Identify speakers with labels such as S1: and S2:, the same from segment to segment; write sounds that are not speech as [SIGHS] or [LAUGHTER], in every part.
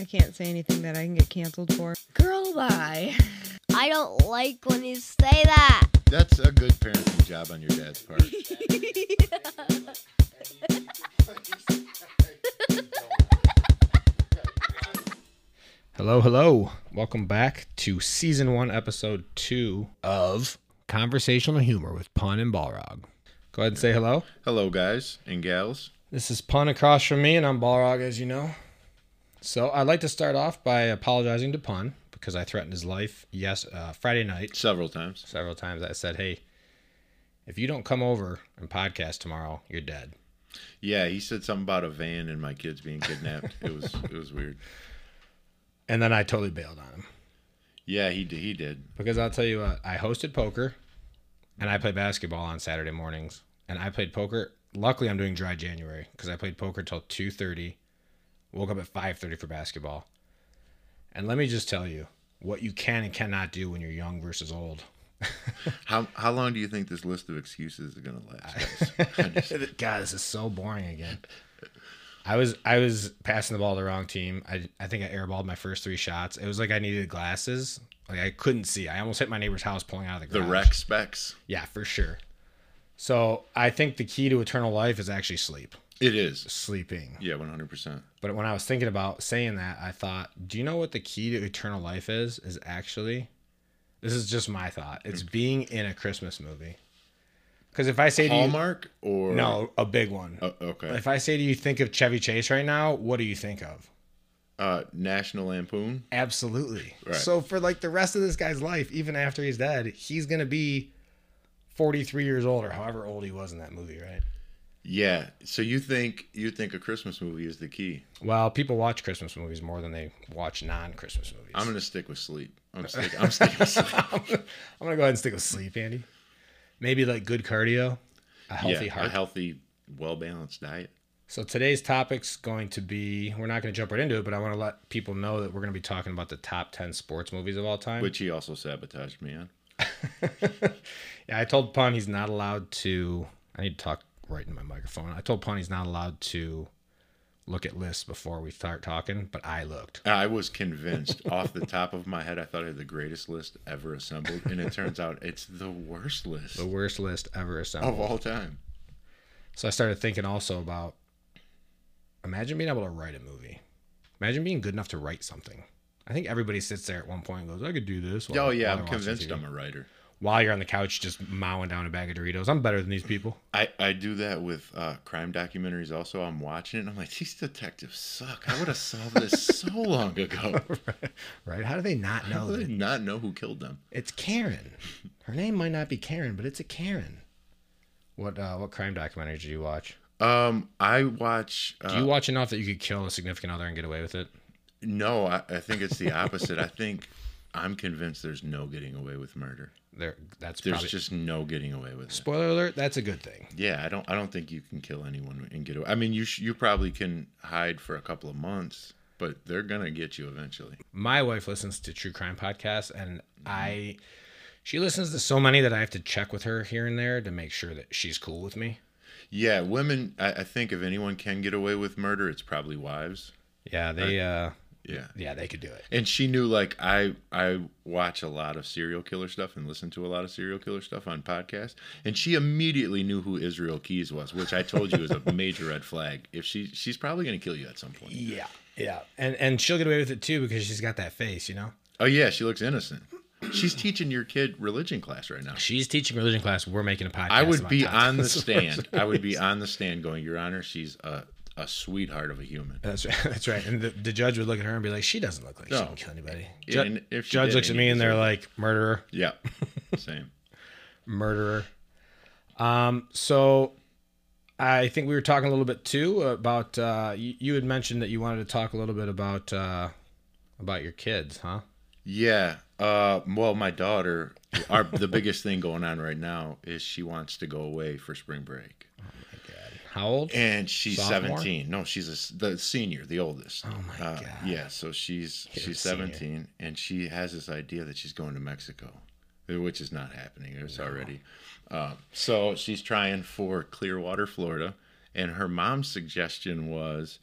S1: I can't say anything that I can get canceled for.
S2: Girl, bye.
S3: I don't like when you say that.
S4: That's a good parenting job on your dad's
S5: [LAUGHS]
S4: part.
S5: Hello, hello. Welcome back to season one, episode two of Conversational Humor with Pun and Balrog. Go ahead and say hello.
S4: Hello, guys and gals.
S5: This is Pun across from me, and I'm Balrog, as you know. So I'd like to start off by apologizing to Pun because I threatened his life. Yes, uh, Friday night,
S4: Several times.
S5: several times I said, hey, if you don't come over and podcast tomorrow, you're dead.
S4: Yeah, he said something about a van and my kids being kidnapped. it was it was weird.
S5: And then I totally bailed on him.
S4: Yeah, he d- he did.
S5: Because I'll tell you what, I hosted poker and I play basketball on Saturday mornings. And I played poker. Luckily I'm doing dry January because I played poker till two thirty. Woke up at five thirty for basketball. And let me just tell you what you can and cannot do when you're young versus old.
S4: How how long do you think this list of excuses is gonna
S5: [LAUGHS]
S4: last? guys? I just-
S5: God, this is so boring again. I was I was passing the ball to the wrong team. I I think I airballed my first three shots. It was like I needed glasses. Like I couldn't see. I almost hit my neighbor's house pulling out of the
S4: the
S5: garage.
S4: wreck specs.
S5: Yeah, for sure. So I think the key to eternal life is actually sleep.
S4: It is.
S5: Sleeping.
S4: Yeah, one hundred percent.
S5: But when I was thinking about saying that, I thought, do you know what the key to eternal life is? Is actually, this is just my thought. It's
S4: Mm.
S5: being in a Christmas movie. Because if I say to
S4: Hallmark or
S5: you, no, a big one.
S4: Oh, okay.
S5: If I say to you, think of Chevy Chase right now, what do you think of?
S4: Uh, National Lampoon.
S5: Absolutely.
S4: Right.
S5: So for like the rest of this guy's life, even after he's dead, he's gonna be forty-three years old or however old he was in that movie, right?
S4: Yeah. So you think you think a Christmas movie is the key?
S5: Well, people watch Christmas movies more than they watch non-Christmas movies.
S4: I'm gonna stick with sleep. I'm stick, I'm
S5: [LAUGHS]
S4: sticking with sleep.
S5: I'm gonna go ahead and stick with sleep, Andy. Maybe like good cardio, a healthy
S4: yeah,
S5: heart.
S4: a healthy, well balanced diet.
S5: so today's topic's going to be we're not gonna jump right into it, but I want to let people know that we're gonna be talking about the top ten sports movies of all time.
S4: Which he also sabotaged me on.
S5: yeah, I told Pun he's not allowed to. I need to talk right in my microphone. I told Pun he's not allowed to look at lists before we start talking, but I looked.
S4: I was
S5: [LAUGHS]
S4: convinced off the top of my head, I thought I had the greatest list ever assembled, and it turns out it's the worst list
S5: The worst list ever assembled.
S4: of all time.
S5: So I started thinking also about imagine being able to write a movie. Imagine being good enough to write something. I think everybody sits there at one point and goes, I could do this. while-
S4: Oh, yeah, I'm
S5: while they're watching
S4: convinced
S5: TV."
S4: I'm a writer.
S5: While you're on the couch just mowing down a bag of Doritos, I'm better than these people.
S4: I, I do that with uh, crime documentaries also. I'm watching it and I'm like, these detectives suck. I would have solved
S5: [LAUGHS]
S4: this so long ago.
S5: right? How do they not
S4: How
S5: know
S4: did I
S5: that?
S4: not know who killed them?
S5: It's Karen. Her name might not be Karen, but it's a Karen. What uh, what crime documentary do you watch?
S4: Um, I watch. Uh,
S5: Do you watch enough that you could kill a significant other and get away with it?
S4: No, I, I think it's the opposite. I think I'm convinced there's no getting away with murder.
S5: There, that's
S4: There's
S5: probably.
S4: just no getting away with it.
S5: Spoiler alert, that's a good thing.
S4: Yeah, I don't. I don't think you can kill anyone and get away. I mean, you sh- you probably can hide for a couple of months, but they're gonna get you eventually.
S5: my wife listens to true crime podcasts and i she listens to so many that i have to check with her here and there to make sure that she's cool with me
S4: Yeah, women. I, I think if anyone can get away with murder, it's probably wives.
S5: yeah they uh
S4: Yeah.
S5: yeah they could do it
S4: And she knew like I I watch a lot of serial killer stuff and listen to a lot of serial killer stuff on podcasts. And she immediately knew who Israel Keys was, which I told you is a major red flag. If she she's probably gonna kill you at some point.
S5: yeah yeah and and she'll get away with it too because she's got that face you know
S4: Oh yeah, she looks innocent. She's teaching your kid religion class right now.
S5: she's teaching religion class we're making a podcast
S4: I would
S5: about
S4: be
S5: top
S4: on [LAUGHS] the
S5: 10
S4: stand. I would be
S5: movies.
S4: on the stand going, Your Honor, she's a, a sweetheart of a human.
S5: [LAUGHS] that's right that's right and the, the judge would look at her and be like she doesn't look like she
S4: No.
S5: can kill anybody Ju-
S4: And if she
S5: judge
S4: did,
S5: looks at
S4: and
S5: me
S4: you
S5: and they're
S4: deserve
S5: like murderer
S4: Yeah.
S5: [LAUGHS]
S4: Same.
S5: murderer. Um, so I think we were talking a little bit too about uh, you, you had mentioned that you wanted to talk a little bit about uh, about your kids, huh?
S4: Yeah. Uh, well, my daughter, our, the biggest thing going on right now is she wants to go away for spring break.
S5: How
S4: [LAUGHS]
S5: old?
S4: And she's
S5: Sophomore?
S4: 17. No, she's a s the senior, the oldest. Oh,
S5: my God.
S4: Yeah. So she's, she's
S5: senior.
S4: 17, and she has this idea that she's going to Mexico, which is not happening. It's already. Um, so she's trying for Clearwater, Florida. And her mom's suggestion was,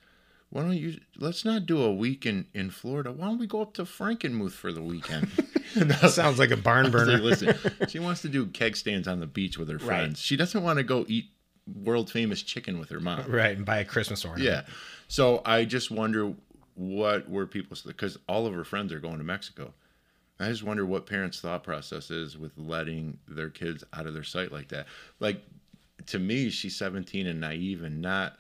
S4: why don't you let's not do a week in in Florida. Why don't we go up to Frankenmuth for the
S5: [LAUGHS]
S4: weekend? And [LAUGHS] I was
S5: Sounds like a barn burner.
S4: like,
S5: [LAUGHS]
S4: Listen, she wants to do keg stands on the beach with her friends. She doesn't want to go eat world famous chicken with her mom.
S5: right, and buy a Christmas ornament.
S4: Yeah. So I just wonder what were people's because all of her friends are going to Mexico. I just wonder what parents' thought process is with letting their kids out of their sight like that. Like to me, she's 17 and naive and not.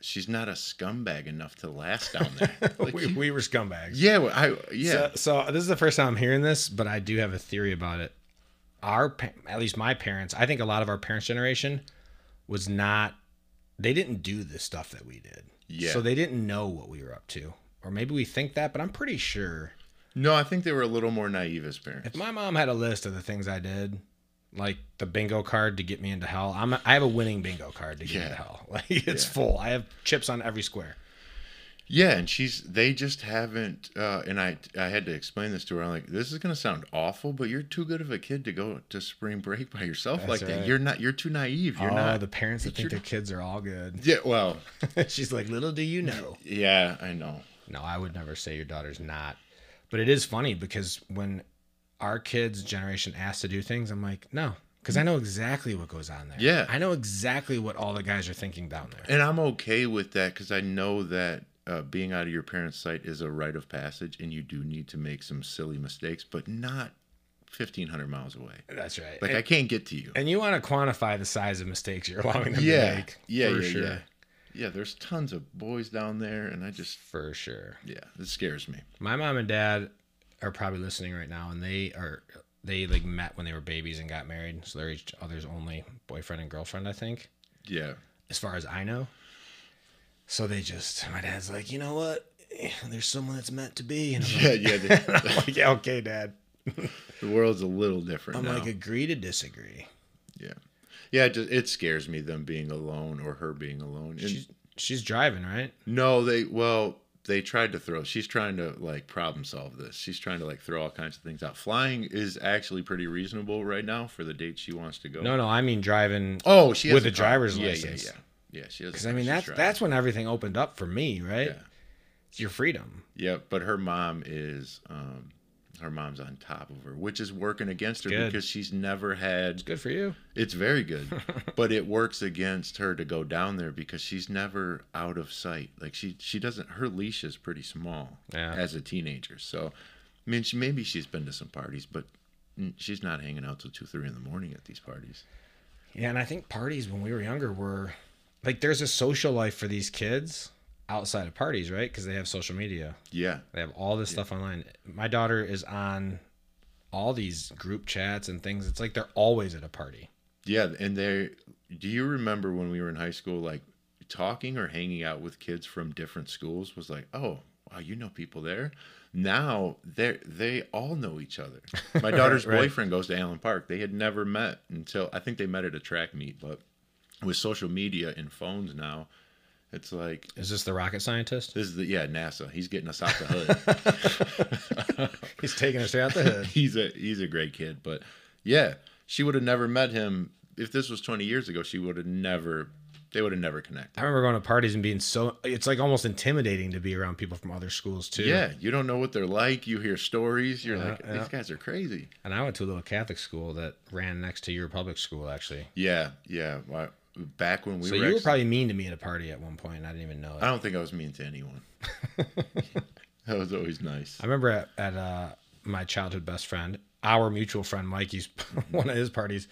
S4: She's not a scumbag enough to last down there. Like,
S5: [LAUGHS] we, we were scumbags.
S4: yeah, well, I yeah.
S5: So, so this is the first time I'm hearing this, but I do have a theory about it. Our, pa- at least my parents, I think a lot of our parents' generation was not. They didn't do the stuff that we did.
S4: Yeah.
S5: So they didn't know what we were up to, or maybe we think that, but I'm pretty sure
S4: no, I think they were a little more naive as parents.
S5: if my mom had a list of the things I did, like the bingo card to get me into hell, I'm I have a winning bingo card to get me
S4: Yeah.
S5: into hell. [LAUGHS] Like it's full. I have chips on every square.
S4: Yeah, and she's they just haven't uh and I I had to explain this to her. I'm like, this is gonna sound awful, but you're too good of a kid to go to spring break by yourself
S5: That's
S4: like
S5: right.
S4: that. You're not you're too naive. [LAUGHS] You're
S5: oh,
S4: not
S5: the parents that
S4: it's
S5: think
S4: your-
S5: their kids are all good. [LAUGHS]
S4: Yeah, well
S5: She's like, little do you know.
S4: yeah, I know.
S5: No, I would never say your daughter's not. But it is funny because when our kids' generation asked to do things, I'm like, no, because I know exactly what goes on there.
S4: Yeah.
S5: I know exactly what all the guys are thinking down there.
S4: And I'm okay with that because I know that uh, being out of your parents' sight is a rite of passage and you do need to make some silly mistakes, but not fifteen hundred miles away.
S5: That's right.
S4: Like I can't get to you.
S5: and you want to quantify the size of mistakes you're allowing them to
S4: Yeah.
S5: make.
S4: Yeah,
S5: for
S4: yeah,
S5: sure.
S4: yeah. Yeah, there's tons of boys down there and I just
S5: For sure.
S4: yeah, this scares me.
S5: My mom and dad are probably listening right now, and they are they like met when they were babies and got married, so they're each other's only boyfriend and girlfriend, I think,
S4: Yeah.
S5: as far as I know. So they just, my dad's like, you know what? There's someone that's meant to be, and I'm
S4: [LAUGHS] Yeah, yeah. The,
S5: [LAUGHS] like, yeah, okay, dad.
S4: the world's a little different
S5: I'm
S4: now.
S5: like, agree to disagree.
S4: yeah, yeah. It, just, it scares me them being alone or her being alone. And
S5: She's she's driving, right?
S4: no, they well, they tried to throw. She's trying to like problem solve this. She's trying to like throw all kinds of things out. Flying is actually pretty reasonable right now for the date she wants to go.
S5: No, no, I mean driving.
S4: Oh, she has
S5: With a
S4: car.
S5: driver's
S4: yeah,
S5: license.
S4: Yeah, yeah, yeah. She has.
S5: Because I mean that's that's when everything opened up for me, right?
S4: Yeah.
S5: It's your freedom.
S4: Yeah, but her mom is. um her mom's on top of her, which is working against her
S5: Good.
S4: because she's never had
S5: Good for you.
S4: It's very good, but it works against her to go down there because she's never out of sight. Like she she doesn't her leash is pretty small
S5: Yeah.
S4: as a teenager. So I mean, she maybe she's been to some parties, but mm, she's not hanging out till two three in the morning at these parties.
S5: Yeah, and I think parties when we were younger were like there's a social life for these kids outside of parties, right? Because they have social media.
S4: Yeah,
S5: They have all this stuff online. My daughter is on all these group chats and things. It's like they're always at a party.
S4: yeah. And they do you remember when we were in high school, like talking or hanging out with kids from different schools was like, oh wow, you know people there. Now they they all know each
S5: [LAUGHS]
S4: other. My daughter's
S5: Right.
S4: boyfriend goes to Allen Park. They had never met until I think they met at a track meet, but with social media and phones now, it's like
S5: Is this the rocket
S4: [LAUGHS]
S5: scientist?
S4: this is the yeah, NASA. He's getting us out the hood.
S5: He's taking us out the [LAUGHS]
S4: [LAUGHS]
S5: hood.
S4: he's a he's a great kid, but yeah, she would have never met him if this was 20 years ago, she would have never they would have never connected.
S5: I remember going to parties and being so it's like almost intimidating to be around people from other schools too.
S4: Yeah, you don't know what they're like. You hear stories. You're like,
S5: Uh, yeah.
S4: these guys are crazy.
S5: And I went to a little Catholic school that ran next to your public school actually.
S4: Yeah, yeah. Why- Back when we
S5: so
S4: were,
S5: you were
S4: actually- Uh.
S5: probably mean to me at a party at one point and I didn't even know it.
S4: I don't think I was mean to
S5: [LAUGHS]
S4: anyone. [LAUGHS] that was always nice.
S5: I remember at, at uh, my childhood best friend, our mutual friend Mikey's [LAUGHS] one of his parties.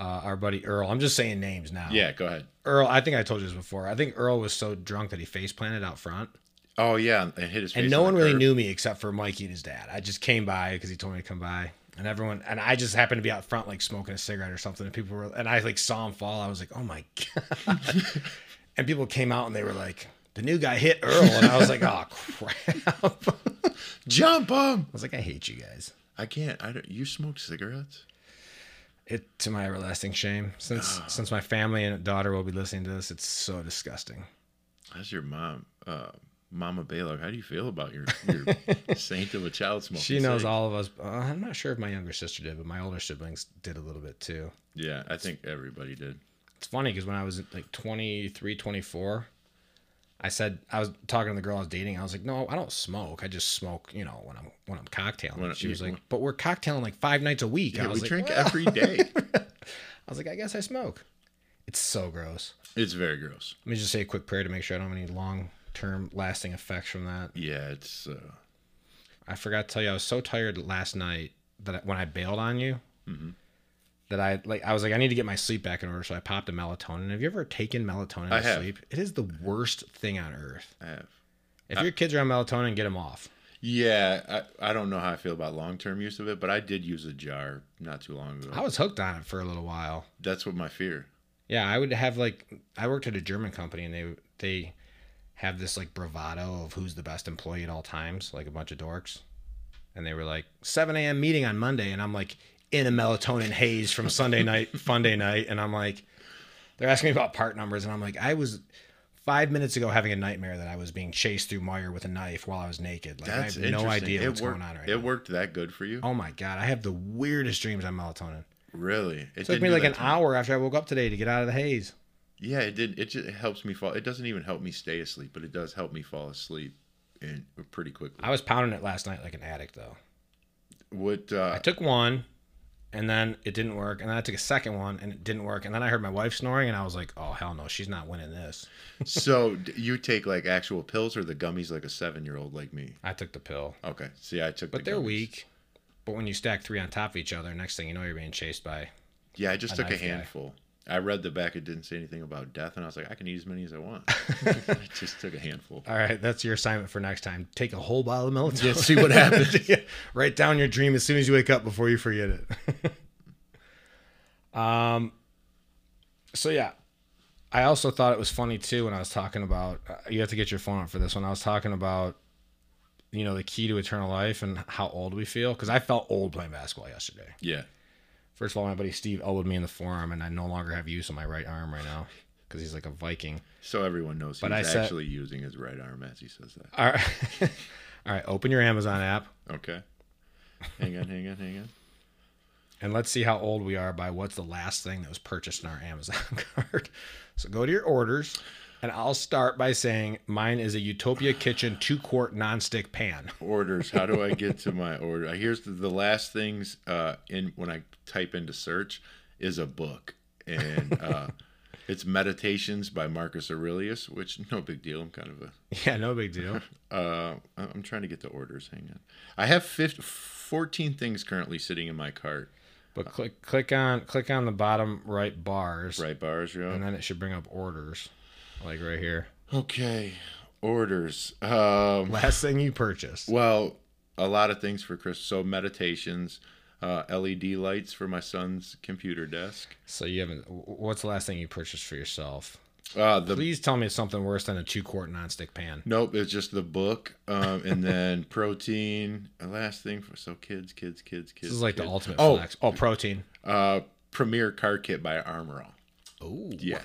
S5: Uh, our buddy Earl. I'm just saying names now.
S4: Yeah, go ahead.
S5: Earl. I think I told you this before. I think Earl was so drunk that he face planted out front,
S4: Oh yeah, and hit his face.
S5: and
S4: on
S5: no one
S4: the
S5: really
S4: curb.
S5: knew me except for Mikey and his dad. I just came by because he told me to come by, and everyone and I just happened to be out front like smoking a cigarette or something, and people were and I like saw him fall. I was like, oh my god, [LAUGHS] and people came out and they were like. The new guy hit Earl, and I was like, "Oh crap!" [LAUGHS] I
S4: Jump him!
S5: was like, "I hate you guys."
S4: I can't. I don't. You smoke cigarettes?
S5: It to my everlasting shame.
S4: Ah.
S5: Since since my family and daughter will be listening to this, it's so disgusting.
S4: How's your mom, uh, Mama Baylor? How do you feel about your
S5: [LAUGHS]
S4: your saint of a child smoking?
S5: She knows
S4: cig?
S5: all of us. Uh, I'm not sure if my younger sister did, but my older siblings did a little bit too.
S4: Yeah, I think everybody did.
S5: It's funny because when I was like 23, 24, I said I was talking to the girl I was dating. I was like, "No, I don't smoke. I just smoke, you know, when I'm when I'm cocktailing."
S4: When-
S5: she was
S4: you-
S5: like, "But we're cocktailing like five nights a week."
S4: Yeah,
S5: I
S4: we
S5: was like,
S4: drink
S5: "Well." [LAUGHS]
S4: every day.
S5: I was like, "I guess I smoke." It's so gross.
S4: It's very gross.
S5: Let me just say a quick prayer to make sure I don't have any long term lasting effects from that.
S4: Yeah, it's uh,
S5: I forgot to tell you, I was so tired last night that I, when I bailed on you,
S4: Mm-hmm.
S5: that I like I was like, I need to get my sleep back in order, so I popped a melatonin. Have you ever taken melatonin
S4: I
S5: to
S4: have.
S5: sleep? It is the worst thing on earth.
S4: I have.
S5: If your kids are on melatonin, get them off.
S4: Yeah, I, I don't know how I feel about long term use of it, but I did use a jar not too long ago.
S5: I was hooked on it for a little while.
S4: That's what my fear.
S5: Yeah, I would have like I worked at a German company and they they have this like bravado of who's the best employee at all times, like a bunch of dorks. And they were like, seven AM meeting on Monday, and I'm like in a melatonin haze
S4: [LAUGHS]
S5: from Sunday night, Funday night, and I'm like they're asking me about part numbers, and I'm like, I was five minutes ago having a nightmare that I was being chased through mire with a knife while I was naked. Like
S4: That's
S5: I have no
S4: interesting.
S5: idea
S4: it
S5: what's
S4: worked,
S5: going on right
S4: It
S5: now.
S4: worked that good for you?
S5: Oh my god, I have the weirdest dreams on melatonin.
S4: Really? It,
S5: It took
S4: didn't
S5: me
S4: do
S5: like
S4: that
S5: an
S4: to me.
S5: hour after I woke up today to get out of the haze.
S4: Yeah, it did. It just it helps me fall. It doesn't even help me stay asleep, but it does help me fall asleep in pretty quickly.
S5: I was pounding it last night like an addict though.
S4: What? Uh,
S5: I took one and then it didn't work. And then I took a second one and it didn't work. And then I heard my wife snoring and I was like, oh, hell no, she's not winning this.
S4: so d- you take like actual pills or the gummies like a seven year old like me?
S5: I took the pill.
S4: Okay. See, I took.
S5: But
S4: the
S5: they're
S4: gummies.
S5: weak. But when you stack three on top of each other, next thing you know, you're being chased by.
S4: Yeah, I just
S5: A
S4: took a
S5: nice guy.
S4: handful. I read the back. It didn't say anything about death, and I was like, I can eat as many as I
S5: [LAUGHS]
S4: want. [LAUGHS] I just took a handful.
S5: All right, that's your assignment for next time. Take a whole bottle of melatonin.
S4: Yeah, see what happens.
S5: Yeah, [LAUGHS] Write down your dream as soon as you wake up before you forget it. [LAUGHS] um, so yeah, I also thought it was funny too when I was talking about uh, you have to get your phone out for this one. I was talking about you know the key to eternal life and how old we feel because I felt old playing basketball yesterday.
S4: Yeah.
S5: First of all, my buddy Steve elbowed me in the forearm, and I no longer have use of my right arm right now because he's like a Viking.
S4: So everyone knows
S5: But
S4: he's
S5: I said-
S4: actually using his right arm as he says that.
S5: All right, [LAUGHS] all right, open your Amazon app.
S4: Okay. Hang on, hang on, hang on.
S5: And let's see how old we are by what's the last thing that was purchased on our Amazon [LAUGHS] card. So go to your orders, and I'll start by saying mine is a Utopia Kitchen two quart nonstick pan. [LAUGHS]
S4: orders. How do I get to my order? Uh, Here's the, the last things uh, in when I type into search is a book, and uh, it's Meditations by Marcus Aurelius, which no big deal. I'm kind of
S5: Yeah, no
S4: [LAUGHS]
S5: big deal.
S4: a. Uh, I- I'm trying to get the orders. Hang on. I have 15, 14 things currently sitting in my cart.
S5: But click click on click on the bottom right bars,
S4: Right bars,
S5: and
S4: yo.
S5: then it should bring up orders, like right here.
S4: Okay, orders. Um,
S5: Last thing you purchased.
S4: Well, a lot of things for Chris. So meditations, uh, LED lights for my son's computer desk.
S5: So you haven't. wh- What's the last thing you purchased for yourself?
S4: Uh, the
S5: Please tell me it's something worse than a two quart nonstick pan.
S4: Nope, it's just the book, um, and
S5: [LAUGHS]
S4: then protein. The last thing for so kids, kids, kids, kids.
S5: This is like the
S4: kids.
S5: ultimate
S4: Oh.
S5: flex. Oh, protein.
S4: Uh, Premier Car Kit by Armorall.
S5: Oh, [LAUGHS]
S4: Yeah,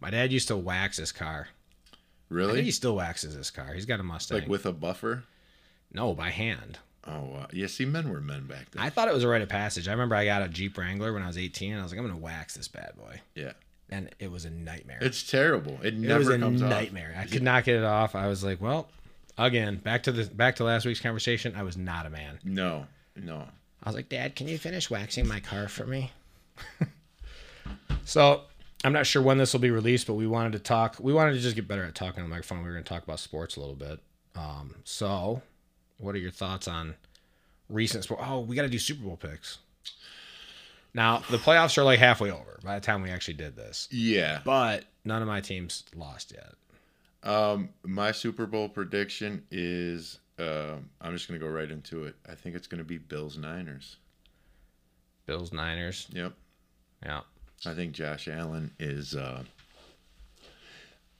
S5: My dad used to wax his car. I think he
S4: really?
S5: still waxes his car. He's got a Mustang.
S4: Like with a buffer.
S5: no, by hand.
S4: Oh, wow. yeah. See, men were men back then.
S5: I thought it was a rite of passage. I remember I got a Jeep Wrangler when I was 18, and I was like, I'm gonna wax this bad boy,
S4: yeah,
S5: and it was a nightmare.
S4: it's terrible. It
S5: it was
S4: never
S5: a
S4: comes off.
S5: nightmare. I could not get it off. I was like, well, again, back to the back to last week's conversation. I was not a man.
S4: No, no.
S5: I was like, Dad, can you finish waxing my car for me? so I'm not sure when this will be released, but we wanted to talk. We wanted to just get better at talking on the microphone. We were going to talk about sports a little bit. Um, so, what are your thoughts on recent sport? Oh, we got to do Super Bowl picks. Now the playoffs are like halfway over by the time we actually did this,
S4: Yeah.
S5: but none of my teams lost yet.
S4: Um, my Super Bowl prediction is. Um, I'm just gonna go right into it. I think it's gonna be Bills Niners.
S5: Bills, Niners,
S4: Yep.
S5: yeah.
S4: I think Josh Allen is. Uh,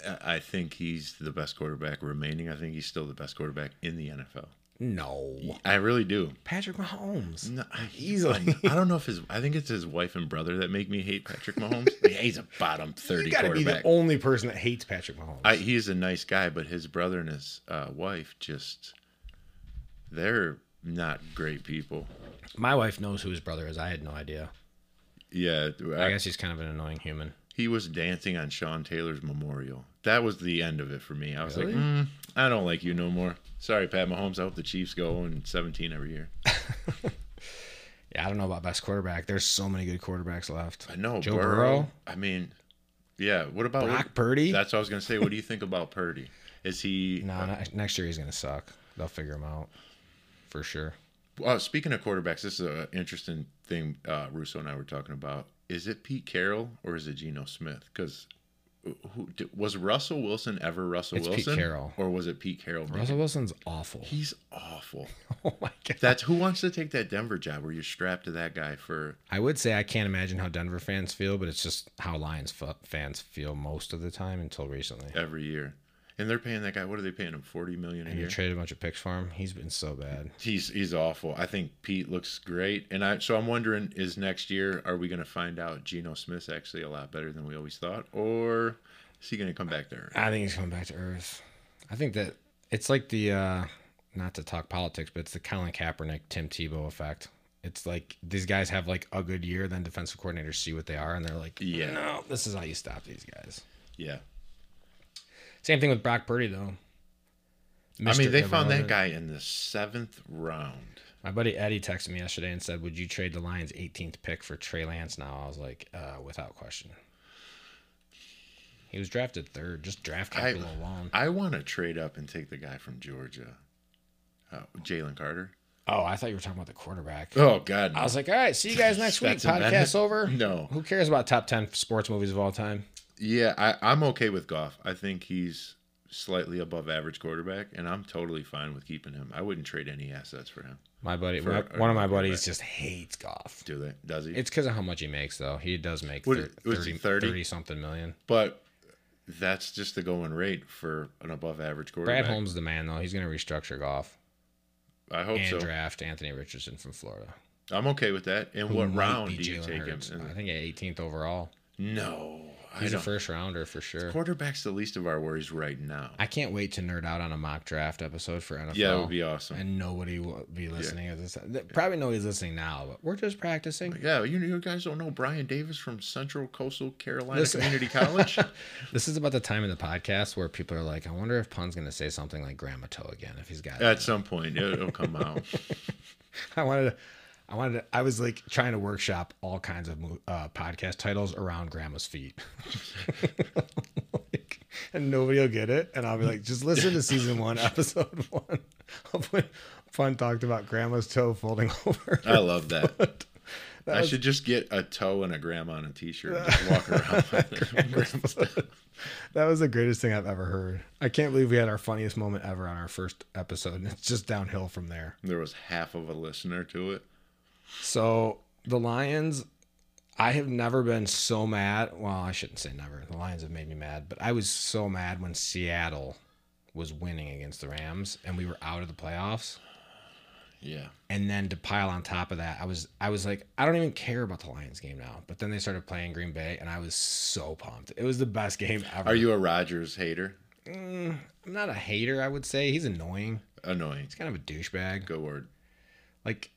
S4: I- I think he's the best quarterback remaining. I think he's still the best quarterback in the NFL.
S5: No,
S4: I really do.
S5: Patrick Mahomes.
S4: No, I,
S5: Easily.
S4: I don't know if his. I think it's his wife and brother that make me hate Patrick Mahomes. [LAUGHS] Like, he's a bottom thirty
S5: You got to be
S4: quarterback.
S5: the only person that hates Patrick Mahomes.
S4: I, he is a nice guy, but his brother and his uh, wife just. They're not great people.
S5: My wife knows who his brother is. I had no idea.
S4: Yeah, I-
S5: I guess he's kind of an annoying human.
S4: he was dancing on Sean Taylor's memorial. that was the end of it for me. I was
S5: Really?
S4: like, mm, I don't like you no more. Sorry, Pat Mahomes. I hope the Chiefs go 0 and 17 every year.
S5: Yeah, I don't know about best quarterback. There's so many good quarterbacks left.
S4: I know
S5: Joe
S4: Burrow.
S5: Burrow?
S4: I mean, yeah. What about
S5: Brock Purdy?
S4: That's what I was gonna say. What do you think about Purdy? Is he?
S5: [LAUGHS] No, ne- next year he's gonna suck. They'll figure him out for sure.
S4: Well, speaking of quarterbacks, this is an interesting thing. Uh, Russo and I were talking about. Is it Pete Carroll or is it Geno Smith? Because who d- was Russell Wilson ever Russell
S5: It's Pete
S4: Wilson?
S5: Carroll.
S4: or was it Pete Carroll?
S5: Russell Wilson's awful.
S4: He's awful.
S5: [LAUGHS] Oh my god.
S4: That's who wants to take that Denver job where you're strapped to that guy for.
S5: I would say I can't imagine how Denver fans feel, but it's just how Lions f- fans feel most of the time until recently.
S4: every year. And they're paying that guy. What are they paying him? Forty million a
S5: And you
S4: year.
S5: traded a bunch of picks for him. He's been so bad.
S4: he's he's awful. I think Pete looks great, and I so I'm wondering is next year are we going to find out Geno Smith's actually a lot better than we always thought, or is he going to come back there?
S5: I think he's coming back to earth. I think that it's like the uh not to talk politics, but it's the Colin Kaepernick Tim Tebow effect. It's like these guys have like a good year, then defensive coordinators see what they are, and they're like,
S4: Yeah.
S5: no, this is how you stop these guys."
S4: Yeah,
S5: Same thing with Brock Purdy, though.
S4: I mean
S5: Mr.
S4: they found that
S5: Irrelevant.
S4: guy in the seventh round.
S5: My buddy Eddie texted me yesterday and said, "Would you trade the Lions' 18th pick for Trey Lance?" Now I was like, uh, "Without question." He was drafted third. Just draft
S4: I
S5: capital alone.
S4: I want to trade up and take the guy from Georgia, uh, Jalen Carter.
S5: Oh, I thought you were talking about the quarterback.
S4: Oh God,
S5: I was like, "All right, see you guys next week."
S4: Stetson
S5: Podcast
S4: Bennett?
S5: over.
S4: [LAUGHS] No.
S5: who cares about top 10 sports movies of all time?
S4: Yeah, I, I'm okay with Goff. I think he's slightly above average quarterback, and I'm totally fine with keeping him. I wouldn't trade any assets for him.
S5: My buddy,
S4: For-
S5: my- one of my buddies, just hates golf.
S4: Do they? Does he?
S5: It's because of how much he makes, though. He does make
S4: What
S5: thir-
S4: is- was he 30?
S5: 30 something million.
S4: but that's just the going rate for an above average quarterback.
S5: Brad Holmes, the man, though. He's going to restructure golf
S4: I hope
S5: and
S4: so.
S5: draft Anthony Richardson from Florida.
S4: I'm okay with that. And
S5: who
S4: what
S5: might
S4: round
S5: be
S4: do you
S5: Jalen
S4: take
S5: Hurts.
S4: him?
S5: I
S4: in?
S5: think at 18th overall.
S4: No, I
S5: He's a
S4: don't.
S5: first rounder for sure.
S4: Quarterback's the least of our worries right now.
S5: I can't wait to nerd out on a mock draft episode for NFL.
S4: yeah, that would be awesome.
S5: And nobody will be listening at this. th- Probably nobody's listening now, but we're just practicing.
S4: yeah, you, you guys don't know Brian Davis from Central Coastal Carolina
S5: Listen.
S4: Community
S5: [LAUGHS]
S4: College.
S5: This is about the time in the podcast where people are like, "I wonder if Pun's going to say something like Grandma Toe again if he's got." it."
S4: At some point, it'll come out.
S5: [LAUGHS] I wanted to. I wanted. To, I was like trying to workshop all kinds of mo- uh, podcast titles around Grandma's feet, [LAUGHS] Like, and nobody will get it. And I'll be like, just listen to season one, episode one [LAUGHS] of when Fun talked about Grandma's toe folding [LAUGHS] over.
S4: I love that.
S5: [LAUGHS] That
S4: I
S5: was-
S4: should just get a toe and a grandma on a t-shirt and just walk
S5: [LAUGHS]
S4: around. with grandma's
S5: that was the greatest thing I've ever heard. I can't believe we had our funniest moment ever on our first episode, and it's just downhill from there.
S4: There was half of a listener to it.
S5: So the Lions, I have never been so mad. Well, I shouldn't say never. The Lions have made me mad, but I was so mad when Seattle was winning against the Rams and we were out of the playoffs.
S4: Yeah.
S5: And then to pile on top of that, I was I was like, I don't even care about the Lions game now. But then they started playing Green Bay, and I was so pumped. It was the best game ever.
S4: Are you a Rogers hater?
S5: I'm not a hater. I would say he's annoying.
S4: Annoying.
S5: He's kind of a douchebag.
S4: Go word.
S5: Like,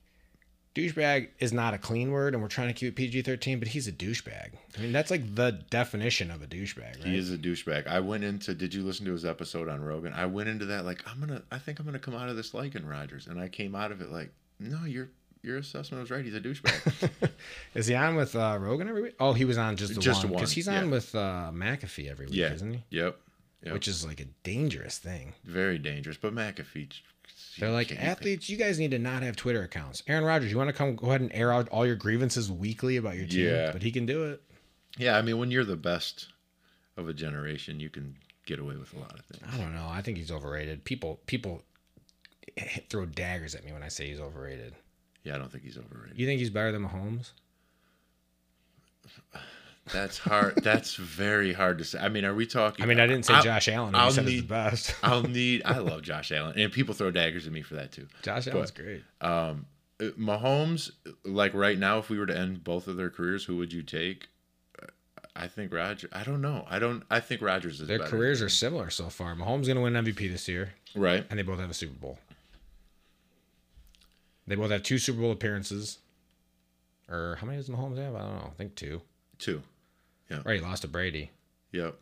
S5: douchebag is not a clean word, and we're trying to keep it PG 13, but he's a douchebag. I mean, that's like the definition of a douchebag, right?
S4: He is a douchebag. I went into. Did you listen to his episode on Rogan? I went into that like I'm gonna. I think I'm gonna come out of this liking Rogers, and I came out of it like, no, your your assessment was right. He's a
S5: [LAUGHS]
S4: douchebag.
S5: [LAUGHS] Is he on with uh, Rogan every week? Oh, he was on just the
S4: Just
S5: one.
S4: one,
S5: Because he's on
S4: yeah.
S5: with uh, McAfee every week,
S4: yeah.
S5: isn't he?
S4: Yep. Yep.
S5: Which is like a dangerous thing.
S4: very dangerous. But McAfee.
S5: They're like,
S4: can't-
S5: athletes, you guys need to not have Twitter accounts. Aaron Rodgers, you want to come go ahead and air out all your grievances weekly about your team?
S4: Yeah.
S5: But he can do it.
S4: Yeah, I mean, when you're the best of a generation, you can get away with a lot of things.
S5: I don't know. I think he's overrated. People people throw daggers at me when I say he's overrated.
S4: Yeah, I don't think he's overrated.
S5: You think he's better than Mahomes?
S4: That's hard. That's very hard to say. I mean, are we talking?
S5: I mean, I didn't say
S4: I'll-
S5: Josh Allen. I
S4: I'll
S5: said he's
S4: need,
S5: the best. [LAUGHS]
S4: I'll need. I love Josh Allen, and people throw daggers at me for that too.
S5: Josh Allen's great.
S4: Uh, Mahomes, like right now, if we were to end both of their careers, who would you take? Uh, I think Roger. I don't know. I don't. I think Rogers is
S5: Their
S4: better.
S5: careers are similar so far. Mahomes going to win MVP this year,
S4: right?
S5: and they both have a Super Bowl. They both have two Super Bowl appearances. Or how many does Mahomes have? I don't know. I think two.
S4: Two.
S5: Right, he lost to Brady.
S4: Yep.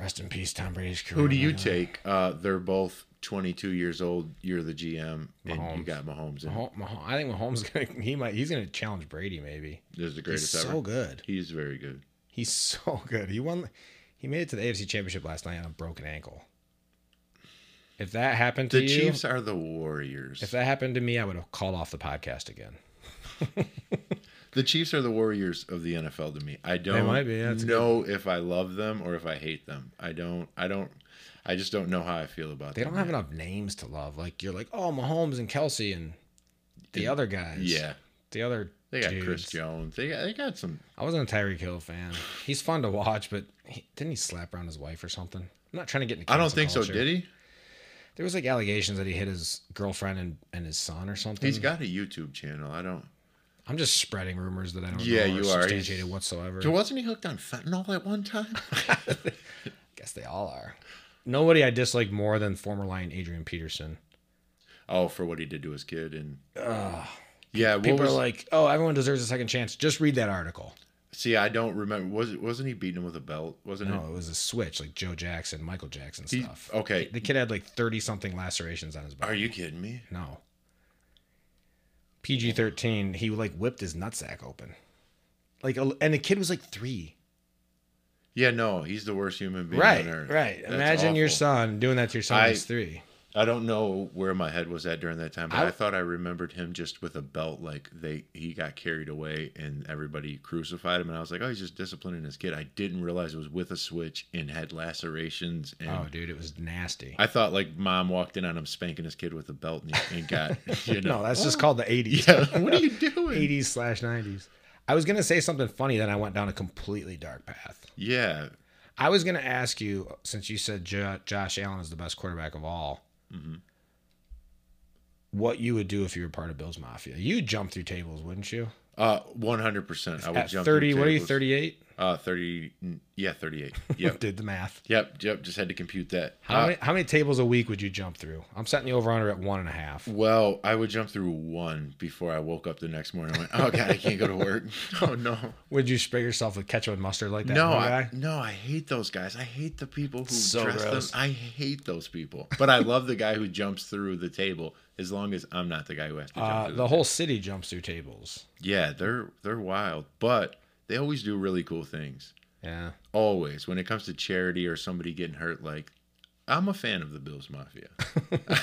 S5: Rest in peace, Tom Brady's career.
S4: Who do you
S5: Right [SIGHS]
S4: take? Uh, they're both 22 years old. You're the GM, and you
S5: Mahomes.
S4: got Mahomes.
S5: now.
S4: And
S5: Mahom- Mahom- I think Mahomes gonna he might he's gonna challenge Brady maybe.
S4: This is the
S5: He's
S4: greatest ever.
S5: so good.
S4: He's very good.
S5: He's [LAUGHS] so good. He won. He made it to the AFC Championship last night on a broken ankle. If that happened to
S4: The
S5: you,
S4: Chiefs are the Warriors.
S5: if that happened to me, I would have called off the podcast again.
S4: the Chiefs are the Warriors of the NFL to me. I don't
S5: might be, yeah, that's
S4: know if I love them or if I hate them. I don't. I don't. I just don't know how I feel about
S5: They
S4: them.
S5: don't have enough names to love. Like you're like, oh, Mahomes and Kelsey and the other guys.
S4: Yeah,
S5: the other.
S4: they got Chris
S5: dudes.
S4: Jones. They got. They got some.
S5: I wasn't a Tyreek Hill fan. He's fun to watch, but he, didn't he slap around his wife or something? I'm not trying to get into.
S4: I don't
S5: cancel
S4: think so.
S5: culture.
S4: Did he?
S5: There was like allegations that he hit his girlfriend and, and his son or something.
S4: He's got a YouTube channel. I don't.
S5: I'm just spreading rumors that I don't
S4: Yeah,
S5: know
S4: you
S5: are
S4: are.
S5: substantiated
S4: He's-
S5: whatsoever.
S4: Wasn't he hooked on fentanyl at one time?
S5: [LAUGHS] Guess they all are. Nobody I dislike more than former Lion Adrian Peterson.
S4: oh, for what he did to his kid and. yeah, what
S5: People
S4: was,
S5: are like, "Oh, everyone deserves a second chance." Just read that article.
S4: see, I don't remember. Was it? Wasn't he beating him with a belt? Wasn't
S5: No, it was a switch, like Joe Jackson, Michael Jackson
S4: it? He-
S5: stuff.
S4: okay.
S5: The kid had like thirty something lacerations on his
S4: Are
S5: body.
S4: you kidding me?
S5: No. PG thirteen. He like whipped his nutsack open, like, a- and the kid was like three.
S4: Yeah, no, he's the worst human being
S5: Right,
S4: on earth.
S5: right.
S4: That's
S5: Imagine your
S4: awful.
S5: son doing that to your son.
S4: I-
S5: who's three.
S4: I don't know where my head was at during that time, but I,
S5: I-
S4: thought I remembered him just with a belt, like they he got carried away and everybody crucified him, and I was like, oh, he's just disciplining his kid. I didn't realize it was with a switch and had lacerations, and
S5: Oh, dude, it was nasty.
S4: I thought like mom walked in on him spanking his kid with a belt and, he, and got
S5: [LAUGHS]
S4: you know.
S5: no, that's just called the eighties.
S4: yeah, [LAUGHS] what
S5: [LAUGHS]
S4: are you doing?
S5: 80s slash 90s. I was going to say something funny, then I went down a completely dark path.
S4: Yeah,
S5: I was going to ask you, since you said jo- Josh Allen is the best quarterback of all,
S4: Mm-hmm.
S5: what you would do if you were part of Bill's Mafia. You'd jump through tables, wouldn't you?
S4: uh, one hundred percent. I would
S5: At
S4: jump.
S5: 30,
S4: through
S5: what are you,
S4: tables.
S5: [LAUGHS] 38?
S4: Uh, thirty. Yeah, thirty-eight.
S5: [LAUGHS]
S4: Yep.
S5: Did the math.
S4: Yep, yep. Just had to compute that.
S5: How,
S4: Uh,
S5: many, how many tables a week would you jump through? I'm setting the over under at one and a half.
S4: Well, I would jump through one before I woke up the next morning. I went, "Oh God, I can't go to work." [LAUGHS] Oh no,
S5: Would you spray yourself with ketchup and mustard like that?
S4: no,
S5: one
S4: I,
S5: guy?
S4: no, I hate those guys. I hate the people who
S5: So
S4: dress
S5: gross.
S4: them. I hate those people, but I love the guy who jumps through the table. As long as I'm not the guy who has to jump
S5: Uh,
S4: through
S5: the whole city jumps through tables.
S4: Yeah, they're they're wild, but they always do really cool things.
S5: Yeah.
S4: Always, when it comes to charity or somebody getting hurt, like I'm a fan of the Bills
S5: [LAUGHS]
S4: Mafia.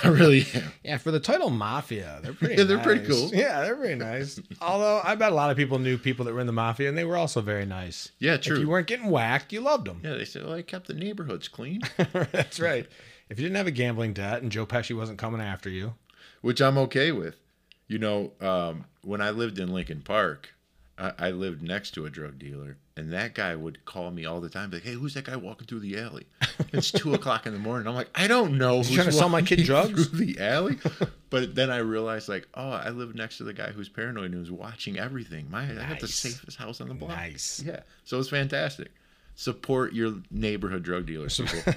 S4: I really am.
S5: Yeah, for the title Mafia, they're pretty.
S4: Yeah, they're pretty
S5: nice.
S4: cool.
S5: [LAUGHS] Yeah, they're pretty [LAUGHS] nice. Although I bet a lot of people knew people that were in the Mafia, and they were also very nice.
S4: Yeah,
S5: If you
S4: true.
S5: weren't getting whacked, you loved them.
S4: Yeah, they said, "Well, I kept the neighborhoods clean,"
S5: [LAUGHS] That's right. If you didn't have a gambling debt and Joe Pesci wasn't coming after you,
S4: which I'm okay with. You know, um, when I lived in Lincoln Park, I, I lived next to a drug dealer, and that guy would call me all the time, like, "Hey, who's that guy walking through the
S5: [LAUGHS]
S4: alley?" It's two o'clock in the morning. I'm like, I don't know. Who's
S5: trying to sell my
S4: walking
S5: kid drugs?"
S4: through the
S5: [LAUGHS]
S4: alley? But then I realized, like, oh, I live next to the guy who's paranoid and who's watching everything. My, I got the
S5: Nice.
S4: safest house on the block.
S5: nice.
S4: Yeah, so it's fantastic. Support your neighborhood drug dealers.
S5: [LAUGHS]
S4: People.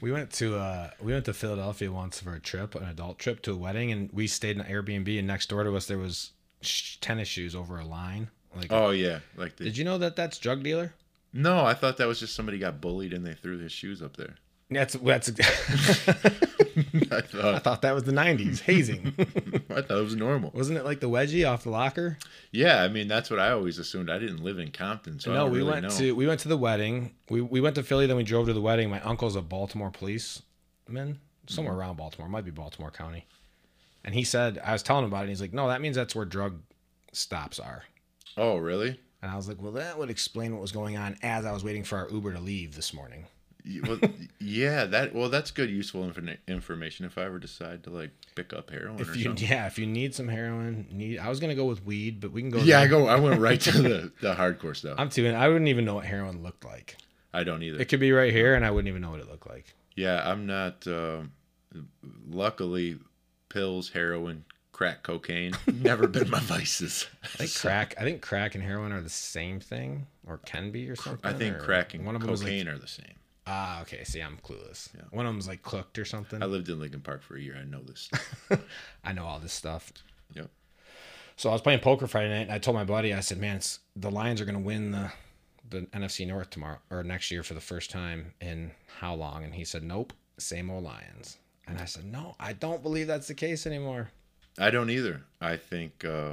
S5: We went to uh, we went to Philadelphia once for a trip, an adult trip to a wedding, and we stayed in an Airbnb. And next door to us, there was sh- tennis shoes over a line. Like,
S4: oh yeah, like the,
S5: did you know that that's drug dealer?
S4: no, I thought that was just somebody got bullied and they threw his shoes up there.
S5: That's that's.
S4: [LAUGHS] I
S5: [LAUGHS] I
S4: thought,
S5: thought that was the '90s [LAUGHS] hazing.
S4: I thought it was normal.
S5: Wasn't it like the wedgie off the locker?
S4: Yeah, I mean that's what I always assumed. I didn't live in Compton, so I
S5: no,
S4: don't
S5: we
S4: really
S5: went
S4: know.
S5: to we went to the wedding. We we went to Philly, then we drove to the wedding. My uncle's a Baltimore policeman, somewhere around Baltimore, might be Baltimore County. And he said, I was telling him about it, and he's like, No, that means that's where drug stops are.
S4: Oh, really?
S5: And I was like, Well, that would explain what was going on as I was waiting for our Uber to leave this morning.
S4: Y-
S5: [LAUGHS]
S4: Well, yeah, that well, that's good, useful infor- information. If I ever decide to like pick up heroin or
S5: If you
S4: something.
S5: yeah, if you need some heroin, need I was gonna go with weed, but we can go
S4: Yeah, I
S5: there.
S4: go. I went right to the,
S5: [LAUGHS]
S4: the hardcore stuff. I'm,
S5: I'm too I wouldn't even know what heroin looked like.
S4: I do not either.
S5: It could be right here and I wouldn't even know what it looked like.
S4: Yeah, I'm not. um luckily, pills, heroin, crack,
S5: [LAUGHS]
S4: cocaine, never been my vices.
S5: I think crack. I think crack and heroin are the same thing, or can be, or something.
S4: I think
S5: or
S4: crack and
S5: one of them was
S4: cocaine
S5: Like,
S4: are the same.
S5: ah, okay. See, I'm clueless. One of them's like cooked or something.
S4: I
S5: I,
S4: lived in Lincoln Park for a year. I know this.
S5: know all this stuff.
S4: yep.
S5: So I was playing poker Friday night, and I told my buddy, I said, "Man, it's, the Lions are going to win the the NFC North tomorrow or next year for the first time in how long? And he said, nope, same old Lions. And I said, no, I don't believe that's the case anymore.
S4: I don't either. I think uh,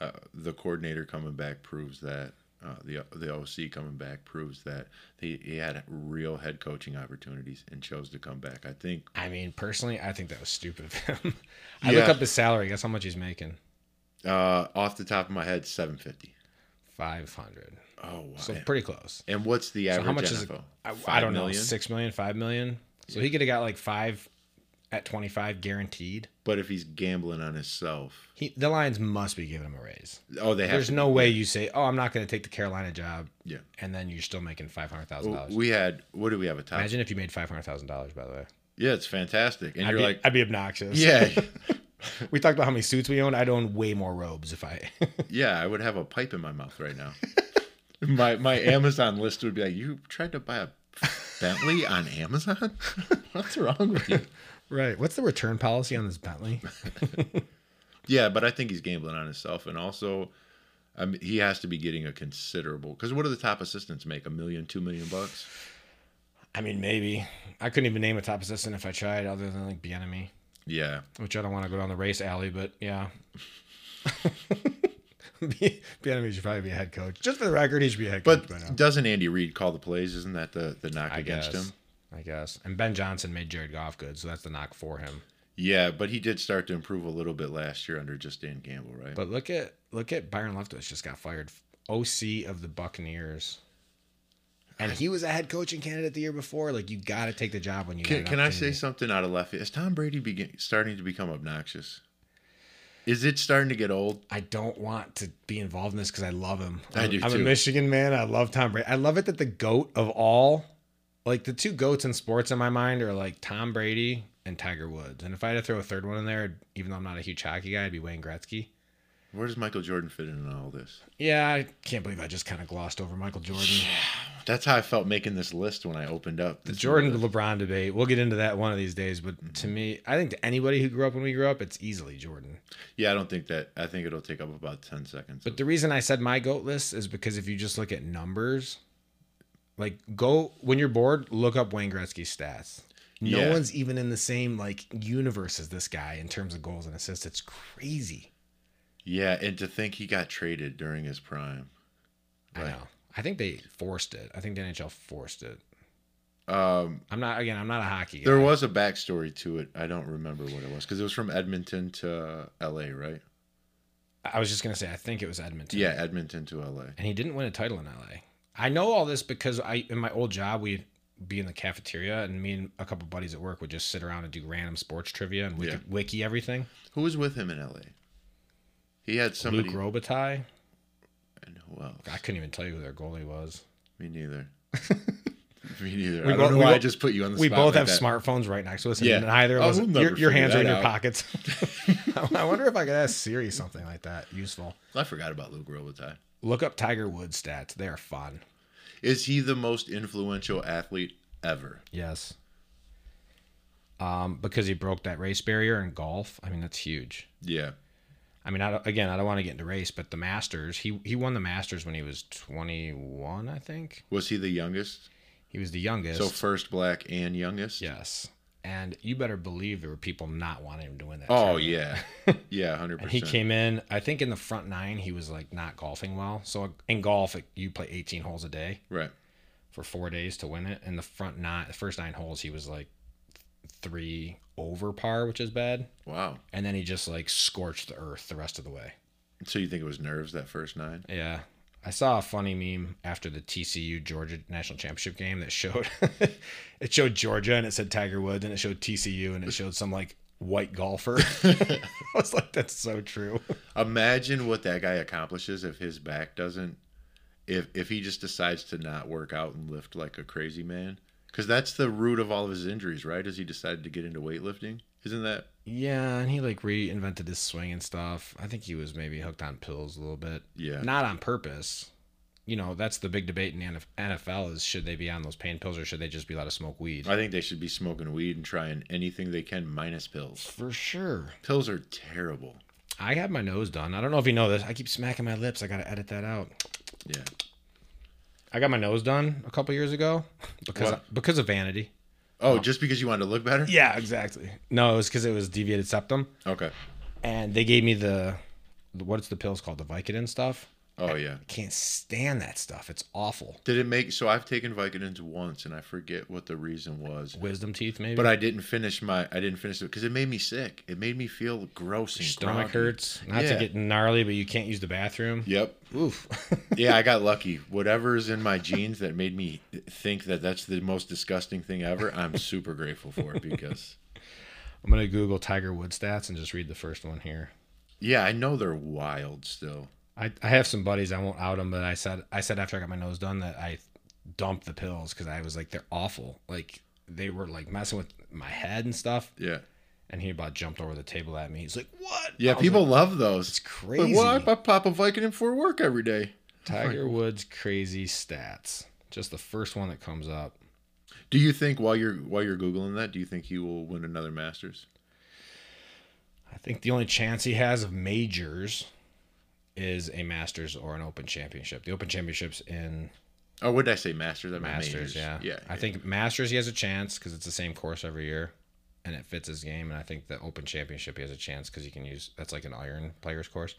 S4: uh, the coordinator coming back proves that. Uh, the the OC coming back proves that he, he had real head coaching opportunities and chose to come back. I think
S5: I mean, personally, I think that was stupid of him. [LAUGHS] I look
S4: Yeah.
S5: up his salary. Guess how much he's making?
S4: uh, off the top of my head, seven fifty.
S5: 500.
S4: Oh wow!
S5: So pretty close.
S4: and what's the
S5: So
S4: average
S5: how much
S4: NFL?
S5: is it? I, I
S4: Five
S5: don't know.
S4: million?
S5: 6 million, 5 million. So he could have got like 5 at 25 guaranteed.
S4: But if he's gambling on himself,
S5: He, the Lions must be giving him a raise.
S4: oh, they have.
S5: There's
S4: to-
S5: no way you say, "Oh, I'm not going to take the Carolina job,"
S4: Yeah.
S5: and then you're still making five hundred thousand
S4: Well,
S5: dollars.
S4: We had. What do we have? A top?
S5: Imagine if you made five hundred thousand dollars. By the way,
S4: Yeah, it's fantastic. And
S5: I'd
S4: you're
S5: be,
S4: like,
S5: [LAUGHS] I'd be obnoxious.
S4: yeah,
S5: we talked about how many suits we own. I'd own way more robes if I. [LAUGHS]
S4: yeah. I would have a pipe in my mouth right now. [LAUGHS] my my Amazon list would be like, you tried to buy a Bentley on Amazon? [LAUGHS] What's wrong with
S5: [LAUGHS]
S4: you?
S5: right. What's the return policy on this Bentley?
S4: Yeah, but I think he's gambling on himself, and also, I mean, he has to be getting a considerable. Because what do the top assistants make? A million, two million bucks?
S5: I mean, maybe I couldn't even name a top assistant if I tried, other than like Bienemy,
S4: Yeah,
S5: which I don't want to go down the race alley, but yeah. Bienemy should probably [LAUGHS] be a head coach. Just for the record, he should be a head coach.
S4: but
S5: by now.
S4: doesn't Andy Reid call the plays? Isn't that the the knock
S5: I
S4: against
S5: guess.
S4: him?
S5: I guess. And Ben Johnson made Jared Goff good, so that's the knock for him.
S4: Yeah, but he did start to improve a little bit last year under just Dan Campbell, right?
S5: But look at look at Byron Leftwich just got fired, OC of the Buccaneers, and he was a head coaching candidate the year before. Like you got to take the job when you
S4: Can,
S5: get an
S4: can I say
S5: opportunity.
S4: something out of left field? Is Tom Brady begin, starting to become obnoxious? Is it starting to get old?
S5: I don't want to be involved in this because I love him.
S4: I
S5: I'm-
S4: do,
S5: I'm
S4: too.
S5: a Michigan man. I love Tom Brady. I love it that the goat of all, like the two goats in sports in my mind are like Tom Brady and Tiger Woods. And if I had to throw a third one in there, even though I'm not a huge hockey guy, it'd be Wayne Gretzky.
S4: Where does Michael Jordan fit in all this?
S5: Yeah, I can't believe I just kind of glossed over Michael Jordan.
S4: That's how I felt making this list when I opened up.
S5: The
S4: this
S5: Jordan to
S4: list.
S5: LeBron debate. We'll get into that one of these days, but to me, I think to anybody who grew up when we grew up, it's easily Jordan.
S4: Yeah, I don't think that. I think it'll take up about ten seconds.
S5: But the reason I said my goat list is because if you just look at numbers, like go when you're bored, look up Wayne Gretzky's stats. No
S4: Yeah.
S5: one's even in the same like universe as this guy in terms of goals and assists. It's crazy.
S4: yeah, and to think he got traded during his prime.
S5: I
S4: Right.
S5: know. I think they forced it. I think the NHL forced it.
S4: Um,
S5: I'm not again. I'm not a hockey guy.
S4: there was a backstory to it. I don't remember what it was because it was from Edmonton to L.A. Right?
S5: I was just gonna say. I think it was Edmonton.
S4: Yeah, Edmonton to L.A.
S5: and he didn't win a title in LA. I know all this because I in my old job we'd be in the cafeteria and me and a couple buddies at work would just sit around and do random sports trivia and wiki,
S4: Yeah.
S5: wiki everything.
S4: Who was with him in L.A.? He had somebody.
S5: Luke Robitaille.
S4: and who else?
S5: I couldn't even tell you who their goalie was.
S4: Me
S5: [LAUGHS]
S4: neither. Me neither.
S5: We
S4: I
S5: both-
S4: don't know
S5: we
S4: why I
S5: both-
S4: just put you on the
S5: We
S4: spot.
S5: both
S4: like
S5: have
S4: that.
S5: smartphones right next to us, and
S4: Yeah.
S5: neither of
S4: Oh,
S5: us.
S4: we'll never
S5: Your,
S4: figure
S5: your hands are in
S4: that
S5: your
S4: out.
S5: pockets.
S4: [LAUGHS]
S5: [LAUGHS] I wonder if I could ask Siri something like that. Useful.
S4: I forgot about Luke Robitaille.
S5: Look up Tiger Woods stats. They are fun.
S4: Is he the most influential athlete ever?
S5: Yes. Um, because he broke that race barrier in golf. I mean, that's huge.
S4: Yeah.
S5: I mean, I don't, again, I don't want to get into race, but the Masters, he he won the Masters when he was 21, I think.
S4: Was he the youngest?
S5: He was the youngest.
S4: So first black and youngest.
S5: yes. And you better believe there were people not wanting him to win that.
S4: Oh
S5: tournament.
S4: yeah.
S5: [LAUGHS]
S4: Yeah, hundred
S5: And he
S4: percent.
S5: came in, I think in the front nine, he was like not golfing well. So in golf, it, you play 18 holes a day
S4: Right.
S5: for four days to win it. And the front nine, the first nine holes, he was like three over par, which is bad.
S4: Wow.
S5: And then he just like scorched the earth the rest of the way.
S4: So you think it was nerves that first nine?
S5: Yeah. I saw a funny meme after the TCU Georgia national championship game that showed [LAUGHS] it showed Georgia and it said Tiger Woods and it showed TCU and it showed some like white golfer. [LAUGHS] I was like, that's so true.
S4: Imagine what that guy accomplishes if his back doesn't if if he just decides to not work out and lift like a crazy man. Because that's the root of all of his injuries, right? Is he decided to get into weightlifting? Isn't that
S5: Yeah, and he like reinvented his swing and stuff. I think he was maybe hooked on pills a little bit.
S4: Yeah.
S5: Not on purpose. You know, that's the big debate in the NFL is should they be on those pain pills or should they just be allowed to smoke weed?
S4: I think they should be smoking weed and trying anything they can minus pills.
S5: For sure.
S4: Pills are terrible.
S5: I had my nose done. I don't know if you know this. I keep smacking my lips. I got to edit that out.
S4: Yeah.
S5: I got my nose done a couple years ago because
S4: What?
S5: because of vanity.
S4: Oh, just because you wanted to look better?
S5: Yeah, exactly. No, it was because it was deviated septum,
S4: Okay.
S5: and they gave me the, the what's the pills called, the Vicodin stuff.
S4: Oh yeah.
S5: Can't stand that stuff. It's awful.
S4: Did it make so I've taken Vicodins once and I forget what the reason was.
S5: Wisdom teeth, maybe.
S4: But I didn't finish my I didn't finish it because it made me sick. It made me feel gross and
S5: Your
S4: groggy.
S5: stomach hurts. Not
S4: Yeah.
S5: to get gnarly, but you can't use the bathroom.
S4: Yep.
S5: Oof. [LAUGHS]
S4: Yeah, I got lucky. Whatever is in my genes that made me think that that's the most disgusting thing ever, I'm super grateful for it because
S5: I'm gonna Google Tiger Woods stats and just read the first one here.
S4: yeah, I know they're wild still.
S5: I, I have some buddies. I won't out them, but I said I said after I got my nose done that I dumped the pills because I was like they're awful. Like they were like messing with my head and stuff.
S4: Yeah.
S5: And he about jumped over the table at me. He's like, "What?"
S4: Yeah,
S5: I was
S4: people
S5: like,
S4: love those.
S5: it's
S4: But
S5: crazy.
S4: why I pop a Vicodin for work every day?
S5: Tiger Woods crazy stats. Just the first one that comes up.
S4: Do you think while you're while you're googling that, do you think he will win another Masters?
S5: I think the only chance he has of majors is a Masters or an Open Championship. The Open Championships in
S4: Oh, what did I say? Masters. I meant
S5: Masters,
S4: majors.
S5: yeah.
S4: Yeah.
S5: I think Masters he has a chance because it's the same course every year, and it fits his game. And I think the Open Championship he has a chance because he can use that's like an iron players course.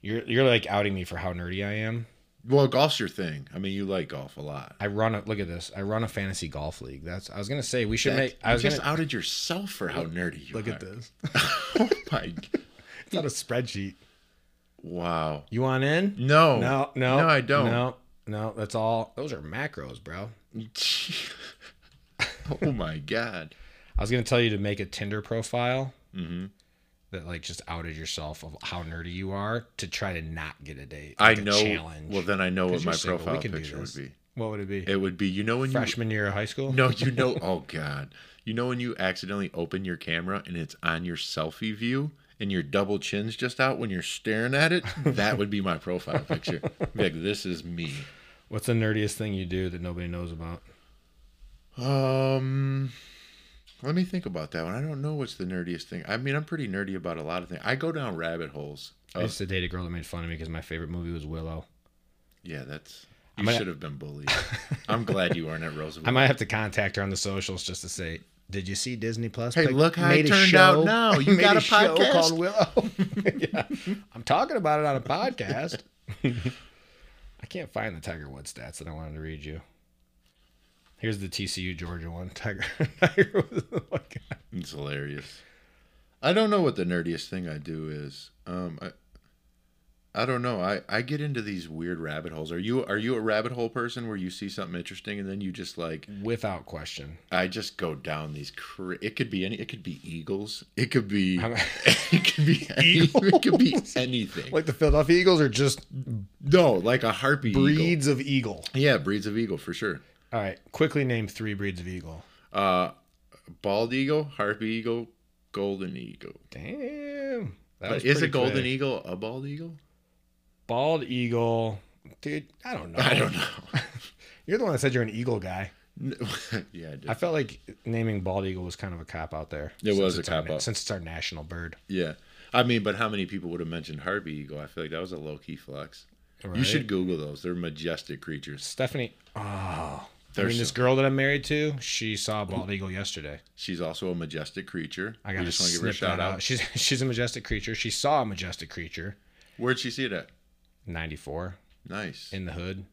S5: You're you're like outing me for how nerdy I am.
S4: Well, golf's your thing. I mean, you like golf a lot.
S5: I run a look at this. I run a fantasy golf league. That's I was gonna say we should
S4: That-
S5: make. I
S4: you
S5: was
S4: just
S5: gonna
S4: outed yourself for how nerdy you are. [LAUGHS]
S5: this.
S4: oh my! g-
S5: It's not a spreadsheet.
S4: Wow.
S5: You want in?
S4: No.
S5: no, no,
S4: Oh. No, I don't.
S5: No, no. That's all. Those are macros, bro.
S4: [LAUGHS] oh my god.
S5: I was gonna tell you to make a Tinder profile
S4: hmm
S5: that like just outed yourself of how nerdy you are to try to not get a date.
S4: I
S5: like a
S4: know.
S5: challenge.
S4: Well, then I know
S5: 'Cause
S4: what
S5: you're
S4: my
S5: single, we
S4: profile
S5: can do
S4: picture would
S5: this.
S4: be.
S5: what would it be?
S4: It would be you know when you
S5: Freshman year of high school.
S4: no you know oh god you know when you accidentally open your camera and it's on your selfie view and your double chin's just out when you're staring at it that would be my profile picture Be like this is me
S5: What's the nerdiest thing you do that nobody knows about?
S4: Um, let me think about that one. I don't know what's the nerdiest thing. I mean, I'm pretty nerdy about a lot of things. I go down rabbit holes.
S5: I
S4: Oh,
S5: used to date a girl that made fun of me because my favorite movie was Willow.
S4: yeah, that's.
S5: I
S4: You
S5: might-
S4: should have been bullied. I'm glad you weren't at
S5: [LAUGHS]
S4: Roosevelt.
S5: I might have to contact her on the socials just to say, "Did you see Disney Plus?
S4: Hey,
S5: pic-
S4: look how
S5: made
S4: it
S5: a
S4: turned
S5: show-
S4: out
S5: [LAUGHS]
S4: now. You
S5: made
S4: got a
S5: show
S4: podcast?"
S5: called Willow. [LAUGHS] Yeah. I'm talking about it on a podcast.
S4: [LAUGHS]
S5: I can't find the Tiger Woods stats that I wanted to read you. Here's the TCU Georgia one. [LAUGHS] Tiger, Tiger Woods. Oh my God.
S4: It's hilarious. I don't know what the nerdiest thing I do is. Um, I. I don't know. I, I get into these weird rabbit holes. Are you are you a rabbit hole person where you see something interesting and then you just like
S5: Without question.
S4: I just go down these. Cra- it could be any. It could be eagles. It could be.
S5: I'm-
S4: [LAUGHS] it could
S5: [LAUGHS]
S4: be. Any, it could be anything.
S5: Like the Philadelphia Eagles are just
S4: no, like a harpy eagle.
S5: breeds of eagle.
S4: Yeah, breeds of eagle for sure.
S5: All right, quickly name three breeds of eagle.
S4: Uh, bald eagle, harpy eagle, golden eagle.
S5: Damn. That
S4: But
S5: was
S4: is a
S5: pretty
S4: golden E-
S5: quick.
S4: eagle a bald eagle?
S5: Bald eagle. Dude, I don't know.
S4: I don't know.
S5: You're the one that said you're an eagle guy.
S4: [LAUGHS] yeah, I did.
S5: I felt like naming bald eagle was kind of a cop out there.
S4: It was
S5: Since
S4: a
S5: it's our
S4: cop
S5: na-
S4: out.
S5: Since it's our national bird.
S4: yeah. I mean, but how many people would have mentioned harpy eagle? I feel like that was a low key flex. You
S5: right?
S4: should Google those. They're majestic creatures.
S5: Stephanie. Oh. I
S4: They're
S5: mean, this
S4: so-
S5: girl that I'm married to, she saw a bald eagle yesterday.
S4: She's also a majestic creature.
S5: I
S4: We
S5: got to
S4: just want to give her a shout out.
S5: She's [LAUGHS] she's a majestic creature. She saw a majestic creature.
S4: Where'd she see it at?
S5: 94
S4: Nice.
S5: in the hood.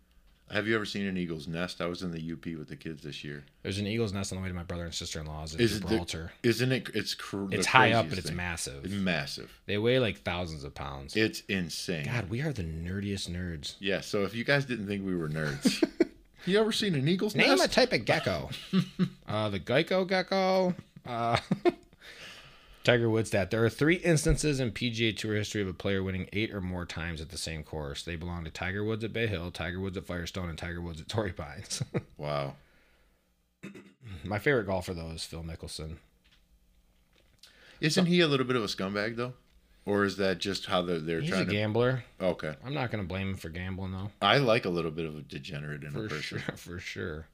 S4: Have you ever seen an eagle's nest? I was in the UP with the kids this year.
S5: There's an eagle's nest on the way to my brother and sister in law's in
S4: Is it the-
S5: Gibraltar.
S4: Isn't it? It's cr- the
S5: it's high up,
S4: craziest
S5: but it's
S4: thing. It's
S5: massive.
S4: massive.
S5: They weigh like thousands of pounds.
S4: It's insane.
S5: God, we are the nerdiest nerds.
S4: Yeah. So if you guys didn't think we were
S5: [LAUGHS]
S4: nerds, you ever seen an eagle's
S5: Name a
S4: nest?
S5: type of gecko. [LAUGHS] uh, the Geico gecko. Uh, [LAUGHS] Tiger Woods. That there are three instances in PGA Tour history of a player winning eight or more times at the same course. They belong to Tiger Woods at Bay Hill, Tiger Woods at Firestone, and Tiger Woods at Torrey Pines. [LAUGHS]
S4: wow.
S5: My favorite golfer though is Phil Mickelson.
S4: Isn't he a little bit of a scumbag though, or is that just how they're, they're
S5: He's a
S4: trying to?
S5: gambler.
S4: Okay.
S5: I'm not gonna blame him for gambling though.
S4: I like a little bit of a degenerate in a
S5: For
S4: person.
S5: sure. [LAUGHS] For sure.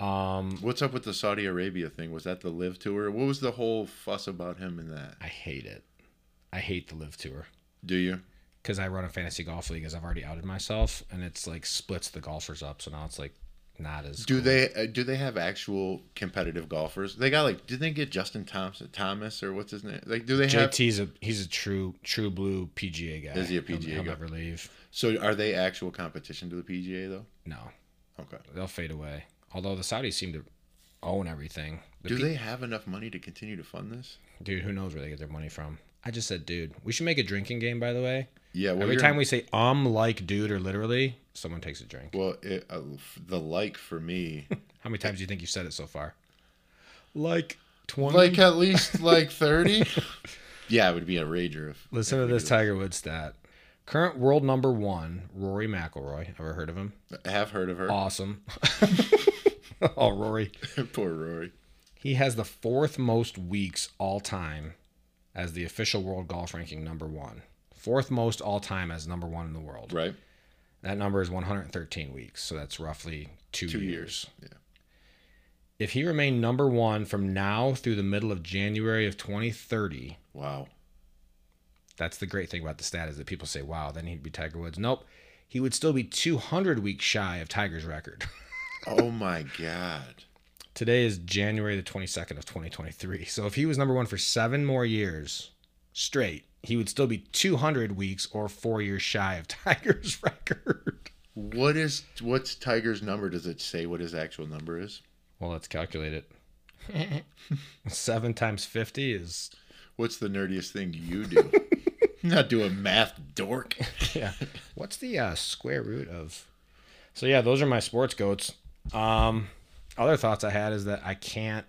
S5: Um,
S4: What's up with the Saudi Arabia thing? Was that the live tour? What was the whole fuss about him and that?
S5: I hate it. I hate the Live Tour.
S4: Do you?
S5: because I run a fantasy golf league, as I've already outed myself, and it's like splits the golfers up. So now it's like not as
S4: Do
S5: cool.
S4: they uh, do they have actual competitive golfers? They got like did they get Justin Thompson Thomas or what's his name? Like do they have
S5: JT's a he's a true true blue PGA guy.
S4: Is he a
S5: He'll-
S4: PGA
S5: He'll
S4: guy?
S5: never leave.
S4: So are they actual competition to the PGA though?
S5: No,
S4: Okay.
S5: they'll fade away. Although the Saudis seem to own everything. The
S4: Do
S5: P-
S4: they have enough money to continue to fund this?
S5: dude, who knows where they get their money from? I just said, dude, we should make a drinking game. By the way,
S4: Yeah. Well,
S5: every
S4: you're-
S5: time we say um like dude or literally, someone takes a drink.
S4: well, it, uh, f- the like for
S5: [LAUGHS]
S4: me,
S5: How many times do you think you've said it so far? Like twenty.
S4: like at
S5: [LAUGHS]
S4: least like thirty. yeah, it would be a rager if.
S5: Listen to this Tiger Woods stat. Current world number one, Rory McIlroy. Ever heard of him?
S4: I have heard of her.
S5: Awesome. [LAUGHS] oh, Rory.
S4: [LAUGHS] Poor Rory.
S5: He has the fourth most weeks all time as the official world golf ranking number one. Fourth most all time as number one in the world.
S4: Right.
S5: That number is 113 weeks, so that's roughly two,
S4: Two
S5: years.
S4: years.
S5: If he remained number one from now through the middle of January of 2030,
S4: Wow.
S5: That's the great thing about the stat is that people say, "Wow, then he'd be Tiger Woods." Nope, he would still be 200 weeks shy of Tiger's record. [LAUGHS]
S4: Oh my God.
S5: Today is January the 22nd of 2023. So if he was number one for seven more years straight, he would still be 200 weeks or four years shy of [LAUGHS] Tiger's record.
S4: What is what's Tiger's number? Does it say what his actual number is?
S5: Well, let's calculate it. seven times 50 is
S4: What's the nerdiest thing you do? [LAUGHS] Not do a math dork.
S5: yeah. What's the uh, square root of? So yeah, those are my sports goats. Um, other thoughts I had is that I can't.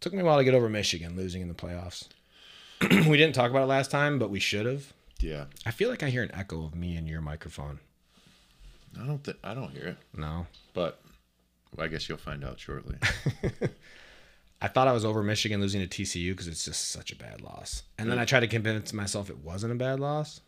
S5: took me a while to get over Michigan losing in the playoffs. [CLEARS THROAT] we didn't talk about it last time, but we should have.
S4: Yeah.
S5: I feel like I hear an echo of me in your microphone.
S4: I don't think I don't hear it,
S5: No,
S4: but I guess you'll find out
S5: [LAUGHS]
S4: shortly.
S5: I thought I was over Michigan losing to TCU because it's just such a bad loss. And then I tried to convince myself it wasn't a bad loss.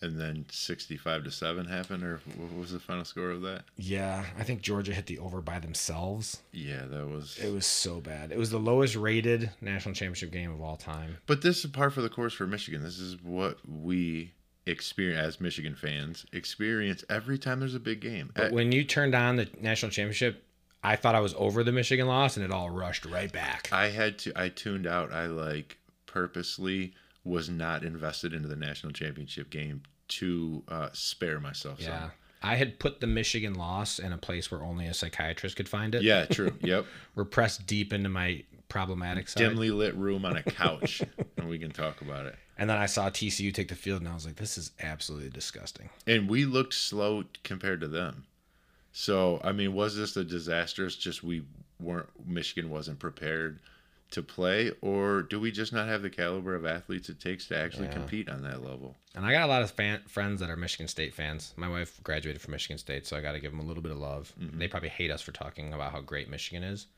S4: and then 65 to 7 happened or what was the final score of that
S5: Yeah, I think Georgia hit the over by themselves.
S4: yeah that was
S5: It was so bad. It was the lowest rated national championship game of all time.
S4: but this is par for the course for michigan this is what we experience as michigan fans experience every time there's a big game
S5: But
S4: Uh,
S5: when you turned on the national championship, I thought I was over the Michigan loss, and it all rushed right back.
S4: i had to i tuned out i like purposely was not invested into the national championship game to uh, spare myself
S5: Yeah,
S4: some.
S5: I had put the Michigan loss in a place where only a psychiatrist could find it.
S4: yeah true yep
S5: repressed deep into my problematic side.
S4: dimly lit room on a couch and we can talk about it
S5: And then I saw TCU take the field, and I was like, "This is absolutely disgusting."
S4: and we looked slow compared to them. So I mean, was this a disaster? It's just we weren't Michigan wasn't prepared to play, or do we just not have the caliber of athletes it takes to actually compete on that level?
S5: And I got a lot of fan, friends that are Michigan State fans. My wife graduated from Michigan State, so I got to give them a little bit of love. They probably hate us for talking about how great Michigan is,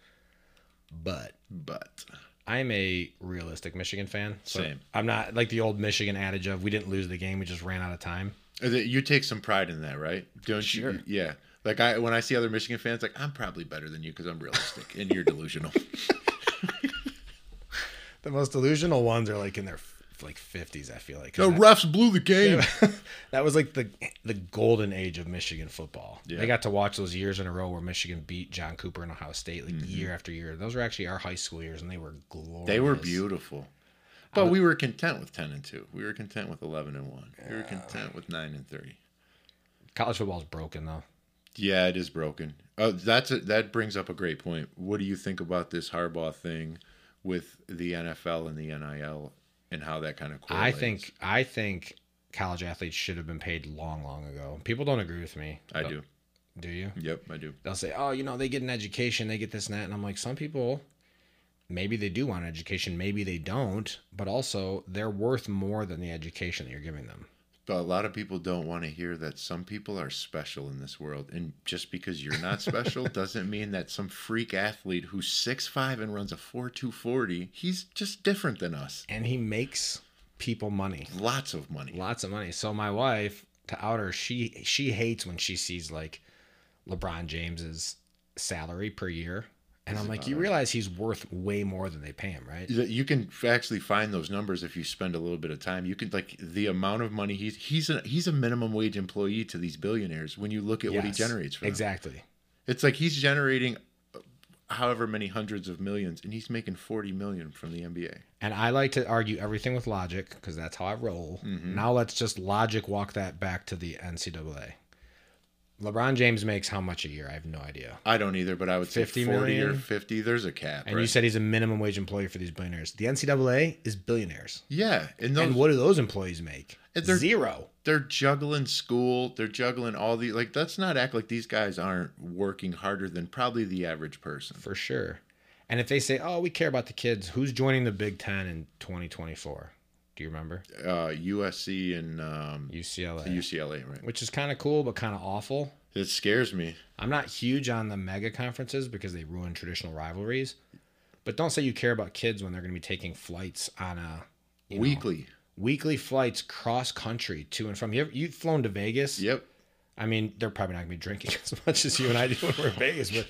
S5: but
S4: But
S5: I'm a realistic Michigan fan. So
S4: Same.
S5: I'm not like the old Michigan adage of we didn't lose the game, we just ran out of time.
S4: you take some pride in that, right? Don't
S5: Sure.
S4: you? Yeah. Like I, when I see other Michigan fans, like I'm probably better than you because I'm realistic and you're
S5: [LAUGHS]
S4: delusional.
S5: The most delusional ones are like in their f- like 50s, I feel like. 'Cause
S4: the refs blew the game.
S5: that, [LAUGHS] that was like the the golden age of Michigan football.
S4: Yeah.
S5: They got to watch those years in a row where Michigan beat John Cooper and Ohio State like year after year. Those were actually our high school years and they were glorious.
S4: Mm-hmm. They were beautiful. But we were content with ten and two. We were content with eleven and one. We were content with nine and three.
S5: College football's broken though.
S4: Yeah, it is broken. Oh, that's a, that brings up a great point. What do you think about this Harbaugh thing with the NFL and the NIL and how that kind of
S5: I
S4: correlates?
S5: think I think college athletes should have been paid long long ago. People don't agree with me.
S4: I do.
S5: Do you?
S4: Yep, I do.
S5: they'll say, "Oh, you know, they get an education, they get this and that," and I'm like, some people, maybe they do want an education, maybe they don't, but also they're worth more than the education that you're giving them.
S4: But a lot of people don't want to hear that some people are special in this world, and just because you're not special doesn't mean that some freak athlete who's six five and runs a four two forty, he's just different than us.
S5: And he makes people money,
S4: Lots of money.
S5: lots of money. So my wife, to out her, she she hates when she sees like LeBron James's salary per year And I'm like, you realize he's worth way more than they pay him, right?
S4: that you can actually find those numbers if you spend a little bit of time. You can like the amount of money he's he's a he's a minimum wage employee to these billionaires. When you look at what he
S5: Yes,
S4: generates, for them.
S5: Exactly.
S4: It's like he's generating uh, however many hundreds of millions, and he's making forty million from the NBA.
S5: And I like to argue everything with logic because that's how I roll.
S4: Mm-hmm.
S5: Now let's just logic walk that back to the NCAA. LeBron James makes how much a year? I have no idea.
S4: I don't either, but I would say
S5: 50
S4: forty or
S5: million?
S4: fifty. There's a cap.
S5: And
S4: right?
S5: you said he's a minimum wage employee for these billionaires. The NCAA is billionaires.
S4: yeah, and those
S5: And what do those employees make?
S4: And they're-
S5: Zero.
S4: they're juggling school, they're juggling all the like. Let's not act like these guys aren't working harder than probably the average person.
S5: For sure. And if they say, oh, we care about the kids, who's joining the Big Ten in 2024? Do you remember?
S4: Uh, USC and um,
S5: UCLA.
S4: UCLA, right?
S5: Which is kind of cool, but kind of awful.
S4: It scares me.
S5: I'm not huge on the mega conferences because they ruin traditional rivalries. But don't say you care about kids when they're going to be taking flights on a you know,
S4: Weekly.
S5: weekly flights cross country to and from. You ever, you've flown to Vegas.
S4: Yep.
S5: I mean, they're probably not going to be drinking [LAUGHS] as much as you and I do when we're in Vegas, but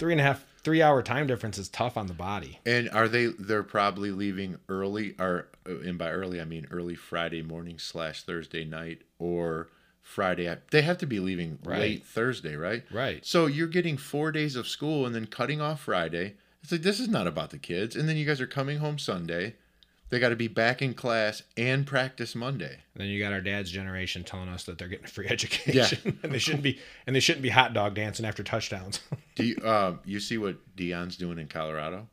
S5: three and a half, three hour time difference is tough on the body.
S4: And are they? They're probably leaving early, or uh, and by early I mean early Friday morning slash Thursday night or Friday. ap- They have to be leaving
S5: Right.
S4: late Thursday, right?
S5: Right.
S4: So you're getting four days of school and then cutting off Friday. It's like this is not about the kids. And then you guys are coming home Sunday. They got to be back in class and practice Monday.
S5: And then you got our dad's generation telling us that they're getting a free [LAUGHS]
S4: Yeah.
S5: education and they shouldn't be and they shouldn't be hot dog dancing after touchdowns. [LAUGHS]
S4: Do you, um, you see what Dion's doing in Colorado?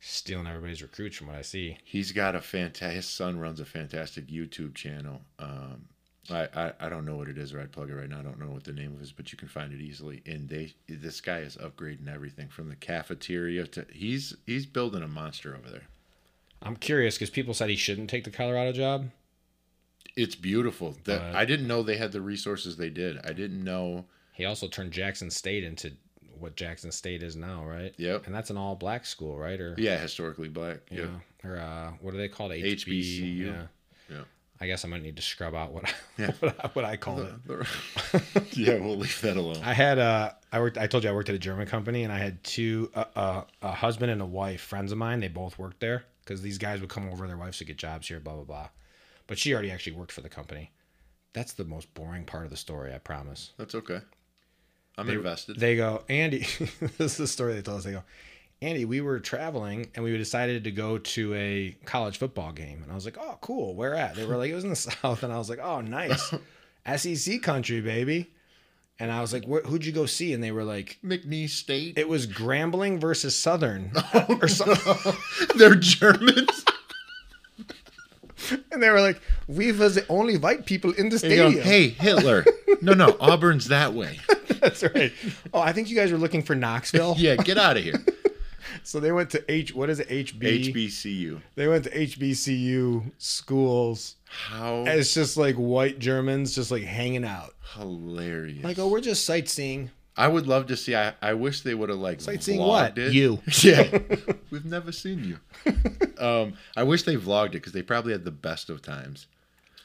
S5: Stealing everybody's recruits from what I see.
S4: he's got a fantastic his son runs a fantastic youtube channel um I, I i don't know what it is or i'd plug it right now i don't know what the name of it is but you can find it easily and they this guy is upgrading everything from the cafeteria to he's he's building a monster over there
S5: I'm curious because people said he shouldn't take the Colorado job.
S4: it's beautiful that
S5: But-
S4: i didn't know they had the resources they did i didn't know
S5: He also turned Jackson State into what Jackson State is now, right?
S4: Yep.
S5: And that's an all black school, right? Or
S4: yeah historically black
S5: you
S4: yeah
S5: know, or uh, what are they called?
S4: HBCU.
S5: Yeah.
S4: Yeah.
S5: I guess I'm gonna need to scrub out what I, [LAUGHS]
S4: Yeah.
S5: what, I, what I called it.
S4: [LAUGHS] yeah we'll leave that alone
S5: I had uh, I worked. I told you I worked at a German company, and I had two uh, uh, a husband and a wife, friends of mine. They both worked there because these guys would come over. Their wives would get jobs here, blah blah blah. But she already actually worked for the company. That's the most boring part of the story. I promise.
S4: that's okay i'm invested
S5: They go, Andy. [LAUGHS] this is the story they told us. They go, Andy. We were traveling, and we decided to go to a college football game. And I was like, Oh, cool. Where at? They were like, It was in the [LAUGHS] south. And I was like,
S4: [LAUGHS]
S5: Oh, nice. SEC country, baby. And I was like, "Where- Who'd you go see? And they were like,
S4: mcneese state
S5: it was Grambling
S4: [LAUGHS]
S5: versus Southern,
S4: or something they're
S5: [LAUGHS]
S4: germans
S5: and they were like, "We was the only white people in the
S4: They go,
S5: stadium."
S4: hey, Hitler. No, no, Auburn's that way.
S5: [LAUGHS] that's right. Oh, I think you guys were looking for Knoxville.
S4: [LAUGHS] Yeah, get out of
S5: [LAUGHS]
S4: here.
S5: So they went to H. What is it? HB.
S4: HBCU.
S5: They went to HBCU schools.
S4: How
S5: And it's just like white Germans, just like hanging out.
S4: hilarious.
S5: Like, oh, we're just sightseeing.
S4: I would love to see. I, I wish they would have like
S5: Sightseeing
S4: vlogged
S5: what?
S4: It.
S5: You. [LAUGHS]
S4: Yeah, [LAUGHS] we've never seen you. Um, I wish they vlogged it because they probably had the best of times.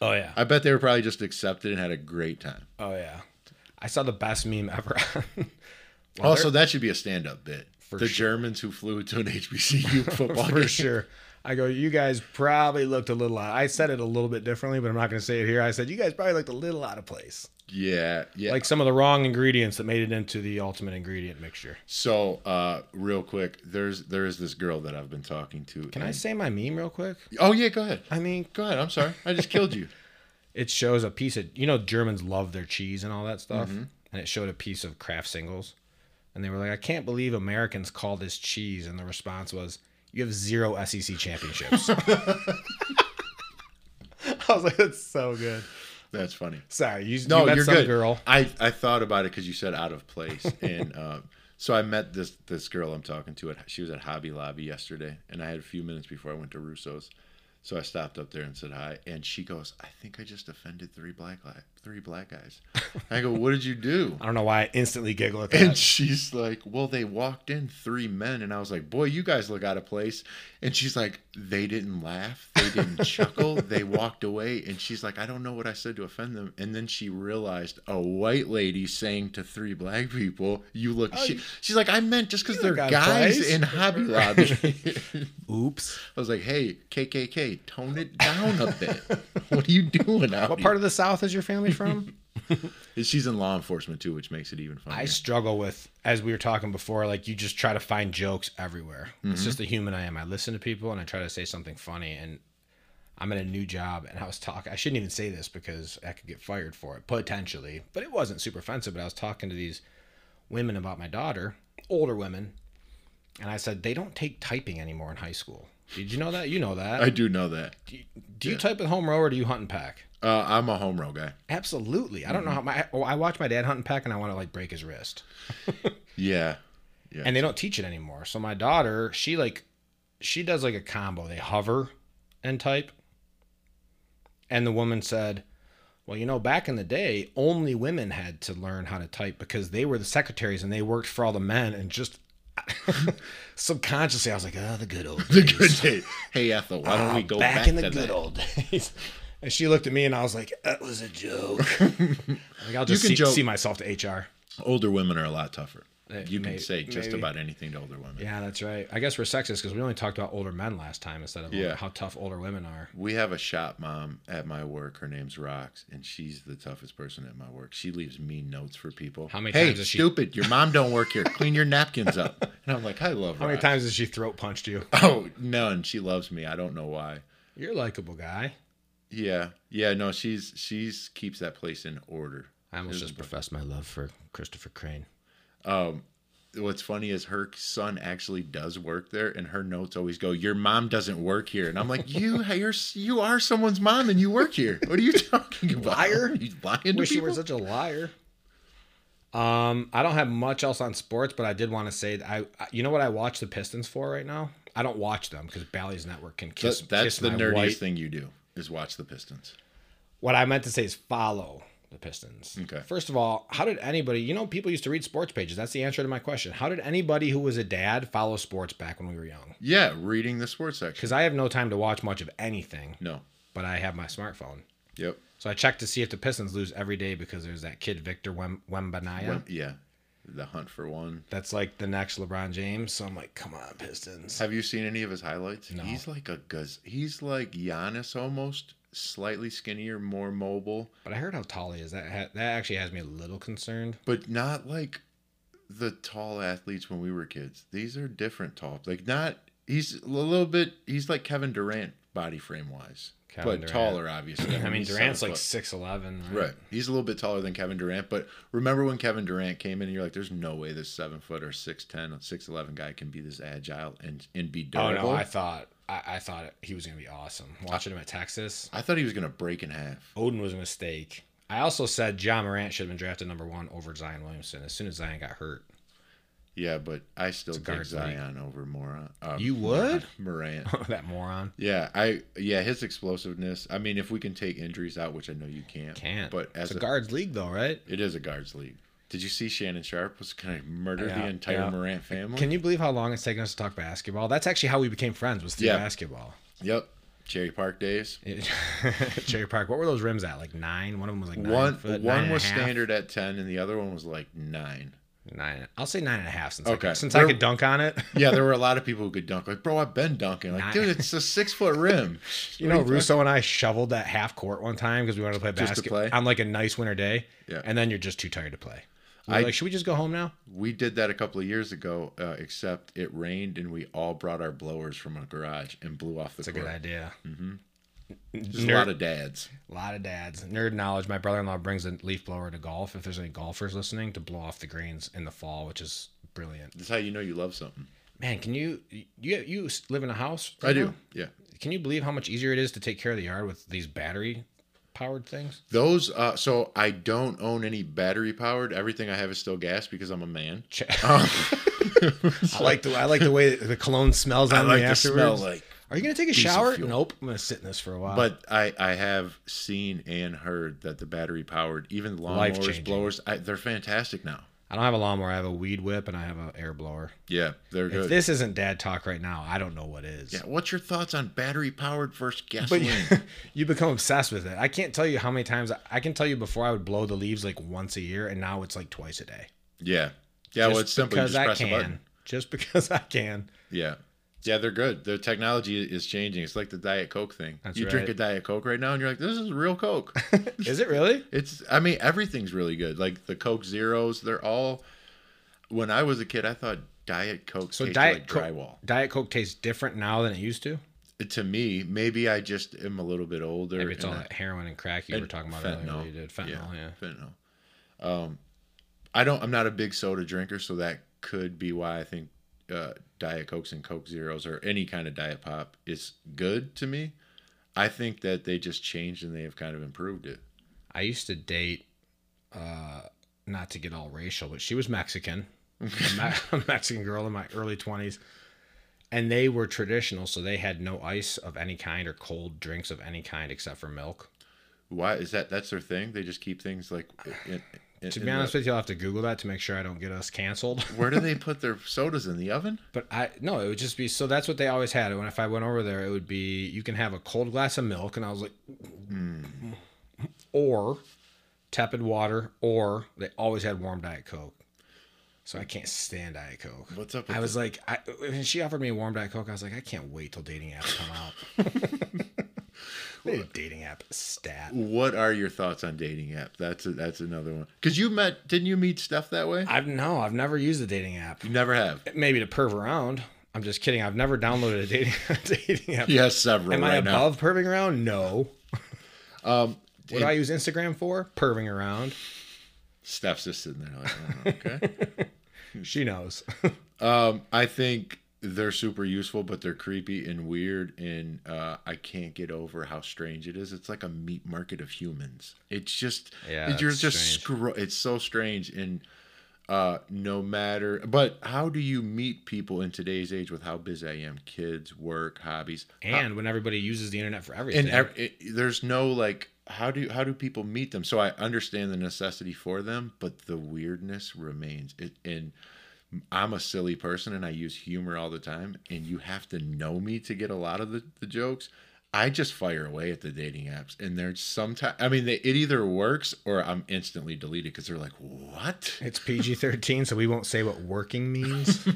S5: Oh yeah.
S4: I bet they were probably just accepted and had a great time.
S5: Oh yeah. I saw the best meme ever. [LAUGHS]
S4: also, that should be a stand-up bit.
S5: For
S4: the
S5: sure.
S4: Germans who flew to an [LAUGHS] HBCU football
S5: [LAUGHS] for
S4: game.
S5: sure. I go, you guys probably looked a little out. I said it a little bit differently, but I'm not going to say it here. I said, you guys probably looked a little out of place.
S4: Yeah, yeah.
S5: Like some of the wrong ingredients that made it into the ultimate ingredient mixture.
S4: so, uh, real quick, there's there is this girl that I've been talking to.
S5: Can I say my meme real quick?
S4: Oh yeah, go ahead.
S5: I mean,
S4: Go ahead. I'm sorry. I just killed
S5: [LAUGHS]
S4: you.
S5: it shows a piece of, you know, Germans love their cheese and all that stuff. And it showed a piece of Kraft singles. And they were like, I can't believe Americans call this cheese. And the response was, you have zero SEC championships. [LAUGHS] I was like, that's so good.
S4: That's funny.
S5: Sorry, you,
S4: No,
S5: you met
S4: you are
S5: some
S4: good.
S5: girl.
S4: I, I thought about it because you said out of
S5: [LAUGHS]
S4: place, and uh, so I met this this girl I'm talking to. At, she was at Hobby Lobby yesterday, and I had a few minutes before I went to Russo's. So I stopped up there and said hi, and she goes, "I think I just offended three black li- three black guys." I go, "What did you do?"
S5: I don't know why I instantly giggle at that.
S4: And she's like, "Well, they walked in three men," and I was like, "Boy, you guys look out of place." And she's like, "They didn't laugh, they
S5: [LAUGHS]
S4: didn't chuckle, they walked away." And she's like, "I don't know what I said to offend them." And then she realized a white lady saying to three black people, "You look." she, she's like, "I meant just because they're
S5: Oh, look out of
S4: guys
S5: place."
S4: in
S5: [LAUGHS]
S4: Hobby Lobby."
S5: Oops.
S4: I was like, "Hey, KKK, tone it down a bit. what are you doing out
S5: What
S4: here?"
S5: part of the South is your family [LAUGHS] from?
S4: And she's in law enforcement too, which makes it even funnier.
S5: I struggle with, as we were talking before, like you just try to find jokes everywhere. It's just the human I am. I listen to people and I try to say something funny. And I'm in a new job and I was talking, I shouldn't even say this because I could get fired for it potentially, but it wasn't super offensive. But I was talking to these women about my daughter, older women. And I said, they don't take typing anymore in high school. Did you know that? You know that.
S4: I do know that.
S5: do you, do you type with home row or do you hunt and pack?
S4: Uh, I'm a home row guy.
S5: Absolutely. I don't know how my oh, I watch my dad hunt and pack and I want to like break his wrist.
S4: Yeah. Yeah.
S5: And they don't teach it anymore. So my daughter, she like she does like a combo. They hover and type. And the woman said, "Well, you know, back in the day, only women had to learn how to type because they were the secretaries and they worked for all the men and just [LAUGHS] subconsciously I was like, "Oh, the good old
S4: [LAUGHS] the good
S5: days."
S4: day. Hey Ethel, why don't
S5: Ah,
S4: we go back,
S5: in
S4: to
S5: the good
S4: that?
S5: [LAUGHS] old days. And she looked at me and I was like, that was a joke. [LAUGHS] like, I'll just
S4: can
S5: see,
S4: joke.
S5: see myself to HR.
S4: Older women are a lot tougher.
S5: Eh,
S4: You can
S5: may-
S4: say just
S5: maybe.
S4: about anything to older women.
S5: Yeah, that's right. I guess we're sexist because we only talked about older men last time instead of
S4: Yeah.
S5: how tough older women are.
S4: We have a shop mom at my work. Her name's Rox, and she's the toughest person at my work. She leaves mean notes for people.
S5: How many
S4: hey,
S5: times has she-
S4: stupid! Your mom don't work here. Clean your napkins up. And I'm like, I love
S5: How many
S4: Rox.
S5: times has she throat
S4: [LAUGHS]
S5: punched you?
S4: Oh, none. She loves me. I don't know why.
S5: You're a likable guy.
S4: Yeah, yeah. No, she's she's keeps that place in order.
S5: I almost just professed my love for Christopher Crane.
S4: what's funny is her son actually does work there and her notes always go your mom doesn't work here and i'm like
S5: [LAUGHS]
S4: you you're you are someone's mom and you work here what are you talking about [LAUGHS]
S5: Liar.
S4: you lying to
S5: Wish you were
S4: people?
S5: such a liar. Um, I don't have much else on sports, but I did want to say that I, I- you know what I watch the Pistons for right now. I don't watch them because Bally's Network can
S4: That-
S5: kiss.
S4: that's
S5: kiss
S4: the
S5: my
S4: nerdiest
S5: white-
S4: thing you do is watch the pistons
S5: What I meant to say is follow the Pistons.
S4: Okay.
S5: First of all, how did anybody, you know, people used to read sports pages. That's the answer to my question. How did anybody who was a dad follow sports back when we were young?
S4: yeah reading the sports section
S5: Because I have no time to watch much of anything,
S4: no
S5: but I have my smartphone.
S4: yep
S5: So I checked to see if the Pistons lose every day because there's that kid, Victor Wem- Wembanaya.
S4: When- yeah the hunt for one
S5: That's like the next LeBron James. So I'm like, come on, Pistons.
S4: have you seen any of his highlights he's like a guz he's like Giannis almost slightly skinnier more mobile
S5: But I heard how tall he is. That ha- that actually has me a little concerned.
S4: but not like the tall athletes when we were kids. These are different tall. Like not he's a little bit he's like Kevin Durant body frame wise, but
S5: Kevin Durant.
S4: taller obviously.
S5: [CLEARS THROAT] I mean,
S4: he's
S5: Durant's
S4: seven
S5: like
S4: foot.
S5: six eleven, right?
S4: Right. He's a little bit taller than Kevin Durant, but remember when Kevin Durant came in and you're like, there's no way this seven foot or 6'10, 6'11 guy can be this agile and, and be
S5: Oh
S4: durable.
S5: no,
S4: I,
S5: I thought I, I thought he was gonna be awesome. Watching him at Texas,
S4: thought he was going to break in half.
S5: Odin was a mistake. I also said John Morant should have been drafted number one over Zion Williamson as soon as Zion got hurt. [LAUGHS]
S4: Yeah, but I still take
S5: guard's league.
S4: Zion over Moran. Uh,
S5: You would?
S4: Morant.
S5: that moron.
S4: Yeah, I yeah, his explosiveness. I mean, if we can take injuries out, which I know you can't,
S5: Can't.
S4: But as
S5: it's
S4: a,
S5: a guards league though, right?
S4: it is a guards league. Did you see Shannon Sharp was going to murder
S5: Yeah,
S4: the entire
S5: yeah.
S4: Morant family?
S5: Can you believe how long it's taken us to talk basketball? That's actually how we became friends was through
S4: Yeah.
S5: basketball.
S4: yep, Cherry Park days.
S5: [LAUGHS] Cherry Park. What were those rims at? Like nine. One of them was like nine
S4: one
S5: foot, nine
S4: one
S5: and a
S4: was
S5: half?
S4: standard at ten, and the other one was like nine.
S5: Nine. I'll say nine and a half since I
S4: Okay.
S5: could, since I
S4: We're-
S5: could dunk on
S4: [LAUGHS]
S5: it.
S4: Yeah, there were a lot of people who could dunk. Like, bro, I've been dunking. Like,
S5: Nine.
S4: dude, it's a six foot rim.
S5: [LAUGHS] You know, Russo and I shoveled that half court one time because we wanted to play
S4: Just to
S5: basketball
S4: play?
S5: on like a nice winter day.
S4: Yeah.
S5: And then you're just too tired to play. We were
S4: I-
S5: like, should we just go home now?
S4: We did that a couple of years ago, uh, except it rained, and we all brought our blowers from a garage and blew off the
S5: It's a
S4: court.
S5: good idea.
S4: There's a lot of dads.
S5: A lot of dads. Nerd knowledge. My brother in law brings a leaf blower to golf if there's any golfers listening to blow off the greens in the fall, which is brilliant.
S4: That's how you know you love something.
S5: Man, can you you you live in a house?
S4: I
S5: right
S4: do.
S5: now?
S4: Yeah.
S5: Can you believe how much easier it is to take care of the yard with these battery powered [LAUGHS] things?
S4: Those, uh, so I don't own any battery powered. Everything I have is still gas because I'm a man.
S5: I like the I like the way the cologne smells on me afterwards.
S4: like
S5: Are you gonna take a
S4: Diesel
S5: shower?
S4: fuel.
S5: Nope. I'm gonna sit in this for a while.
S4: But I, I have seen and heard that the battery powered, even lawnmowers,
S5: Life-changing.
S4: blowers, I, they're fantastic now.
S5: I don't have a lawnmower. I have a weed whip and I have an air blower.
S4: Yeah, they're
S5: If
S4: good.
S5: this isn't dad talk right now, I don't know what is.
S4: yeah, what's your thoughts on battery powered versus
S5: [LAUGHS] But
S4: gasoline?
S5: you, you become obsessed with it. I can't tell you how many times I can tell you before I would blow the leaves like once a year, and now it's like twice a day.
S4: [LAUGHS] yeah, yeah. well, it's simple. You just press
S5: I can.
S4: a button.
S5: Just because I can.
S4: Yeah, yeah. They're good. Their technology is changing. It's like the Diet Coke thing.
S5: That's
S4: you drink
S5: right.
S4: a Diet Coke right now, and you're like, this is real Coke.
S5: Is it really?
S4: It's I mean everything's really good. Like the Coke Zeros, they're all. When I was a kid, I thought Diet Coke
S5: So
S4: tasted
S5: diet
S4: like
S5: Coke,
S4: drywall.
S5: Diet Coke tastes different now than it used to.
S4: To me, maybe I just am a little bit older.
S5: Maybe it's
S4: and
S5: all
S4: I-
S5: that heroin and crack you were
S4: and
S5: talking about earlier.
S4: fentanyl.
S5: that You did fentanyl, yeah.
S4: fentanyl. Um, I don't. I'm not a big soda drinker, so that could be why I think uh, Diet Cokes and Coke Zeros or any kind of Diet Pop is good to me. I think that they just changed and they have kind of improved it.
S5: I used to date, uh, not to get all racial, but she was Mexican, a, Me- [LAUGHS] a Mexican girl in my early twenties, and they were traditional, so they had no ice of any kind or cold drinks of any kind except for milk.
S4: Why is that? That's their thing. They just keep things like. In, in- [SIGHS]
S5: To
S4: in
S5: be honest
S4: the-
S5: with you, I'll have to Google that to make sure I don't get us canceled. [LAUGHS]
S4: where do they put their sodas in the oven?
S5: But I no, it would just be so that's what they always had. When if I went over there, it would be you can have a cold glass of milk, and I was like,
S4: Hmm.
S5: or tepid water, or they always had warm diet coke. So I can't stand diet coke.
S4: What's up? With
S5: I was like, I, when she offered me a warm diet coke, I was like, I can't wait till dating apps come
S4: [LAUGHS]
S5: out. They had a dating app stat.
S4: What are your thoughts on dating app? That's a, that's another one. Because you met, didn't you meet Steph that way?
S5: I've no, I've never used a dating app.
S4: you never have.
S5: Maybe to perv around. I'm just kidding. I've never downloaded a dating, [LAUGHS] dating app.
S4: He has several
S5: Am I
S4: right now.
S5: above perving around? No.
S4: [LAUGHS] Um,
S5: What do I use Instagram for? Perving around.
S4: Steph's just sitting there like, oh, okay.
S5: She knows. [LAUGHS]
S4: um, I think they're super useful, but they're creepy and weird, and uh, I can't get over how strange it is. It's like a meat market of humans. It's just,
S5: Yeah,
S4: it- you're
S5: it's
S4: just
S5: strange.
S4: scro- It's so strange, and uh, no matter. But how do you meet people in today's age with how busy I am? Kids, work, hobbies,
S5: and when everybody uses the internet for everything.
S4: and ev- it, there's no like how do how do people meet them so i understand the necessity for them but the weirdness remains it and i'm a silly person and i use humor all the time and you have to know me to get a lot of the, the jokes i just fire away at the dating apps and there's sometimes i mean they, it either works or i'm instantly deleted because they're like what
S5: [LAUGHS] it's PG 13, so we won't say what
S4: [LAUGHS]
S5: working means.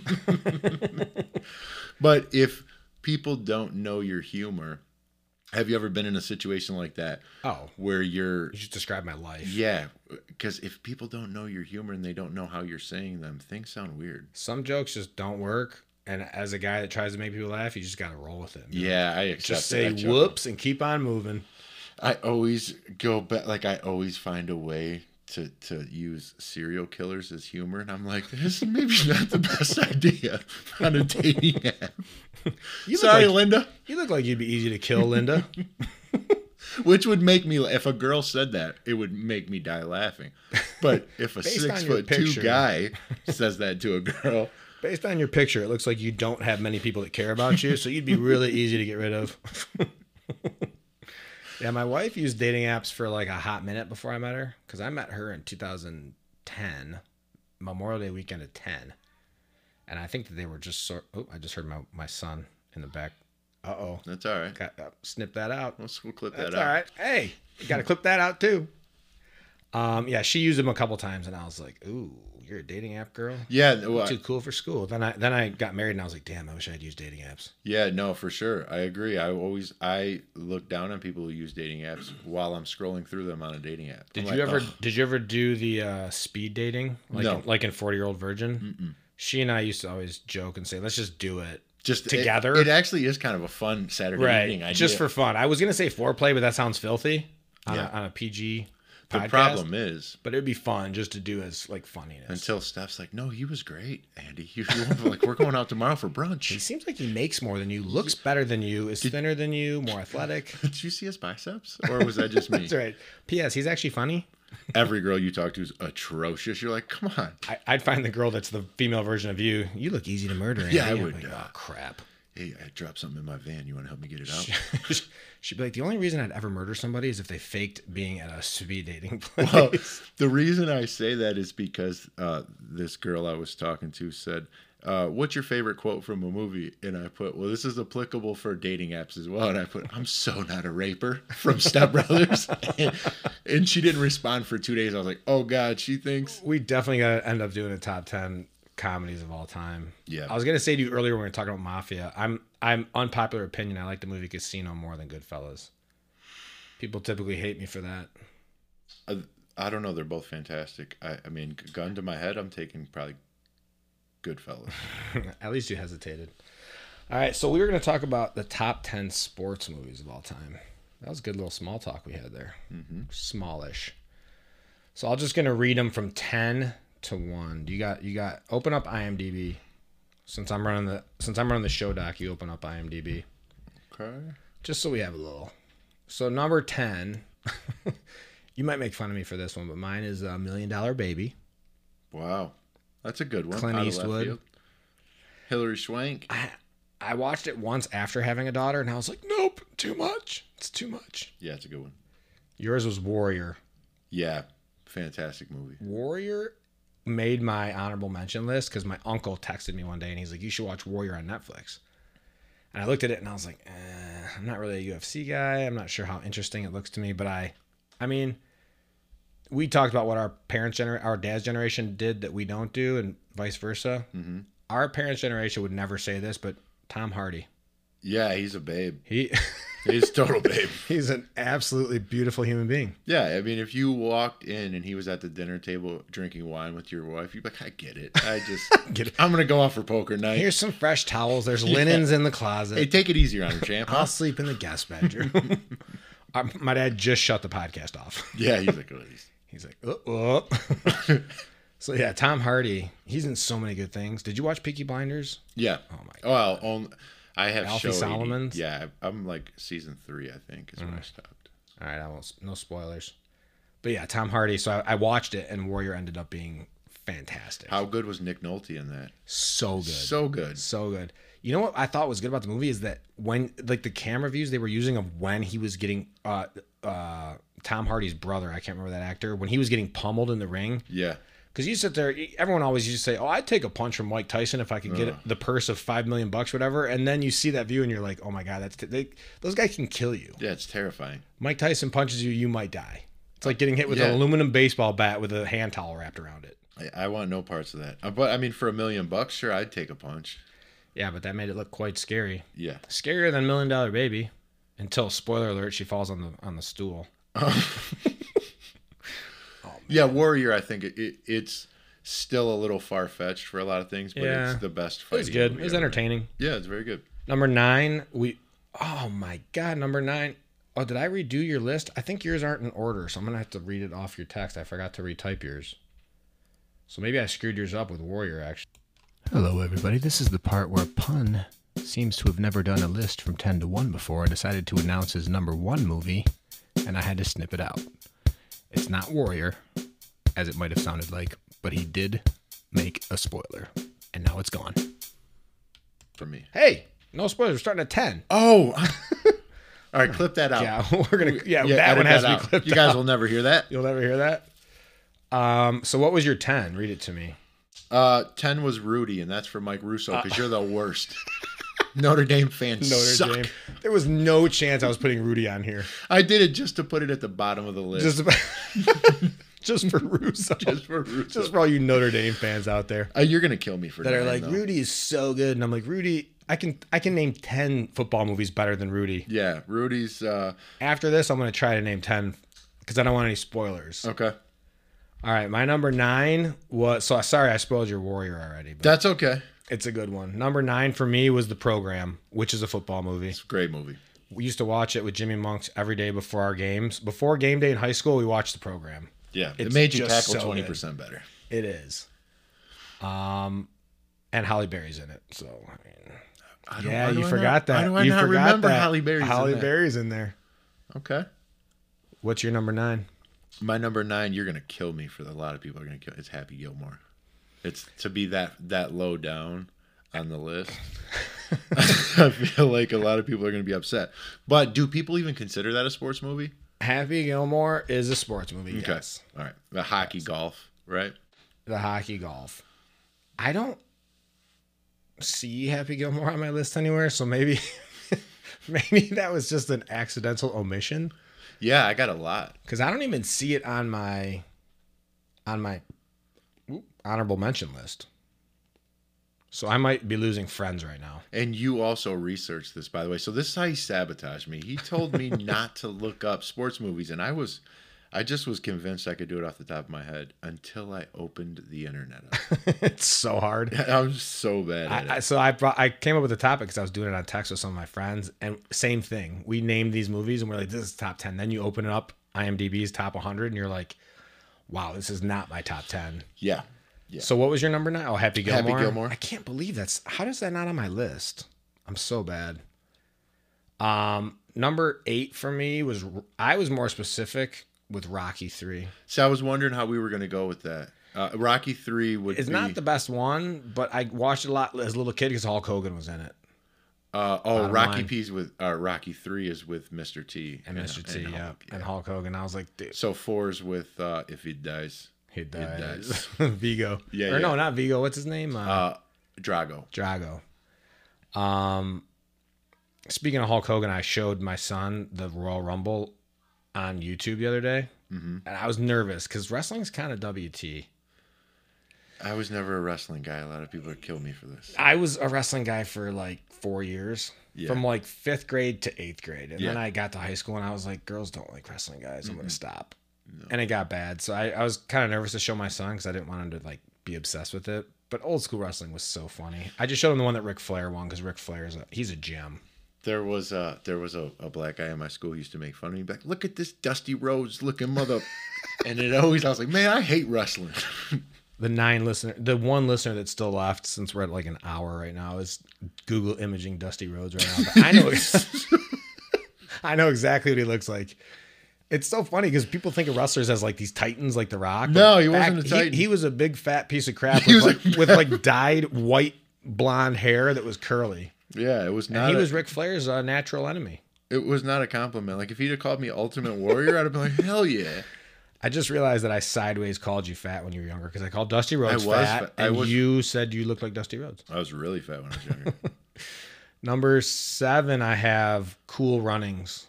S4: But if people don't know your humor, have you ever been in a situation like that
S5: oh,
S4: where you're
S5: you just described my life.
S4: Yeah, because if people don't know your humor and they don't know how you're saying them, things sound weird.
S5: Some jokes just don't work. And as a guy that tries to make people laugh, you just got to roll with it. man.
S4: Yeah, I accept
S5: Just
S4: it. I
S5: say
S4: chuckle.
S5: whoops and keep on moving.
S4: I always go back. Like I always find a way to to use serial killers as humor, and I'm like, this is maybe [LAUGHS] not the best idea on a dating app.
S5: [LAUGHS] You look,
S4: Sorry,
S5: like,
S4: Linda.
S5: you look like you'd be easy to
S4: [LAUGHS]
S5: kill, Linda.
S4: Which would make me, if a girl said that, it would make me die laughing.
S5: [LAUGHS]
S4: But if a
S5: Based on your
S4: six foot two
S5: picture. [LAUGHS]
S4: guy says that to a girl,
S5: Based on your picture, it looks like you don't have many people that care about you, so you'd
S4: [LAUGHS]
S5: be really easy to get rid of. [LAUGHS] yeah, my wife used dating apps for like a hot minute before I met her because I met her in 2010, Memorial Day weekend of 10. And I think that they were just sort oh, I just heard my, my son in the back. Uh oh.
S4: that's all right.
S5: Got uh, snip that out.
S4: Let's we'll clip
S5: That's
S4: that out.
S5: all right. Hey, you got to clip that out too. Um, yeah, she used them a couple times, and I was like, "Ooh, you're a dating app girl."
S4: Yeah, well,
S5: too cool for school. Then I then I got married and I was like, damn, I wish I'd used dating apps.
S4: Yeah, no, for sure. I agree. I always I look down on people who use dating apps [CLEARS THROAT] while I'm scrolling through them on a dating app.
S5: Did
S4: I'm
S5: you
S4: like,
S5: ever
S4: "Ugh."
S5: did you ever do the uh, speed dating like
S4: No.
S5: in, like in Forty Year Old Virgin? She and I used to always joke and say, let's just do it.
S4: just it-
S5: together?
S4: It, actually is kind of a fun Saturday evening idea.
S5: just for fun. I was gonna say foreplay, but that sounds filthy on,
S4: Yeah.
S5: a, on a PG.
S4: the
S5: Podcast.
S4: problem is
S5: but it'd be fun just to do as like funniness.
S4: until Steph's like, "No, he was great, Andy. He was like, we're going out tomorrow for
S5: He
S4: brunch."
S5: seems like he makes more than you, looks better than you, is thinner than you, more
S4: [LAUGHS]
S5: athletic.
S4: [LAUGHS] Did you see his biceps, or was that
S5: [LAUGHS]
S4: just me?
S5: That's right. P.S. He's actually funny.
S4: Every girl you talk to is atrocious. You're like, "Come on."
S5: I, I'd find the girl that's the female version of you. You look easy to murder.
S4: Yeah, I
S5: Andy. I'm
S4: would,
S5: Like,
S4: uh,
S5: oh crap.
S4: hey, I dropped something in my van. You want to help me get it out?
S5: [LAUGHS] She'd be like, the only reason I'd ever murder somebody is if they faked being at a speed dating [LAUGHS] place.
S4: Well, Oh. the reason I say that is because uh, this girl I was talking to said, uh, "What's your favorite quote from a movie?" And I put, "Well, this is applicable for dating apps as well." And I put, "I'm so not a raper" from [LAUGHS] Step Brothers, and, and she didn't respond for two days. I was like, "Oh God, she thinks."
S5: we definitely gotta end up doing a top ten comedies of all time.
S4: Yeah.
S5: I was gonna say to you earlier when we were talking about mafia. I'm I'm unpopular opinion. I like the movie Casino more than Goodfellas. People typically hate me for that.
S4: I, uh, I don't know. They're both fantastic. I, I mean, gun to my head, I'm taking probably Goodfellas.
S5: At least you hesitated. All right, so we were gonna talk about the top ten sports movies of all time. That was a good little small talk we had there. Smallish. So I'm just gonna read them from ten to one. You got you got open up IMDb. Since I'm running the since I'm running the show doc, you open up IMDb.
S4: Okay.
S5: just so we have a little. So number ten, [LAUGHS] you might make fun of me for this one, but mine is a Million Dollar Baby.
S4: Wow, that's a good one.
S5: Clint
S4: Out of left
S5: Eastwood.
S4: field. Hillary Swank.
S5: I watched it once after having a daughter, and I was like, nope, too much. It's too much.
S4: Yeah, it's a good one.
S5: Yours was Warrior.
S4: Yeah, fantastic movie.
S5: Warrior made my honorable mention list because my uncle texted me one day and he's like, you should watch Warrior on Netflix. And I looked at it and I was like, eh, I'm not really a UFC guy. I'm not sure how interesting it looks to me, but I, I mean, we talked about what our parents' gener- our dad's generation did that we don't do, and vice versa. Our parents' generation would never say this, but Tom Hardy,
S4: Yeah, he's a babe.
S5: he [LAUGHS]
S4: He's total babe.
S5: he's an absolutely beautiful human being.
S4: Yeah, I mean, if you walked in and he was at the dinner table drinking wine with your wife, you'd be like, I get it. I just,
S5: [LAUGHS] Get it.
S4: I'm going to go out for poker night.
S5: Here's some fresh towels. There's linens in the closet.
S4: hey, take it easier on her, champ.
S5: I'll sleep in the guest bedroom. Uh, My dad just shut the podcast off.
S4: [LAUGHS]
S5: [LAUGHS]
S4: yeah, he's like, oh, he's-
S5: He's like, uh
S4: [LAUGHS]
S5: uh." so yeah, Tom Hardy, he's in so many good things. Did you watch Peaky Blinders?
S4: yeah.
S5: Oh my
S4: God. Well, on, I have
S5: Alfie
S4: show 80.
S5: Solomon's? Mm.
S4: Yeah, I'm like season three, I think, is when I stopped.
S5: All right, I won't. No spoilers. But yeah, Tom Hardy. So I, I watched it, and Warrior ended up being fantastic.
S4: How good was Nick Nolte in that?
S5: so good,
S4: So good.
S5: so good. You know what I thought was good about the movie is that when like the camera views they were using of when he was getting uh uh Tom Hardy's brother, I can't remember that actor, when he was getting pummeled in the ring.
S4: Yeah.
S5: Because you sit there, e, everyone always used to say, "Oh, I'd take a punch from Mike Tyson if I could get the purse of five million bucks, whatever." And then you see that view, and you're like, "Oh my god, that's they, those guys can kill you."
S4: Yeah, it's terrifying.
S5: Mike Tyson punches you, you might die. It's like getting hit with
S4: Yeah.
S5: an aluminum baseball bat with a hand towel wrapped around it.
S4: I, I want no parts of that. Uh, But I mean, for a million bucks, sure, I'd take a punch.
S5: Yeah, but that made it look quite scary,
S4: Yeah.
S5: scarier than Million Dollar Baby. Until spoiler alert, she falls on the on the stool.
S4: Yeah, Warrior. I think it, it, it's still a little far fetched for a lot of things, but
S5: Yeah.
S4: it's the best
S5: It
S4: fight.
S5: was good. It was entertaining.
S4: Yeah, it's very good.
S5: Number nine, we. Oh my God, number nine. Oh, did I redo your list? I think yours aren't in order, so I'm gonna have to read it off your text. I forgot to retype yours. So maybe I screwed yours up with Warrior, actually. Hello, everybody. This is the part where Pun seems to have never done a list from 10 to 1 before and decided to announce his number one movie, and I had to snip it out. It's not Warrior, as it might have sounded like, but he did make a spoiler, and now it's gone.
S4: for me.
S5: Hey, no spoilers. We're starting at 10.
S4: Oh,
S5: [LAUGHS]
S4: all right, clip that out.
S5: Yeah, we're gonna. Yeah,
S4: Yeah,
S5: that
S4: edit
S5: one has
S4: that
S5: to be
S4: out.
S5: clipped.
S4: You guys
S5: out.
S4: will never hear that.
S5: you'll never hear that. Um. So, what was your ten? Read it to me.
S4: Uh, ten was Rudy, and that's for Mike Russo because you're the worst. [LAUGHS] Notre Dame fans suck.
S5: There was no chance I was putting Rudy on here.
S4: I did it just to put it at the bottom of the list.
S5: Just, about, just for
S4: [LAUGHS]
S5: Russo.
S4: Just for Russo.
S5: Just for all you Notre Dame fans out there
S4: Uh, you're gonna kill me for
S5: that are
S4: nine,
S5: like,
S4: though.
S5: Rudy is so good, and I'm like, Rudy. I can I can name ten football movies better than Rudy.
S4: Yeah, Rudy's. Uh,
S5: After this, I'm gonna try to name ten because I don't want any spoilers.
S4: okay,
S5: All right, my number nine was so sorry I spoiled your warrior already. But
S4: that's okay.
S5: It's a good one. Number nine for me was The Program, which is a football movie.
S4: It's a great movie.
S5: We used to watch it with Jimmy Monks every day before our games. Before game day in high school, we watched The Program.
S4: Yeah, it
S5: It's
S4: made you
S5: just
S4: tackle
S5: so
S4: twenty
S5: good.
S4: percent better.
S5: It is. Um, and Holly Berry's in it. So, I mean,
S4: I don't-
S5: yeah,
S4: why do
S5: you
S4: I
S5: forgot
S4: not-
S5: that.
S4: Why do I
S5: you
S4: not
S5: forgot
S4: remember
S5: that.
S4: Holly Berry's in
S5: Holly
S4: that?
S5: Berry's in there.
S4: Okay.
S5: What's your number nine?
S4: My number nine, you're gonna kill me for a lot of people are gonna kill. It's Happy Gilmore. It's to be that that low down on the list. [LAUGHS] I feel like a lot of people are going to be upset. But do people even consider that a sports movie?
S5: Happy Gilmore is a sports movie.
S4: Okay.
S5: Yes.
S4: All right. The hockey golf, right?
S5: The hockey golf. I don't see Happy Gilmore on my list anywhere, so maybe [LAUGHS] maybe that was just an accidental omission
S4: Yeah, I got a lot.
S5: cuz I don't even see it on my on my oop, honorable mention list. So I might be losing friends right now. [LAUGHS]
S4: And you also researched this, by the way. So this is how he sabotaged me. He told
S5: [LAUGHS]
S4: me not to look up sports movies, and I was, I just was convinced I could do it off the top of my head until I opened the internet up. [LAUGHS]
S5: it's so hard.
S4: I'm so bad at it.
S5: I, I, so I brought, I came up with the topic because I was doing it on text with some of my friends, and same thing. We named these movies, and we're like, "This is top ten. Then you open it up IMDb's top 100, and you're like, "Wow, this is not my top 10.
S4: yeah, yeah.
S5: So what was your number nine? Oh, Happy Gilmore.
S4: Happy Gilmore.
S5: I can't believe that's how does that not on my list? I'm so bad. Um, number eight for me was I was more specific with Rocky three.
S4: So I was wondering how we were going to go with that. Uh, Rocky three would
S5: It's
S4: be,
S5: not the best one, but I watched it a lot as a little kid because Hulk Hogan was in it.
S4: uh, oh
S5: bottom
S4: Rocky
S5: line.
S4: P's with uh, Rocky three is with Mr. T
S5: And Mr. T,
S4: and
S5: yeah,
S4: Hulk,
S5: and Hulk Hogan. I was like, dude,
S4: So four's with uh, if he dies,
S5: He
S4: dies. [LAUGHS]
S5: dies. [LAUGHS] Vigo.
S4: Yeah,
S5: Or no,
S4: yeah.
S5: not Vigo. What's his name? Uh,
S4: uh, Drago.
S5: Drago. Um, speaking of Hulk Hogan, I showed my son the Royal Rumble on YouTube the other day,
S4: Mm-hmm.
S5: and I was nervous because wrestling's kind of WT.
S4: I was never a wrestling guy. A lot of people would kill me for this.
S5: I was a wrestling guy for like four years,
S4: Yeah.
S5: from like fifth grade to eighth grade, and then
S4: Yeah.
S5: I got to high school and I was like, girls don't like wrestling guys. I'm gonna stop, and it got bad. So I, I was kind of nervous to show my son because I didn't want him to like be obsessed with it. But old school wrestling was so funny. I just showed him the one that Ric Flair won because Ric Flair is a, he's a gem.
S4: There was a there was a, a black guy in my school who used to make fun of me. Be Like, look at this Dusty Rhodes looking
S5: [LAUGHS]
S4: mother. and it always I was like, man, I hate wrestling. [LAUGHS]
S5: the nine listener, the one listener that's still left, since we're at like an hour right now, is Google imaging Dusty Rhodes right now. But I know, [LAUGHS] I know exactly what he looks like. It's so funny because people think of wrestlers as like these titans, like The Rock.
S4: No,
S5: Like,
S4: he wasn't a
S5: he-
S4: titan.
S5: He, was a big fat piece of
S4: [LAUGHS]
S5: crap
S4: He
S5: with
S4: was
S5: like,
S4: a-
S5: with like dyed white blonde hair that was curly.
S4: yeah, it was not.
S5: he
S4: a,
S5: was Ric Flair's uh, natural enemy.
S4: it was not a compliment. Like if he'd have called me Ultimate Warrior, I'd have been like, hell yeah.
S5: I just realized that I sideways called you fat when you were younger because I called Dusty Rhodes
S4: was
S5: fat,
S4: fat. I
S5: and
S4: was-
S5: you said you looked like Dusty Rhodes.
S4: I was really fat when I was
S5: [LAUGHS]
S4: younger.
S5: Number seven, I have Cool Runnings.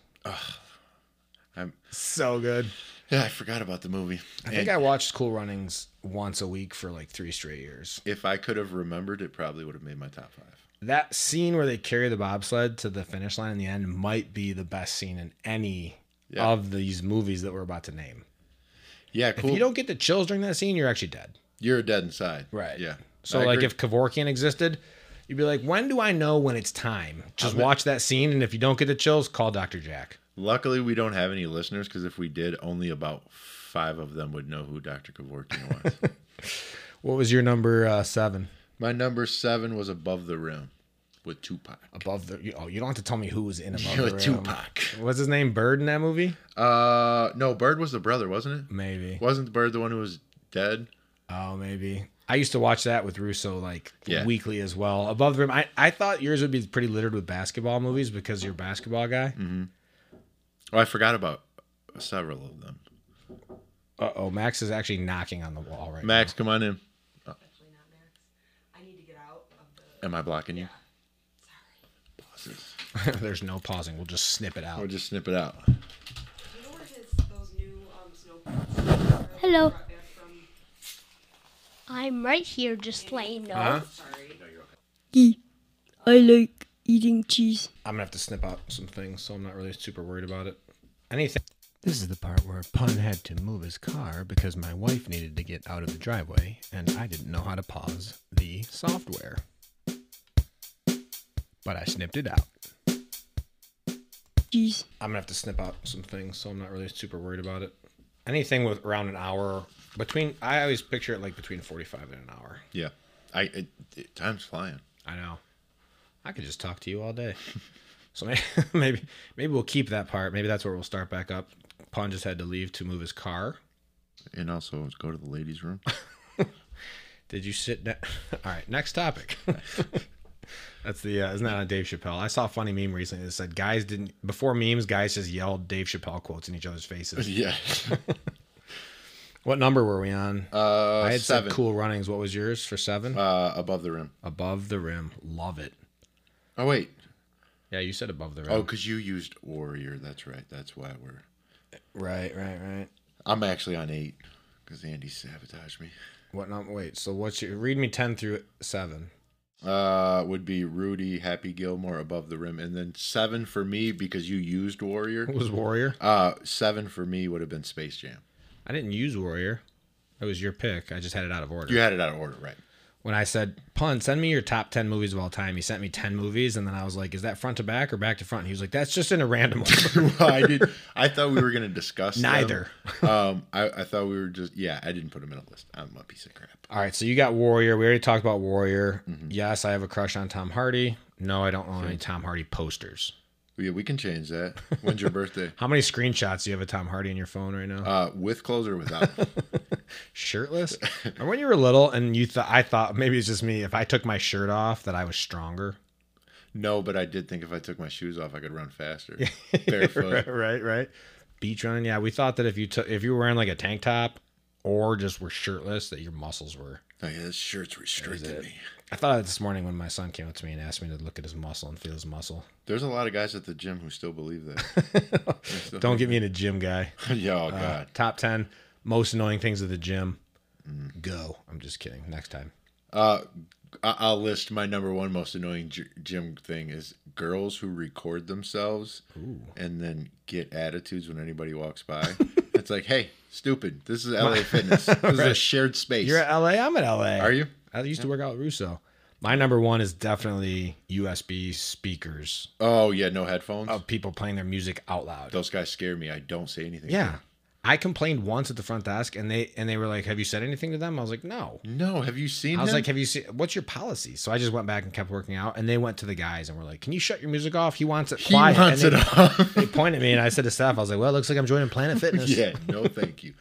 S4: I'm-
S5: so good.
S4: yeah, I forgot about the movie.
S5: I think
S4: And
S5: I watched Cool Runnings once a week for like three straight years.
S4: if I could have remembered, it probably would have made my top five.
S5: That scene where they carry the bobsled to the finish line in the end might be the best scene in any
S4: Yeah.
S5: of these movies that we're about to name.
S4: Yeah, cool.
S5: If you don't get the chills during that scene, you're actually dead.
S4: You're dead inside.
S5: Right.
S4: Yeah.
S5: So,
S4: I
S5: like,
S4: agree.
S5: if Kevorkian existed, you'd be like, when do I know when it's time? Just watch that scene, and if you don't get the chills, call Dr. Jack.
S4: luckily we don't have any listeners because if we did, only about five of them would know who Dr. Kevorkian was.
S5: What was your number uh, seven?
S4: My number seven was above the rim with Tupac.
S5: above the. you- Oh, you don't have to tell me who was in
S4: [LAUGHS]
S5: above
S4: With
S5: the rim.
S4: Tupac.
S5: What's his name? Bird in that movie?
S4: Uh, no, Bird was the brother, wasn't it?
S5: Maybe.
S4: Wasn't Bird the one who was dead?
S5: Oh, maybe. I used to watch that with Russo like
S4: Yeah.
S5: weekly as well. Above the rim. I, I thought yours would be pretty littered with basketball movies because you're a basketball guy.
S4: Mm. Oh, I forgot about several of them.
S5: Uh oh, Max is actually knocking on the wall right
S4: Max, come on in.
S2: I need to get out of the.
S4: Am I blocking you?
S5: now. [LAUGHS] There's no pausing. We'll just snip it
S4: I'll
S5: out.
S4: just snip it out.
S2: You know where his those new um, snowboards are?
S3: Hello.
S2: Brought back from-
S3: I'm right here, just letting you know.
S2: Sorry.
S3: I like eating cheese.
S5: I'm gonna have to snip out some things, so I'm not really super worried about it. Anything. This is the part where Pun had to move his car because my wife needed to get out of the driveway and I didn't know how to pause the software. But I snipped it out.
S3: Cheese.
S5: I'm gonna have to snip out some things, so I'm not really super worried about it. Anything with around an hour between, I always picture it like between 45 and an hour.
S4: Yeah. I it, it- time's flying.
S5: I know. I could just talk to you all day. [LAUGHS] so may- [LAUGHS] maybe maybe we'll keep that part. Maybe that's where we'll start back up. Pun just had to leave to move his car.
S4: And also go to the ladies' room.
S5: [LAUGHS] Did you sit down? All right, next topic. [LAUGHS] That's the uh, isn't that on Dave Chappelle? I saw a funny meme recently that said guys didn't before memes guys just yelled Dave Chappelle quotes in each
S4: [LAUGHS]
S5: other's
S4: [LAUGHS]
S5: faces.
S4: Yeah.
S5: What number were we on?
S4: Uh,
S5: I had
S4: seven.
S5: said cool runnings. What was yours for seven?
S4: Uh, above the rim.
S5: above the rim, love it.
S4: Oh wait.
S5: Yeah, you said above the rim.
S4: Oh, because you used warrior. That's right. That's why we're.
S5: right, right, right.
S4: I'm actually on eight because Andy sabotaged me.
S5: What number? Wait. So what's your read me ten through seven?
S4: Uh, would be Rudy, Happy Gilmore above the rim, and then seven for me because you used warrior.
S5: It was Warrior.
S4: Uh, seven for me would have been Space Jam.
S5: I didn't use Warrior. It was your pick. I just had it out of order.
S4: You had it out of order, right? [LAUGHS]
S5: When I said, "Pun, send me your top ten movies of all time," he sent me ten movies, and then I was like, "Is that front to back or back to front?" And he was like, "That's just in a random [LAUGHS] order."
S4: well, I did. I thought we were going to discuss them.
S5: Neither.
S4: Um, I, I thought we were just yeah. I didn't put him in a list. I'm a piece of crap.
S5: all right. So you got Warrior. We already talked about Warrior. Yes, I have a crush on Tom Hardy. No, I don't own any Tom Hardy posters.
S4: Yeah, we can change that. When's your
S5: [LAUGHS]
S4: birthday?
S5: How many screenshots do you have of Tom Hardy in your phone right now?
S4: Uh, with clothes or without?
S5: [LAUGHS] Shirtless? Or when you were little and you thought I thought maybe it's just me if I took my shirt off that I was stronger.
S4: no, but I did think if I took my shoes off, I could run
S5: [LAUGHS]
S4: faster. Barefoot.
S5: right, [LAUGHS] right, right. Beach running. Yeah, we thought that if you took if you were wearing like a tank top or just were shirtless that your muscles were.
S4: Oh, yeah, this shirt's restricted me.
S5: I thought of this morning when my son came up to me and asked me to look at his muscle and feel his muscle. [LAUGHS]
S4: There's a lot of guys at the gym who still believe that. [LAUGHS]
S5: Don't get me in a gym guy.
S4: yeah, oh
S5: Uh,
S4: god.
S5: top 10 most annoying things at the gym. Go. I'm just kidding. Next time.
S4: Uh, I- I'll list my number one most annoying gy- gym thing is girls who record themselves and then get attitudes when anybody walks
S5: [LAUGHS]
S4: by. it's like, hey, stupid. This is LA Fitness. This is a shared space.
S5: You're at LA. I'm at LA.
S4: Are you?
S5: I used to work out at Russo. My number one is definitely USB speakers
S4: Oh yeah, no headphones.
S5: of people playing their music out loud.
S4: Those guys scare me. I don't say anything. to
S5: yeah.
S4: them.
S5: I complained once at the front desk and they and they were like, Have you said anything to them? I was like, No.
S4: No, have you seen?
S5: I was
S4: him?
S5: like, Have you seen what's your policy? So I just went back and kept working out and they went to the guys and were like, Can you shut your music off? He wants it
S4: he
S5: quiet. And
S4: wants
S5: they,
S4: it off. [LAUGHS]
S5: [LAUGHS] they pointed at me and I said to staff, I was like, Well, it looks like I'm joining Planet Fitness.
S4: yeah, no, thank you.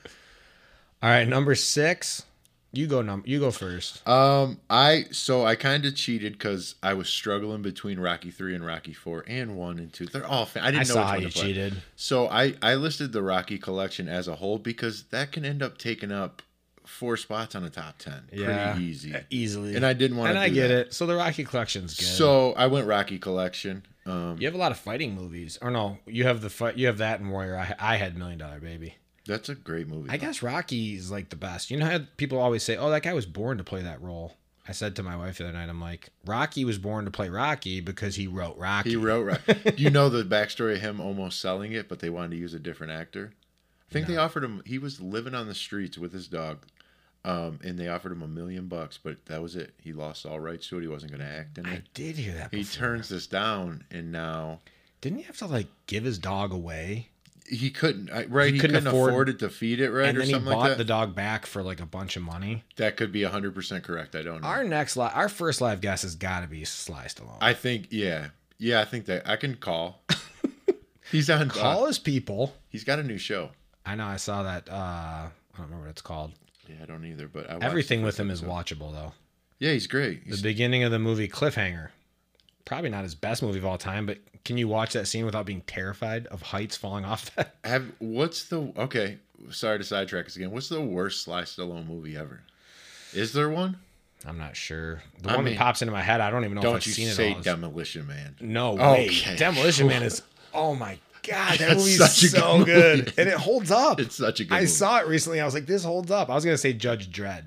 S5: All right, number six. You go num you go first.
S4: Um, I so I kind of cheated because I was struggling between Rocky three and Rocky four and one and two. They're all. Fa- I didn't
S5: I
S4: know
S5: saw
S4: which
S5: how
S4: one
S5: you
S4: to play.
S5: cheated.
S4: So I I listed the Rocky collection as a whole because that can end up taking up four spots on the top ten.
S5: Yeah.
S4: pretty easy.
S5: Easily.
S4: And I didn't want to.
S5: And I
S4: do
S5: get
S4: that.
S5: it. So the Rocky collection's good.
S4: So I went Rocky collection. Um,
S5: You have a lot of fighting movies. Or no, you have the fight. You have that and Warrior. I, I had Million Dollar Baby.
S4: that's a great movie.
S5: I guess Rocky is like the best. You know how people always say, "Oh, that guy was born to play that role." I said to my wife the other night, "I'm like Rocky was born to play Rocky because he wrote Rocky."
S4: He wrote
S5: [LAUGHS]
S4: right. you know the backstory of him almost selling it, but they wanted to use a different actor. I think they offered him. He was living on the streets with his dog, um, and they offered him a million bucks, but that was it. He lost all rights to it. He wasn't going to act in
S5: I
S4: it.
S5: did hear that.
S4: He
S5: before.
S4: turns this down, and now
S5: Didn't he have to like give his dog away?
S4: he couldn't. I- Right, he,
S5: couldn't
S4: couldn't afford,
S5: afford-
S4: it to feed it. Right,
S5: and
S4: or
S5: then he
S4: something
S5: bought
S4: like that.
S5: the dog back for like a bunch of money.
S4: that could be hundred percent correct. I don't know.
S5: Our next, li- our first live guest has got to be Sly Stallone.
S4: I think yeah, yeah. I think that I can
S5: [LAUGHS]
S4: call. he's on.
S5: Call
S4: uh,
S5: his people.
S4: he's got a new show.
S5: I know. I saw that. uh I don't remember what it's called.
S4: Yeah, I don't either. But I watched the
S5: Everything with
S4: first
S5: him is
S4: episode.
S5: watchable though.
S4: Yeah, he's great. He's
S5: the beginning of the movie cliffhanger probably not his best movie of all time but can you watch that scene without being terrified of heights falling off [LAUGHS] that
S4: Have what's the okay? Sorry to sidetrack us again. What's the worst Sly Stallone movie ever? Is there one?
S5: i'm not sure the
S4: I
S5: one
S4: mean,
S5: that pops into my head i don't even know if
S4: Don't
S5: i've
S4: you
S5: seen
S4: say
S5: it all
S4: Demolition Man? [LAUGHS]
S5: no way
S4: Okay.
S5: demolition man
S4: [LAUGHS]
S5: is oh my god that
S4: That's
S5: movie's
S4: such a
S5: so
S4: good movie.
S5: good, and it holds up
S4: It's such a good.
S5: i
S4: movie.
S5: saw it recently i was like this holds up i was gonna say judge dredd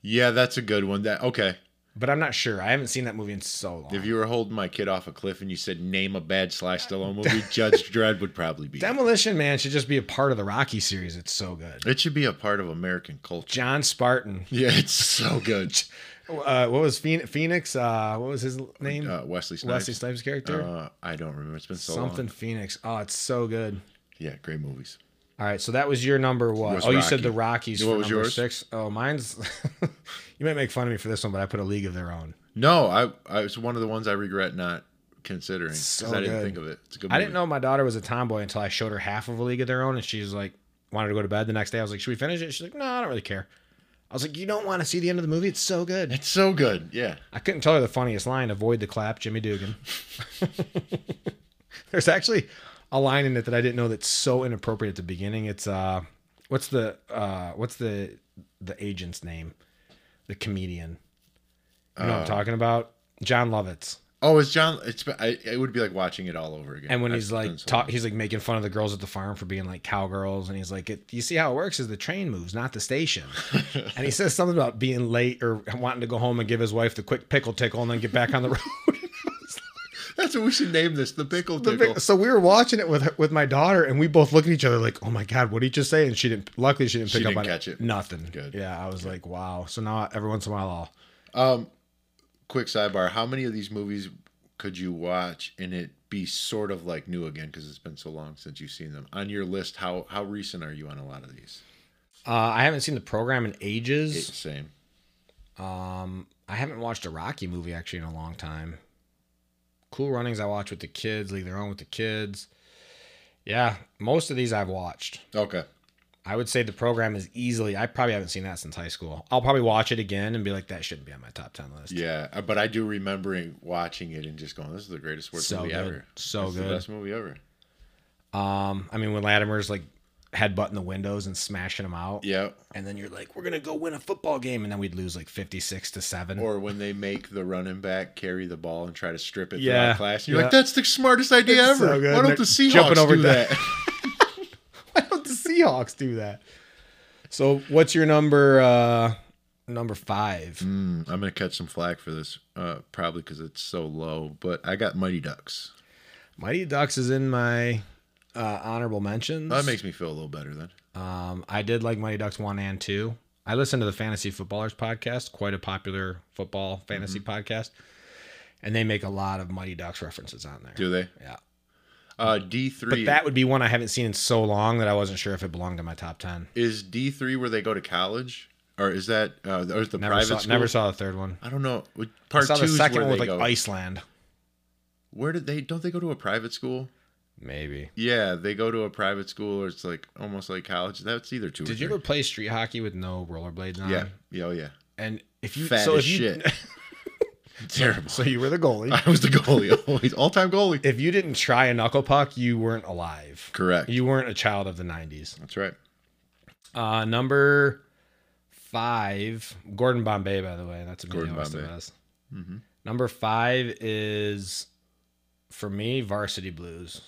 S4: Yeah, that's a good one. That okay.
S5: but i'm not sure i haven't seen that movie in so long
S4: If you were holding my kid off a cliff and you said name a bad Sly
S5: [LAUGHS]
S4: Stallone movie, Judge Dredd would probably be. it.
S5: demolition man should just be a part of the rocky series it's so good
S4: It should be a part of American culture.
S5: john spartan
S4: Yeah, it's so
S5: [LAUGHS]
S4: good.
S5: uh, what was Phoen- phoenix uh, what was his name
S4: Uh, Wesley Snipes.
S5: Wesley Snipes' character?
S4: Uh, I don't remember. It's been so
S5: Something
S4: long.
S5: Phoenix. Oh, it's so good.
S4: Yeah, great movies.
S5: All right, so that was your number one.
S4: Was
S5: oh, you said
S4: Rocky.
S5: the Rockies
S4: What
S5: for
S4: was
S5: number
S4: yours?
S5: six. Oh, mine's. [LAUGHS] you might make fun of me for this one, but I put a League of Their Own.
S4: No, I, I it's one of the ones I regret not considering because
S5: So
S4: I didn't
S5: good.
S4: think of it. It's a good. Movie.
S5: I didn't know my daughter was a tomboy until I showed her half of a League of Their Own, and she's like wanted to go to bed the next day. I was like, "Should we finish it?" She's like, "No, I don't really care." I was like, you don't want to see the end of the movie. It's so good.
S4: It's so good. Yeah.
S5: I couldn't tell her the funniest line. Avoid the clap, Jimmy Dugan. [LAUGHS] There's actually a line in it that I didn't know that's so inappropriate at the beginning. It's uh, what's the uh, what's the the agent's name? The comedian. You know what I'm talking about? John Lovitz.
S4: Oh, it's John. It's I, it would be like watching it all over again.
S5: And when he's
S4: I've
S5: like
S4: done so
S5: talk,
S4: much.
S5: he's like making fun of the girls at the farm for being like cowgirls, and he's like, it, "You see how it works is the train moves, not the station." and he says something about being late or wanting to go home and give his wife the quick pickle tickle and then get back on the [LAUGHS] road.
S4: [LAUGHS] that's what we should name this, the pickle
S5: [LAUGHS] The
S4: tickle.
S5: pic- so we were watching it with with my daughter, and we both looked at each other like, "Oh my god, what did he just say?" And she didn't. Luckily, she didn't
S4: She
S5: pick
S4: didn't
S5: up on
S4: catch it.
S5: Nothing.
S4: Good.
S5: Yeah, I was like, "Wow." So now every once in a while, I'll
S4: Um, Quick sidebar: How many of these movies could you watch and it be sort of like new again because it's been so long since you've seen them? On your list, how how recent are you on a lot of these?
S5: Uh, I haven't seen the program in ages.
S4: It's the same.
S5: I haven't watched a Rocky movie actually in a long time. Cool Runnings I watch with the kids, League Their Own with the kids. Yeah, most of these I've watched.
S4: Okay.
S5: I would say the program is easily. I probably haven't seen that since high school. I'll probably watch it again and be like, that shouldn't be on my top ten list.
S4: Yeah, uh, but I do remembering watching it and just going, "This is the greatest sports
S5: So
S4: movie
S5: good.
S4: ever.
S5: So
S4: It's
S5: good.
S4: The best movie ever."
S5: Um, I mean, when Latimer's like headbutting the windows and smashing them out,
S4: Yeah.
S5: and then you're like, we're gonna go win a football game, and then we'd lose like fifty six to seven. [LAUGHS]
S4: Or when they make the running back carry the ball and try to strip it
S5: Yeah.
S4: yeah. class, and you're like,
S5: Yeah.
S4: "That's the smartest idea
S5: It's so
S4: ever.
S5: good.
S4: Why
S5: They're
S4: don't the Seahawks
S5: jumping over
S4: do
S5: the-
S4: that?" [LAUGHS]
S5: Why don't the Seahawks do that? So, what's your number? uh Number five.
S4: Mm, I'm gonna catch some flack for this, uh, probably because it's so low. But I got Mighty Ducks.
S5: Mighty Ducks is in my uh, honorable mentions.
S4: That makes me feel a little better then.
S5: um, I did like Mighty Ducks one and two. I listened to the Fantasy Footballers podcast, quite a popular football fantasy
S4: Mm-hmm.
S5: podcast, and they make a lot of Mighty Ducks references on there.
S4: Do they?
S5: Yeah,
S4: Uh, D
S5: but
S4: three
S5: that would be one I haven't seen in so long that I wasn't sure if it belonged in my top ten.
S4: is D three where they go to college, or is that uh, or is the
S5: Never
S4: private
S5: saw,
S4: school?
S5: never saw the third one.
S4: I don't know. What-
S5: I
S4: Part
S5: saw
S4: two
S5: the
S4: is
S5: second
S4: where
S5: one
S4: they
S5: with like
S4: go.
S5: Iceland.
S4: Where did they? Don't they go to a private school?
S5: Maybe.
S4: Yeah, they go to a private school, or it's like almost like college. That's either two. or
S5: Did you
S4: three.
S5: ever play street hockey with no rollerblades on?
S4: Yeah. Yeah. Oh yeah. [LAUGHS]
S5: And if you
S4: Fat
S5: so
S4: as
S5: if you,
S4: shit. Terrible.
S5: [LAUGHS] so you were the goalie.
S4: [LAUGHS] I was the goalie. Always all time goalie.
S5: if you didn't try a knuckle puck, you weren't alive.
S4: Correct.
S5: You weren't a child of the 90s.
S4: That's right.
S5: Uh, number five, Gordon Bombay, by the way. That's a
S4: Gordon
S5: Gordon Bombay.
S4: Bombay. Mm-hmm.
S5: Number five is, for me,
S4: [LAUGHS]
S5: Varsity Blues.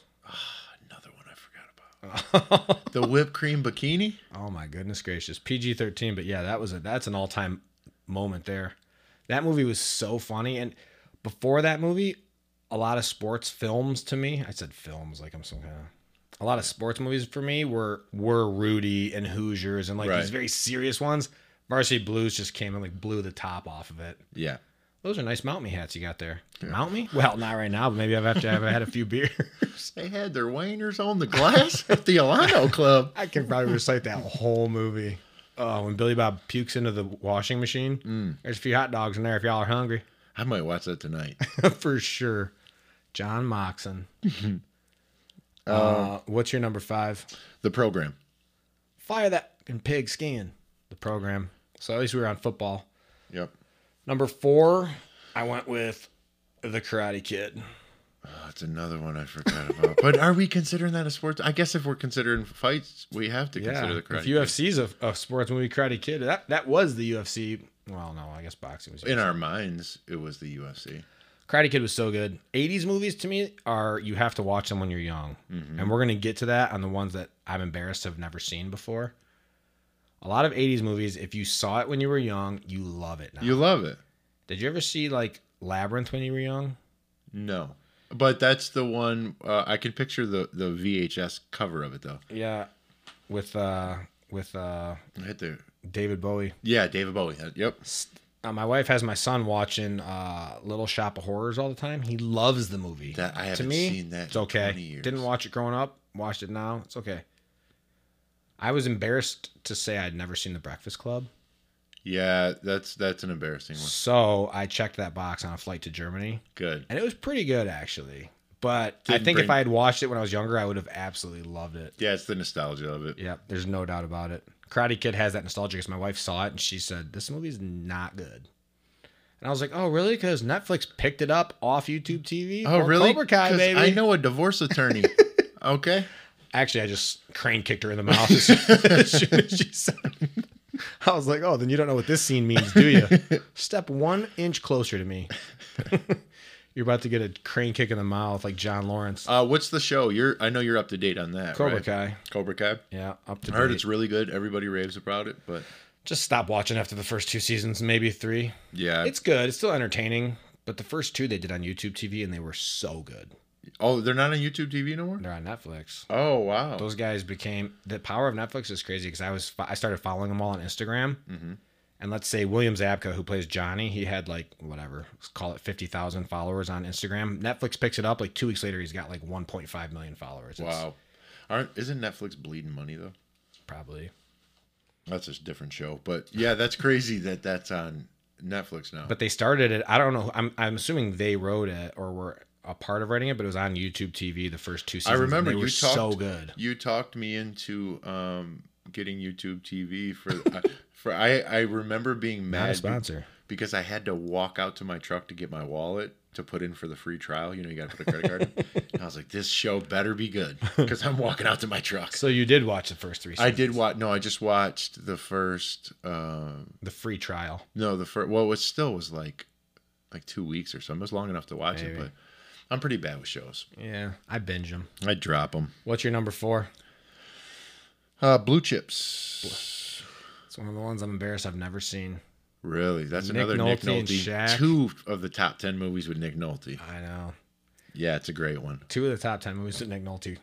S4: Another one I forgot about. [LAUGHS] the whipped cream bikini.
S5: Oh, my goodness gracious. PG 13, but yeah, that was a, that's an all time moment there. That movie was so funny. And before that movie, a lot of sports films to me, I said films like I'm some kind of. A lot of sports movies for me were were Rudy and Hoosiers and like
S4: Right.
S5: these very serious ones. Varsity Blues just came and like blew the top off of it.
S4: Yeah.
S5: Those are nice Mount Me hats you got there. Mount Me? Well, not right now, but maybe I've after I've had a few [LAUGHS] beers.
S4: [LAUGHS] They had their weiners on the glass [LAUGHS] at the Alano Club.
S5: I can probably recite that whole movie. Oh, when Billy Bob pukes into the washing machine,
S4: Mm.
S5: there's a few hot dogs in there if y'all are hungry. [LAUGHS]
S4: I might watch that tonight.
S5: For sure. John
S4: [LAUGHS]
S5: Moxon. uh, what's your number five?
S4: The program.
S5: Fire that and pig skin. The program. So at least we were on football.
S4: Yep.
S5: Number four, I went with the Karate Kid.
S4: Oh, that's another one I forgot about. but are we considering that a sport? I guess if we're considering fights, we have to
S5: Yeah,
S4: consider the
S5: if
S4: karate. Kid.
S5: UFC's a, a sports movie, Karate Kid. That that was the UFC. Well, no, I guess boxing was.
S4: In our minds, it was the UFC.
S5: Karate Kid was so good. 80s movies to me are you have to watch them when you're young. And we're going to get to that on the ones that I'm embarrassed to have never seen before. A lot of 80s movies, if you saw it when you were young, you love it now.
S4: You love it.
S5: Did you ever see like Labyrinth when you were young?
S4: No. But that's the one uh, I can picture the, the VHS cover of it though.
S5: Yeah. With uh with uh
S4: I had to
S5: David Bowie.
S4: Yeah, David Bowie. Uh, Yep.
S5: Uh, my wife has my son watching uh Little Shop of Horrors all the time. He loves the movie.
S4: That I
S5: to
S4: haven't
S5: me,
S4: seen that.
S5: It's okay.
S4: In 20 years.
S5: Didn't watch it growing up. Watched it now. It's okay. I was embarrassed to say I'd never seen The Breakfast Club,
S4: Yeah, that's that's an embarrassing one.
S5: so I checked that box on a flight to Germany,
S4: Good.
S5: and it was pretty good actually. But I
S4: Didn't
S5: think if
S4: bring-
S5: I had watched it when I was younger, I would have absolutely loved it.
S4: Yeah, it's the nostalgia of it.
S5: Yep, there's no doubt about it. Karate Kid has that nostalgia because my wife saw it and she said this movie's not good. And I was like, oh really? Because Netflix picked it up off YouTube TV.
S4: Oh,
S5: for
S4: really?
S5: Cobra Kai,
S4: 'Cause
S5: baby.
S4: I know a divorce [LAUGHS] attorney. okay.
S5: Actually, I just crane kicked her in
S4: [LAUGHS]
S5: the mouth [LAUGHS] as soon as soon as she said. it. I was like, oh, then you don't know what this scene means, do you?
S4: [LAUGHS]
S5: Step one inch closer to me. [LAUGHS] You're about to get a crane kick in the mouth like John Lawrence.
S4: Uh, what's the show? You're I know you're up to date on that.
S5: Cobra
S4: right?
S5: Kai.
S4: Cobra Kai.
S5: Yeah, up to
S4: I heard
S5: date.
S4: it's really good. Everybody raves about it, but
S5: Just stop watching after the first two seasons, maybe three.
S4: yeah.
S5: It's good. It's still entertaining. But the first two they did on YouTube TV and they were so good.
S4: oh, they're not on YouTube TV no more.
S5: They're on Netflix.
S4: Oh wow.
S5: Those guys became the power of Netflix is crazy because I was I started following them all on Instagram.
S4: Mhm.
S5: And let's say William Zabka, who plays Johnny, he had like whatever, let's call it fifty thousand followers on Instagram. Netflix picks it up like two weeks later. He's got like one point five million followers. It's
S4: wow. Aren't isn't Netflix bleeding money though?
S5: probably.
S4: That's a different show, but yeah, that's crazy that that's on Netflix now.
S5: But they started it. I don't know. I'm I'm assuming they wrote it or were a part of writing it, but it was on YouTube TV the first two
S4: I
S5: seasons. and
S4: remember
S5: they
S4: you
S5: were
S4: talked
S5: so good.
S4: You talked me into um, getting YouTube TV
S5: [LAUGHS]
S4: for I, for I I remember being mad
S5: Not a
S4: be-
S5: sponsor.
S4: because I had to walk out to my truck to get my wallet to put in for the free trial. You know, you got to put a credit card.
S5: [LAUGHS]
S4: in. And I was like, this show better be good because I'm walking out to my truck.
S5: So you did watch the first three. Seasons,
S4: I did watch. No, I just watched the first. Um,
S5: the free trial.
S4: no, the first. Well, it still was like like two weeks or something. It was long enough to watch it,
S5: Maybe.
S4: but I'm pretty bad with shows.
S5: Yeah, I binge them.
S4: I drop them.
S5: What's your number four?
S4: Uh, blue chips.
S5: It's one of the ones I'm embarrassed I've never seen.
S4: Really, that's
S5: Nick
S4: another Nick
S5: Nolte and
S4: Nolte.
S5: Shaq.
S4: Two of the top ten movies with Nick Nolte.
S5: I know.
S4: Yeah, it's a great one.
S5: Two of the top ten movies with Nick Nolte.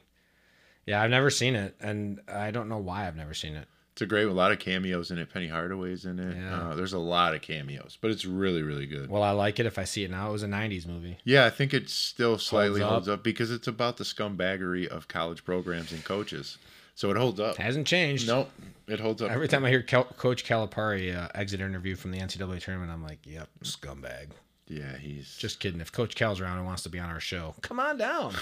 S5: Yeah, I've never seen it, and I don't know why I've never seen it.
S4: It's a great. one. A lot of cameos in it. Penny Hardaway's in it.
S5: Yeah.
S4: Uh, there's a lot of cameos, but it's really, really good.
S5: Well, I like it if I see it now. It was a '90s movie.
S4: yeah, I think it still slightly
S5: up.
S4: holds, up. because it's about the scumbaggery of college programs and coaches. So it holds up.
S5: It hasn't changed.
S4: Nope, it holds up.
S5: Every time I hear Cal- Coach Calipari uh, exit interview from the NCAA tournament, I'm like, "Yep, scumbag."
S4: yeah, he's just
S5: Just kidding. If Coach Cal's around and wants to be on our show, [LAUGHS] come on down.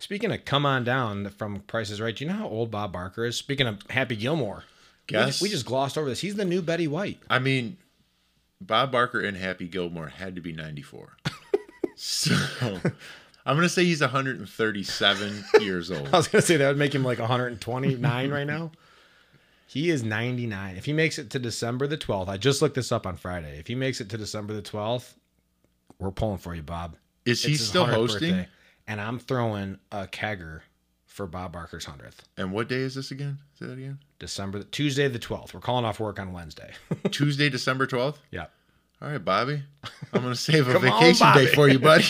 S5: Speaking of come on down from Price is Right, do you know how old Bob Barker is? Speaking of Happy Gilmore, we ju-
S4: guess.
S5: we just glossed over this. He's the new Betty White.
S4: I mean, Bob Barker and Happy Gilmore had to be
S5: [LAUGHS]
S4: 94. so I'm gonna say he's
S5: [LAUGHS]
S4: 137 years old.
S5: [LAUGHS] I was gonna say that would make him [LAUGHS] like 129 right now. He is 99. If he makes it to December the 12th, I just looked this up on Friday. If he makes it to December the 12th, we're pulling for you, Bob.
S4: Is he
S5: It's his
S4: still
S5: 100th
S4: hosting?
S5: birthday, and I'm throwing a kegger for Bob Barker's 100th.
S4: And what day is this again? Say that again.
S5: December Tuesday the 12th. We're calling off work on Wednesday. [LAUGHS]
S4: Tuesday, December 12th.
S5: yeah.
S4: All right, Bobby. I'm going to save a
S5: Come on,
S4: vacation day
S5: Bobby.
S4: for you,
S5: [LAUGHS]
S4: buddy.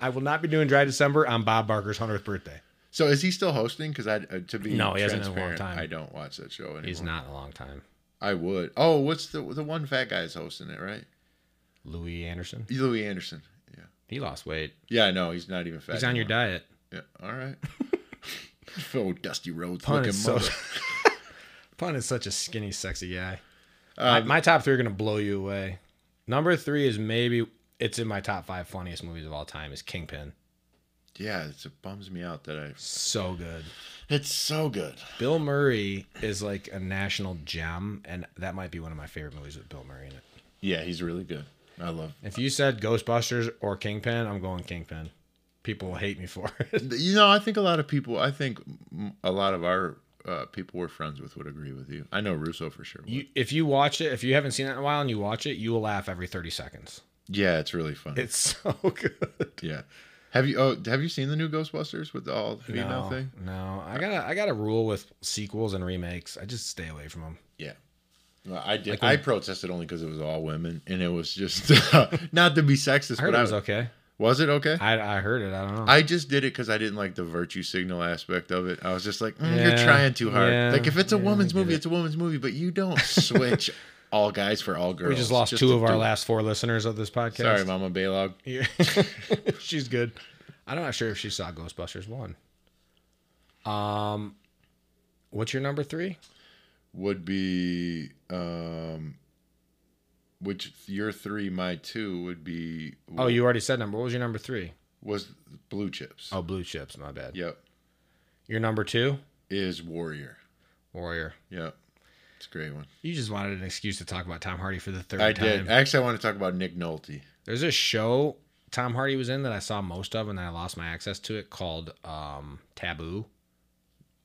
S5: I will not be doing dry December on Bob Barker's 100th birthday.
S4: So is he still hosting? Because I, uh, to be
S5: No, he hasn't in a long
S4: transparent,
S5: time.
S4: I don't watch that show anymore.
S5: He's not in a long time.
S4: I would. Oh, what's the the one fat guy's hosting it, right?
S5: Louis Anderson.
S4: Louis Anderson. Yeah.
S5: He lost weight.
S4: Yeah, I know. He's not even fat.
S5: He's on your
S4: anymore.
S5: diet.
S4: Yeah. All right. [LAUGHS] oh, Dusty Rhodes
S5: Pun
S4: looking
S5: is so.
S4: mother.
S5: [LAUGHS] Pun is such a skinny, sexy guy. my,
S4: Um,
S5: my top three are gonna blow you away. Number three is maybe it's in my top five funniest movies of all time. Is Kingpin
S4: yeah, it's, it bums me out that I.
S5: so good?
S4: It's so good.
S5: Bill Murray is like a national gem, and that might be one of my favorite movies with Bill Murray in it.
S4: Yeah, he's really good. I love
S5: If you said Ghostbusters or Kingpin, I'm going Kingpin. People will hate me for it. [LAUGHS]
S4: You know, I think a lot of people. I think m- a lot of our uh, people we're friends with would agree with you. I know Russo for sure. Would.
S5: You, if you watch it, if you haven't seen it in a while and you watch it, you will laugh every 30 seconds.
S4: yeah, it's really funny.
S5: It's [LAUGHS] so good.
S4: yeah. Have you? Oh, have you seen the new Ghostbusters with the all female
S5: no,
S4: thing?
S5: no, I got to I got a rule with sequels and remakes. I just stay away from them.
S4: Yeah. Well, I did.
S5: Like when-
S4: I protested only because it was all women, and it was [LAUGHS] just not to be sexist,
S5: I heard
S4: but
S5: it was
S4: I,
S5: okay.
S4: was it okay? I,
S5: I, I heard it. I don't know.
S4: just did it because I didn't like the virtue signal aspect of it. I was just like, "Mm,
S5: Yeah,
S4: you're trying too hard.
S5: yeah,
S4: like if it's a
S5: yeah, I
S4: woman's
S5: get
S4: movie,
S5: it.
S4: it's a woman's movie, but you don't
S5: [LAUGHS]
S4: switch all guys for all girls.
S5: we just lost two
S4: to
S5: of our
S4: do-
S5: last four listeners of this podcast.
S4: Sorry, Mama Baylog.
S5: Yeah. [LAUGHS] she's good. I'm not sure if she saw Ghostbusters one. Um, what's your number three?
S4: would be um which your three my two would be
S5: Oh, you already said number. What was your number three?
S4: was blue chips
S5: Oh, blue chips. My bad.
S4: yep
S5: Your number two,
S4: is warrior
S5: warrior.
S4: yep It's a great one.
S5: You just wanted an excuse to talk about Tom Hardy for the third
S4: I
S5: time.
S4: did. Actually, I want to talk about Nick Nolte.
S5: There's a show Tom Hardy was in that I saw most of, and then I lost my access to it called um, Taboo,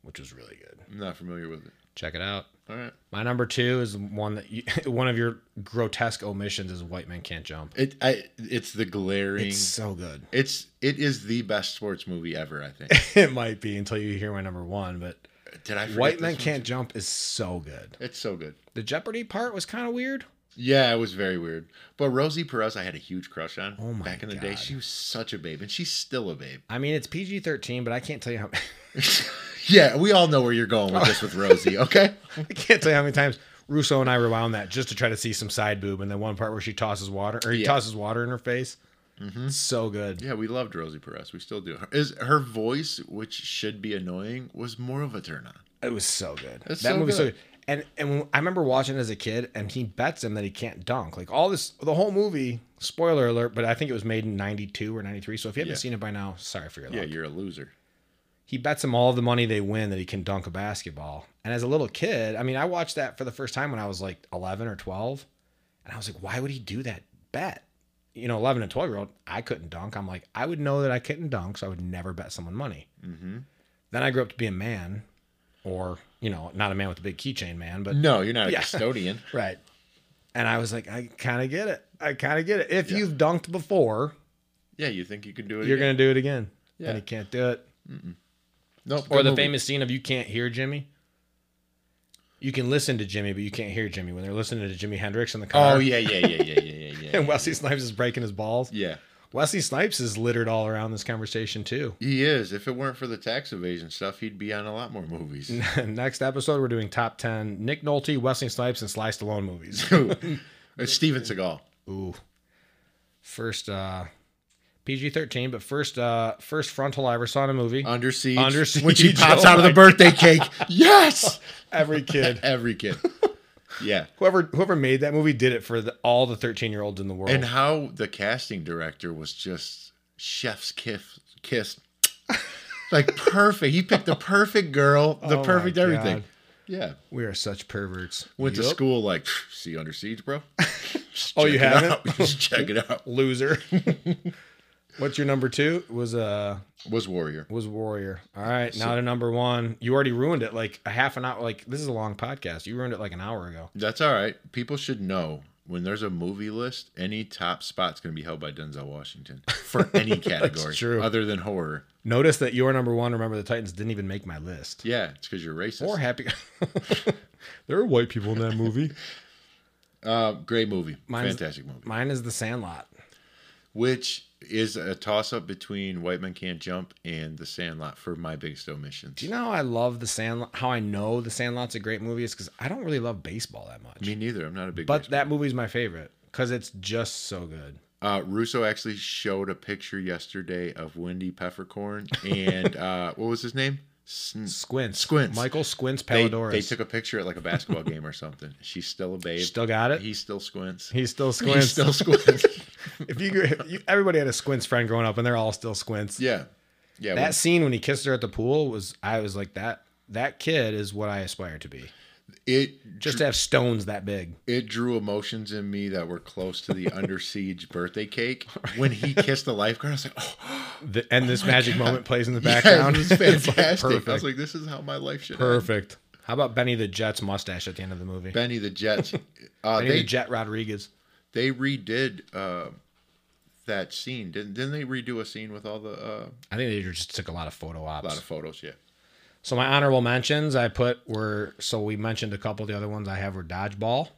S5: which was really good.
S4: I'm not familiar with it.
S5: Check it out.
S4: All right.
S5: My number two is one that you, [LAUGHS] one of your grotesque omissions is White Men Can't Jump.
S4: It I it's the glaring.
S5: It's
S4: It's,
S5: so good. [LAUGHS]
S4: it's it is the best sports movie ever. I think.
S5: it might be until you hear my number one, but
S4: Did I? forget
S5: White
S4: this
S5: Men
S4: one?
S5: Can't Jump is so good.
S4: It's so good.
S5: The Jeopardy part was kind of weird.
S4: Yeah, it was very weird. But Rosie Perez, I had a huge crush on.
S5: Oh my
S4: Back in the day,
S5: God.
S4: she was such a babe, and she's still a babe.
S5: I mean, it's PG 13, but I can't tell you how [LAUGHS]
S4: yeah, we all know where you're going with this with Rosie. Okay.
S5: I [LAUGHS] can't tell you how many times Russo and I rewound that just to try to see some side boob, and then one part where she tosses water or he
S4: Yeah. Mm-hmm.
S5: tosses water in her face. So good.
S4: Yeah, we loved Rosie Perez. We still do. Her, is her voice, which should be annoying, was more of a turn on.
S5: It was so good.
S4: It's
S5: that
S4: so
S5: movie's so
S4: good.
S5: good. And and when- I remember watching it as a kid, and he bets him that he can't dunk. Like all this, the whole movie. Spoiler alert! But I think it was made in '92 or '93. So if you haven't
S4: Yeah.
S5: seen it by now, sorry for your luck.
S4: Yeah, you're a loser.
S5: he bets him all the money they win that he can dunk a basketball. And as a little kid, I mean, I watched that for the first time when I was like 11 or 12. And I was like, why would he do that bet? You know, 11 and 12 year old, I couldn't dunk. I'm like, I would know that I couldn't dunk, so I would never bet someone money.
S4: Mm-hmm.
S5: Then I grew up to be a man or, you know, not a man with a big keychain man, but
S4: No, you're not a
S5: Yeah.
S4: custodian.
S5: Right. And I was like, I kind of get it. I kind of get it. If you've dunked before,
S4: Yeah, you think you can do it?
S5: you're
S4: again?
S5: going to do it again.
S4: Yeah.
S5: And he can't do it.
S4: Nope,
S5: Or
S4: good
S5: the
S4: movie.
S5: famous scene of you can't hear Jimmy. You can listen to Jimmy, but you can't hear Jimmy when they're listening to Jimi Hendrix in the car.
S4: Oh yeah, yeah, yeah, yeah, yeah, yeah, yeah.
S5: [LAUGHS] And Wesley Snipes is breaking his balls.
S4: yeah,
S5: Wesley Snipes is littered all around this conversation too. [LAUGHS]
S4: he is. If it weren't for the tax evasion stuff, he'd be on a lot more
S5: [LAUGHS]
S4: movies. [LAUGHS]
S5: Next episode, we're doing top ten Nick Nolte, Wesley Snipes, and Sly Stallone movies. [LAUGHS]
S4: it's Steven Seagal.
S5: Ooh. First uh PG thirteen, but first uh first frontal I ever saw in a movie.
S4: Under siege. [LAUGHS]
S5: Under
S4: When she
S5: Siege,
S4: pops
S5: oh
S4: out of the
S5: my
S4: birthday cake. Yes.
S5: [LAUGHS] Every [LAUGHS] kid.
S4: [LAUGHS] Every
S5: [LAUGHS]
S4: kid. Yeah.
S5: whoever whoever made that movie did it for the, all the thirteen year olds in the world.
S4: And how the casting director was just chef's kiss,
S5: [LAUGHS]
S4: kiss, like perfect. He picked the perfect girl, the
S5: Oh my
S4: perfect everything.
S5: God.
S4: Yeah,
S5: we are such perverts.
S4: went to
S5: Yup.
S4: school like, see under siege, bro. Just
S5: [LAUGHS] Oh, you
S4: check it
S5: haven't?
S4: out. [LAUGHS] Just check it
S5: [LAUGHS]
S4: out.
S5: loser. What's your number two? Was uh
S4: Was warrior.
S5: was warrior. All right, now to number one. You already ruined it like a half an hour. Like this is a long podcast. You ruined it like an hour ago.
S4: That's all right. People should know when there's a movie list, any top spot's going to be held by Denzel Washington
S5: [LAUGHS]
S4: for any category
S5: true.
S4: other than horror.
S5: Notice that your number one. Remember the Titans didn't even make my list.
S4: Yeah, it's because you're racist.
S5: Or happy. [LAUGHS] there are white people in that movie.
S4: uh, great movie.
S5: Mine's-
S4: Fantastic movie.
S5: [LAUGHS] Mine is The Sandlot.
S4: which is a toss up between White Men Can't Jump and The Sandlot for my biggest omission.
S5: Do you know how I love The Sandlot? How I know The Sandlot's a great movie is because I don't really love baseball that much.
S4: Me neither. I'm not a big.
S5: but
S4: baseball-
S5: that movie's my favorite because it's just so good.
S4: uh, Russo actually showed a picture yesterday of Wendy Peppercorn
S5: [LAUGHS]
S4: and uh, what was his name? Sn-
S5: Squints.
S4: Squints.
S5: Michael Squints
S4: They,
S5: Palidorus.
S4: they took a picture at like a basketball game or something. She's still a babe.
S5: Still got it.
S4: He still squints.
S5: [LAUGHS] He
S4: [LAUGHS]
S5: still
S4: He
S5: squints.
S4: still squints. [LAUGHS]
S5: if you, if you- everybody had a squints friend growing up, and they're all still squints.
S4: yeah, yeah.
S5: That scene when he kissed her at the pool was I was like that. That kid is what I aspire to be.
S4: it
S5: Just to have stones that big.
S4: it drew emotions in me that were close to the under siege birthday
S5: [LAUGHS]
S4: cake. When he kissed the lifeguard, I was like, oh. [LAUGHS]
S5: The, and this magic moment plays in [LAUGHS] the
S4: Yeah,
S5: background.
S4: it was
S5: It's like
S4: fantastic. I was
S5: perfect.
S4: like, this is how my life should end.
S5: perfect. How about Benny the Jet's mustache at the end of the movie?
S4: Benny the
S5: [LAUGHS]
S4: Jets. Uh,
S5: Benny
S4: they
S5: the Jet Rodriguez.
S4: they redid uh, that scene. Didn't didn't they redo a scene with all the uh,
S5: I think they just took a lot of photo ops.
S4: a lot of photos? Yeah.
S5: So my honorable mentions I put were so we mentioned a couple of the other ones I have were Dodgeball,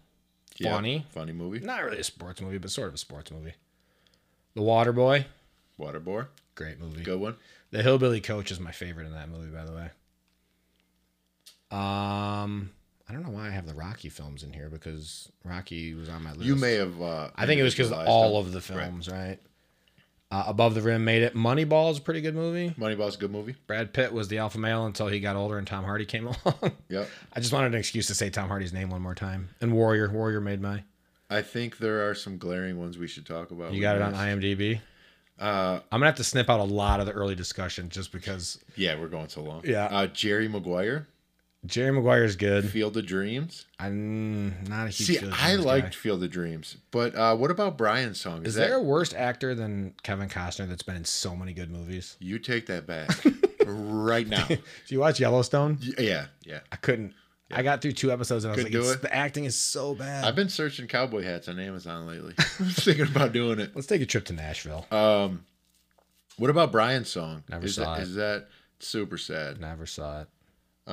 S4: Yeah,
S5: Funny.
S4: funny movie.
S5: not really a sports movie, but sort of a sports movie. The Waterboy,
S4: Waterboard,
S5: great movie.
S4: good one.
S5: The Hillbilly Coach is my favorite in that movie, by the way. Um, I don't know why I have the Rocky films in here because Rocky was on my list.
S4: You may have. Uh,
S5: I think it was because all of the films, right? Uh, Above the Rim made it. Moneyball is a pretty good movie.
S4: Moneyball's a good movie.
S5: Brad Pitt was the alpha male until he got older and Tom Hardy came [LAUGHS] along.
S4: Yep.
S5: I just wanted an excuse to say Tom Hardy's name one more time. And Warrior, Warrior made my.
S4: I think there are some glaring ones we should talk about.
S5: You
S4: We
S5: got it on
S4: missed.
S5: IMDb. Uh, I'm gonna have to snip out a lot of the early discussion just because
S4: Yeah, we're going so long.
S5: Yeah.
S4: Uh, Jerry Maguire.
S5: Jerry Maguire's good.
S4: Field of Dreams.
S5: I'm not a huge.
S4: See,
S5: Field of
S4: I
S5: Dreams guy.
S4: liked Field of Dreams, but uh, what about Brian's song?
S5: Is there a worse actor than Kevin Costner that's been in so many good movies?
S4: You take that
S5: [LAUGHS]
S4: back right now.
S5: If you watch Yellowstone,
S4: Y- Yeah, yeah.
S5: I couldn't. I got through two episodes and I was
S4: Couldn't
S5: like,
S4: do
S5: it's-
S4: it?
S5: the acting is so bad.
S4: I've been searching cowboy hats on Amazon lately. [LAUGHS] I'm thinking about doing it.
S5: Let's take a trip to Nashville.
S4: Um, what about Brian's song?
S5: Never
S4: is
S5: saw
S4: that,
S5: it.
S4: is that super sad?
S5: never saw it.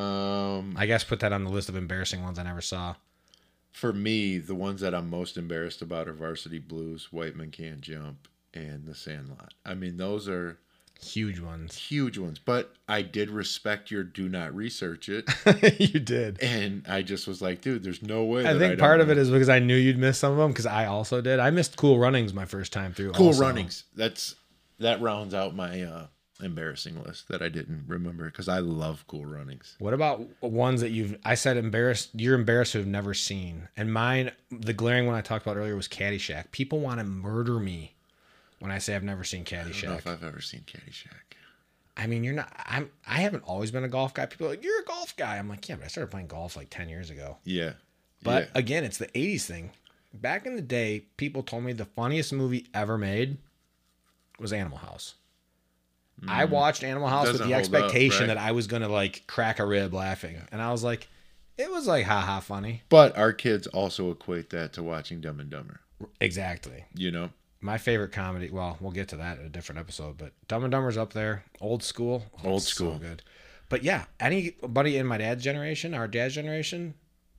S4: Um,
S5: I guess put that on the list of embarrassing ones I never saw.
S4: for me, the ones that I'm most embarrassed about are Varsity Blues, White Men Can't Jump, and The Sandlot. I mean, those are [LAUGHS]
S5: Huge ones.
S4: huge ones. But I did respect your do not research
S5: [LAUGHS]
S4: it,
S5: you did.
S4: and I just was like, dude, there's no way.
S5: I
S4: that
S5: think
S4: don't
S5: part of
S4: know.
S5: it is because I knew you'd miss some of them because I also did. I missed Cool Runnings my first time through.
S4: Cool
S5: also.
S4: Runnings. That's that rounds out my uh embarrassing list that I didn't remember because I love Cool Runnings.
S5: What about ones that you've? I said embarrassed. You're embarrassed to have never seen. And mine, the glaring one I talked about earlier was Caddyshack. People want to murder me when I say I've never seen
S4: I don't know if
S5: Caddyshack. I,
S4: I've ever seen Caddyshack.
S5: mean, you're not. I'm. I haven't always been a golf guy. People are like you're a golf guy. I'm like, yeah, but I started playing golf like ten years ago.
S4: Yeah,
S5: But
S4: yeah.
S5: again, it's the '80s thing. Back in the day, people told me the funniest movie ever made was Animal House. I watched Animal House with
S4: Mm. Doesn't hold
S5: the
S4: up,
S5: expectation
S4: right?
S5: that I was gonna like crack a rib laughing, and I was like, it was like ha ha funny.
S4: but our kids also equate that to watching Dumb and Dumber.
S5: Exactly.
S4: You know,
S5: My favorite comedy. Well, we'll get to that in a different episode, but Dumb and Dumber's up there. Old school. Oh,
S4: Old
S5: it's so
S4: school.
S5: good. But yeah, anybody in my dad's generation, our dad's generation,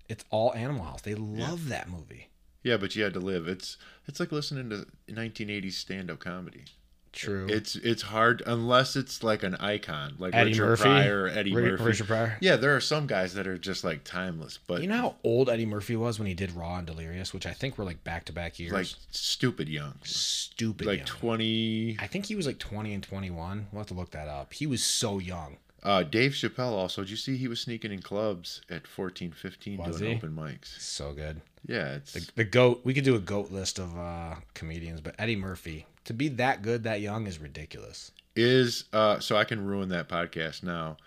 S5: it's all Animal House. They love that movie.
S4: yeah, but you had to live. It's it's like listening to 1980s stand-up comedy.
S5: True.
S4: It's it's hard unless it's like an icon like
S5: Eddie
S4: Richard
S5: Murphy,
S4: Pryor or Eddie
S5: Ri-
S4: Murphy.
S5: Richard Pryor.
S4: Yeah, there are some guys that are just like timeless, but
S5: You know how old Eddie Murphy was when he did Raw and Delirious, which I think were like back to back years.
S4: like stupid young,
S5: stupid.
S4: like
S5: young.
S4: 20.
S5: I think he was like twenty and twenty one. We'll have to look that up. He was so young.
S4: Uh, Dave Chappelle also. Did you see he was sneaking in clubs at 14, 15
S5: Was
S4: doing
S5: he?
S4: open mics?
S5: So good.
S4: Yeah, it's
S5: The goat. We could do a goat list of uh, comedians, but Eddie Murphy to be that good that young is ridiculous.
S4: is uh. So I can ruin that podcast now.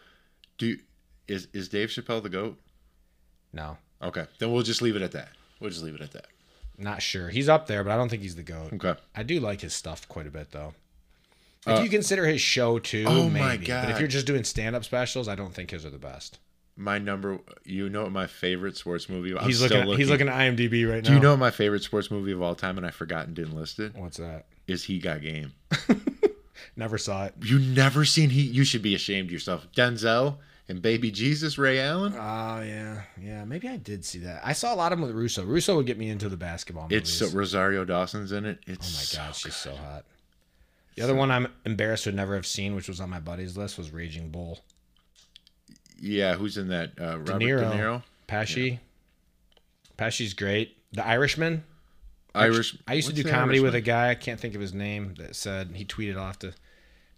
S4: Do is is Dave Chappelle the goat?
S5: No,
S4: Okay, then we'll just leave it at that. We'll just leave it at that.
S5: not sure. He's up there, but I don't think he's the goat.
S4: Okay.
S5: I do like his stuff quite a bit though. If you consider his show too,
S4: Uh, oh
S5: maybe.
S4: my
S5: But if
S4: God.
S5: you're just doing stand up specials, I don't think his are the best.
S4: My number. You know what my favorite sports movie. I'm
S5: he's
S4: still
S5: looking, He's looking at IMDb right now.
S4: Do you know what my favorite sports movie of all time, and I forgot and didn't list it?
S5: what's that?
S4: Is He Got Game?
S5: Never saw it.
S4: You never seen He? You should be ashamed of yourself. Denzel and Baby Jesus, Ray Allen.
S5: Oh yeah, yeah. Maybe I did see that. I saw a lot of them with Russo. Russo would get me into the basketball.
S4: It's so,
S5: movies.
S4: Rosario Dawson's in it. It's
S5: oh my god,
S4: so
S5: she's so hot. The other one I'm embarrassed to never have seen, which was on my buddy's list, was Raging Bull.
S4: good. yeah, who's in that? Uh, Robert De Niro,
S5: Niro. Pesci. Pesci's great. The Irishman.
S4: Irish.
S5: I used to
S4: what's
S5: do
S4: the
S5: comedy
S4: Irishman?
S5: with a guy I can't think of his name that said he tweeted. I'll have to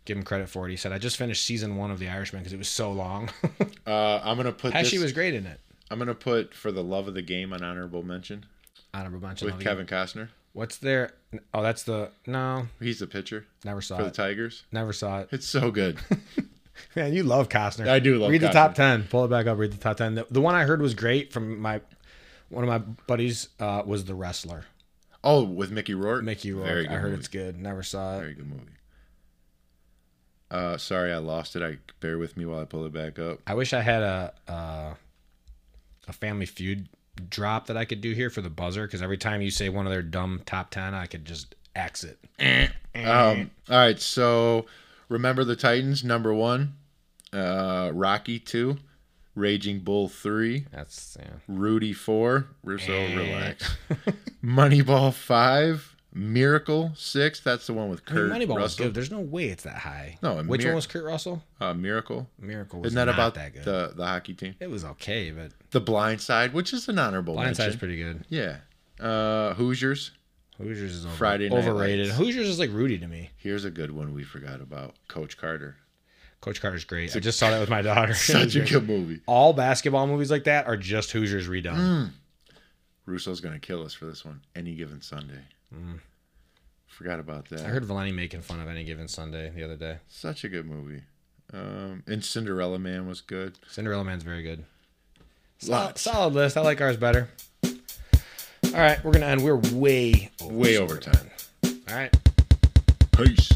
S5: give him credit for it. He said I just finished season one of The Irishman because it was so long. [LAUGHS]
S4: Uh, I'm gonna put.
S5: Pesci
S4: this,
S5: was great in it.
S4: I'm gonna put for the love of the game an honorable mention
S5: Honorable mention.
S4: with
S5: I'll give-
S4: Kevin Costner.
S5: What's there? Oh, that's the no.
S4: He's the pitcher
S5: Never saw
S4: for the
S5: it.
S4: Tigers.
S5: Never saw it.
S4: It's so good.
S5: [LAUGHS]
S4: [LAUGHS]
S5: Man, you love Costner.
S4: I do love
S5: Read
S4: Costner.
S5: the top ten. Pull it back up. Read the top ten. The, the one I heard was great from my one of my buddies uh, was the wrestler
S4: oh, with Mickey Rourke.
S5: Mickey Rourke.
S4: Very good
S5: I heard
S4: movie.
S5: it's good. Never saw it.
S4: Very good movie. Uh, sorry, I lost it. I bear with me while I pull it back up.
S5: I wish I had a uh, a Family Feud drop that I could do here for the buzzer because every time you say one of their dumb top ten, I could just X it. Eh.
S4: Um, all right, so remember the Titans number one, uh, Rocky two, Raging Bull three,
S5: That's yeah.
S4: Rudy four, Russo
S5: Eh. [LAUGHS]
S4: relax, Moneyball five, Miracle six. That's the one with
S5: I mean,
S4: Kurt
S5: Moneyball was
S4: Russell.
S5: good. There's no way it's that high.
S4: No, and
S5: which
S4: Mir-
S5: one was Kurt Russell?
S4: Uh, Miracle.
S5: Miracle was
S4: Isn't that
S5: not
S4: about
S5: that good.
S4: the the hockey team?
S5: it was okay, but
S4: The Blind Side, which is an honorable
S5: Blindside's
S4: mention.
S5: pretty good.
S4: Yeah. Uh, Hoosiers.
S5: Hoosiers is over-
S4: Friday Night
S5: overrated.
S4: Lights.
S5: Hoosiers is like Rudy to me.
S4: Here's a good one we forgot about Coach
S5: [LAUGHS]
S4: Carter.
S5: Coach Carter's great. I just saw that with my
S4: [LAUGHS]
S5: daughter.
S4: Such a good movie.
S5: All basketball movies like that are just Hoosiers redone.
S4: Mm. Russo's gonna kill us for this one. Any given Sunday. Forgot about that.
S5: Mm. I heard Valenti making fun of any given Sunday the other day.
S4: Such a good movie. Um, and Cinderella Man was good.
S5: Cinderella Man's very good. Solid,
S4: Lots.
S5: solid list. I like ours better. All right, we're gonna end. We're way over
S4: Way over time.
S5: All right.
S4: Peace.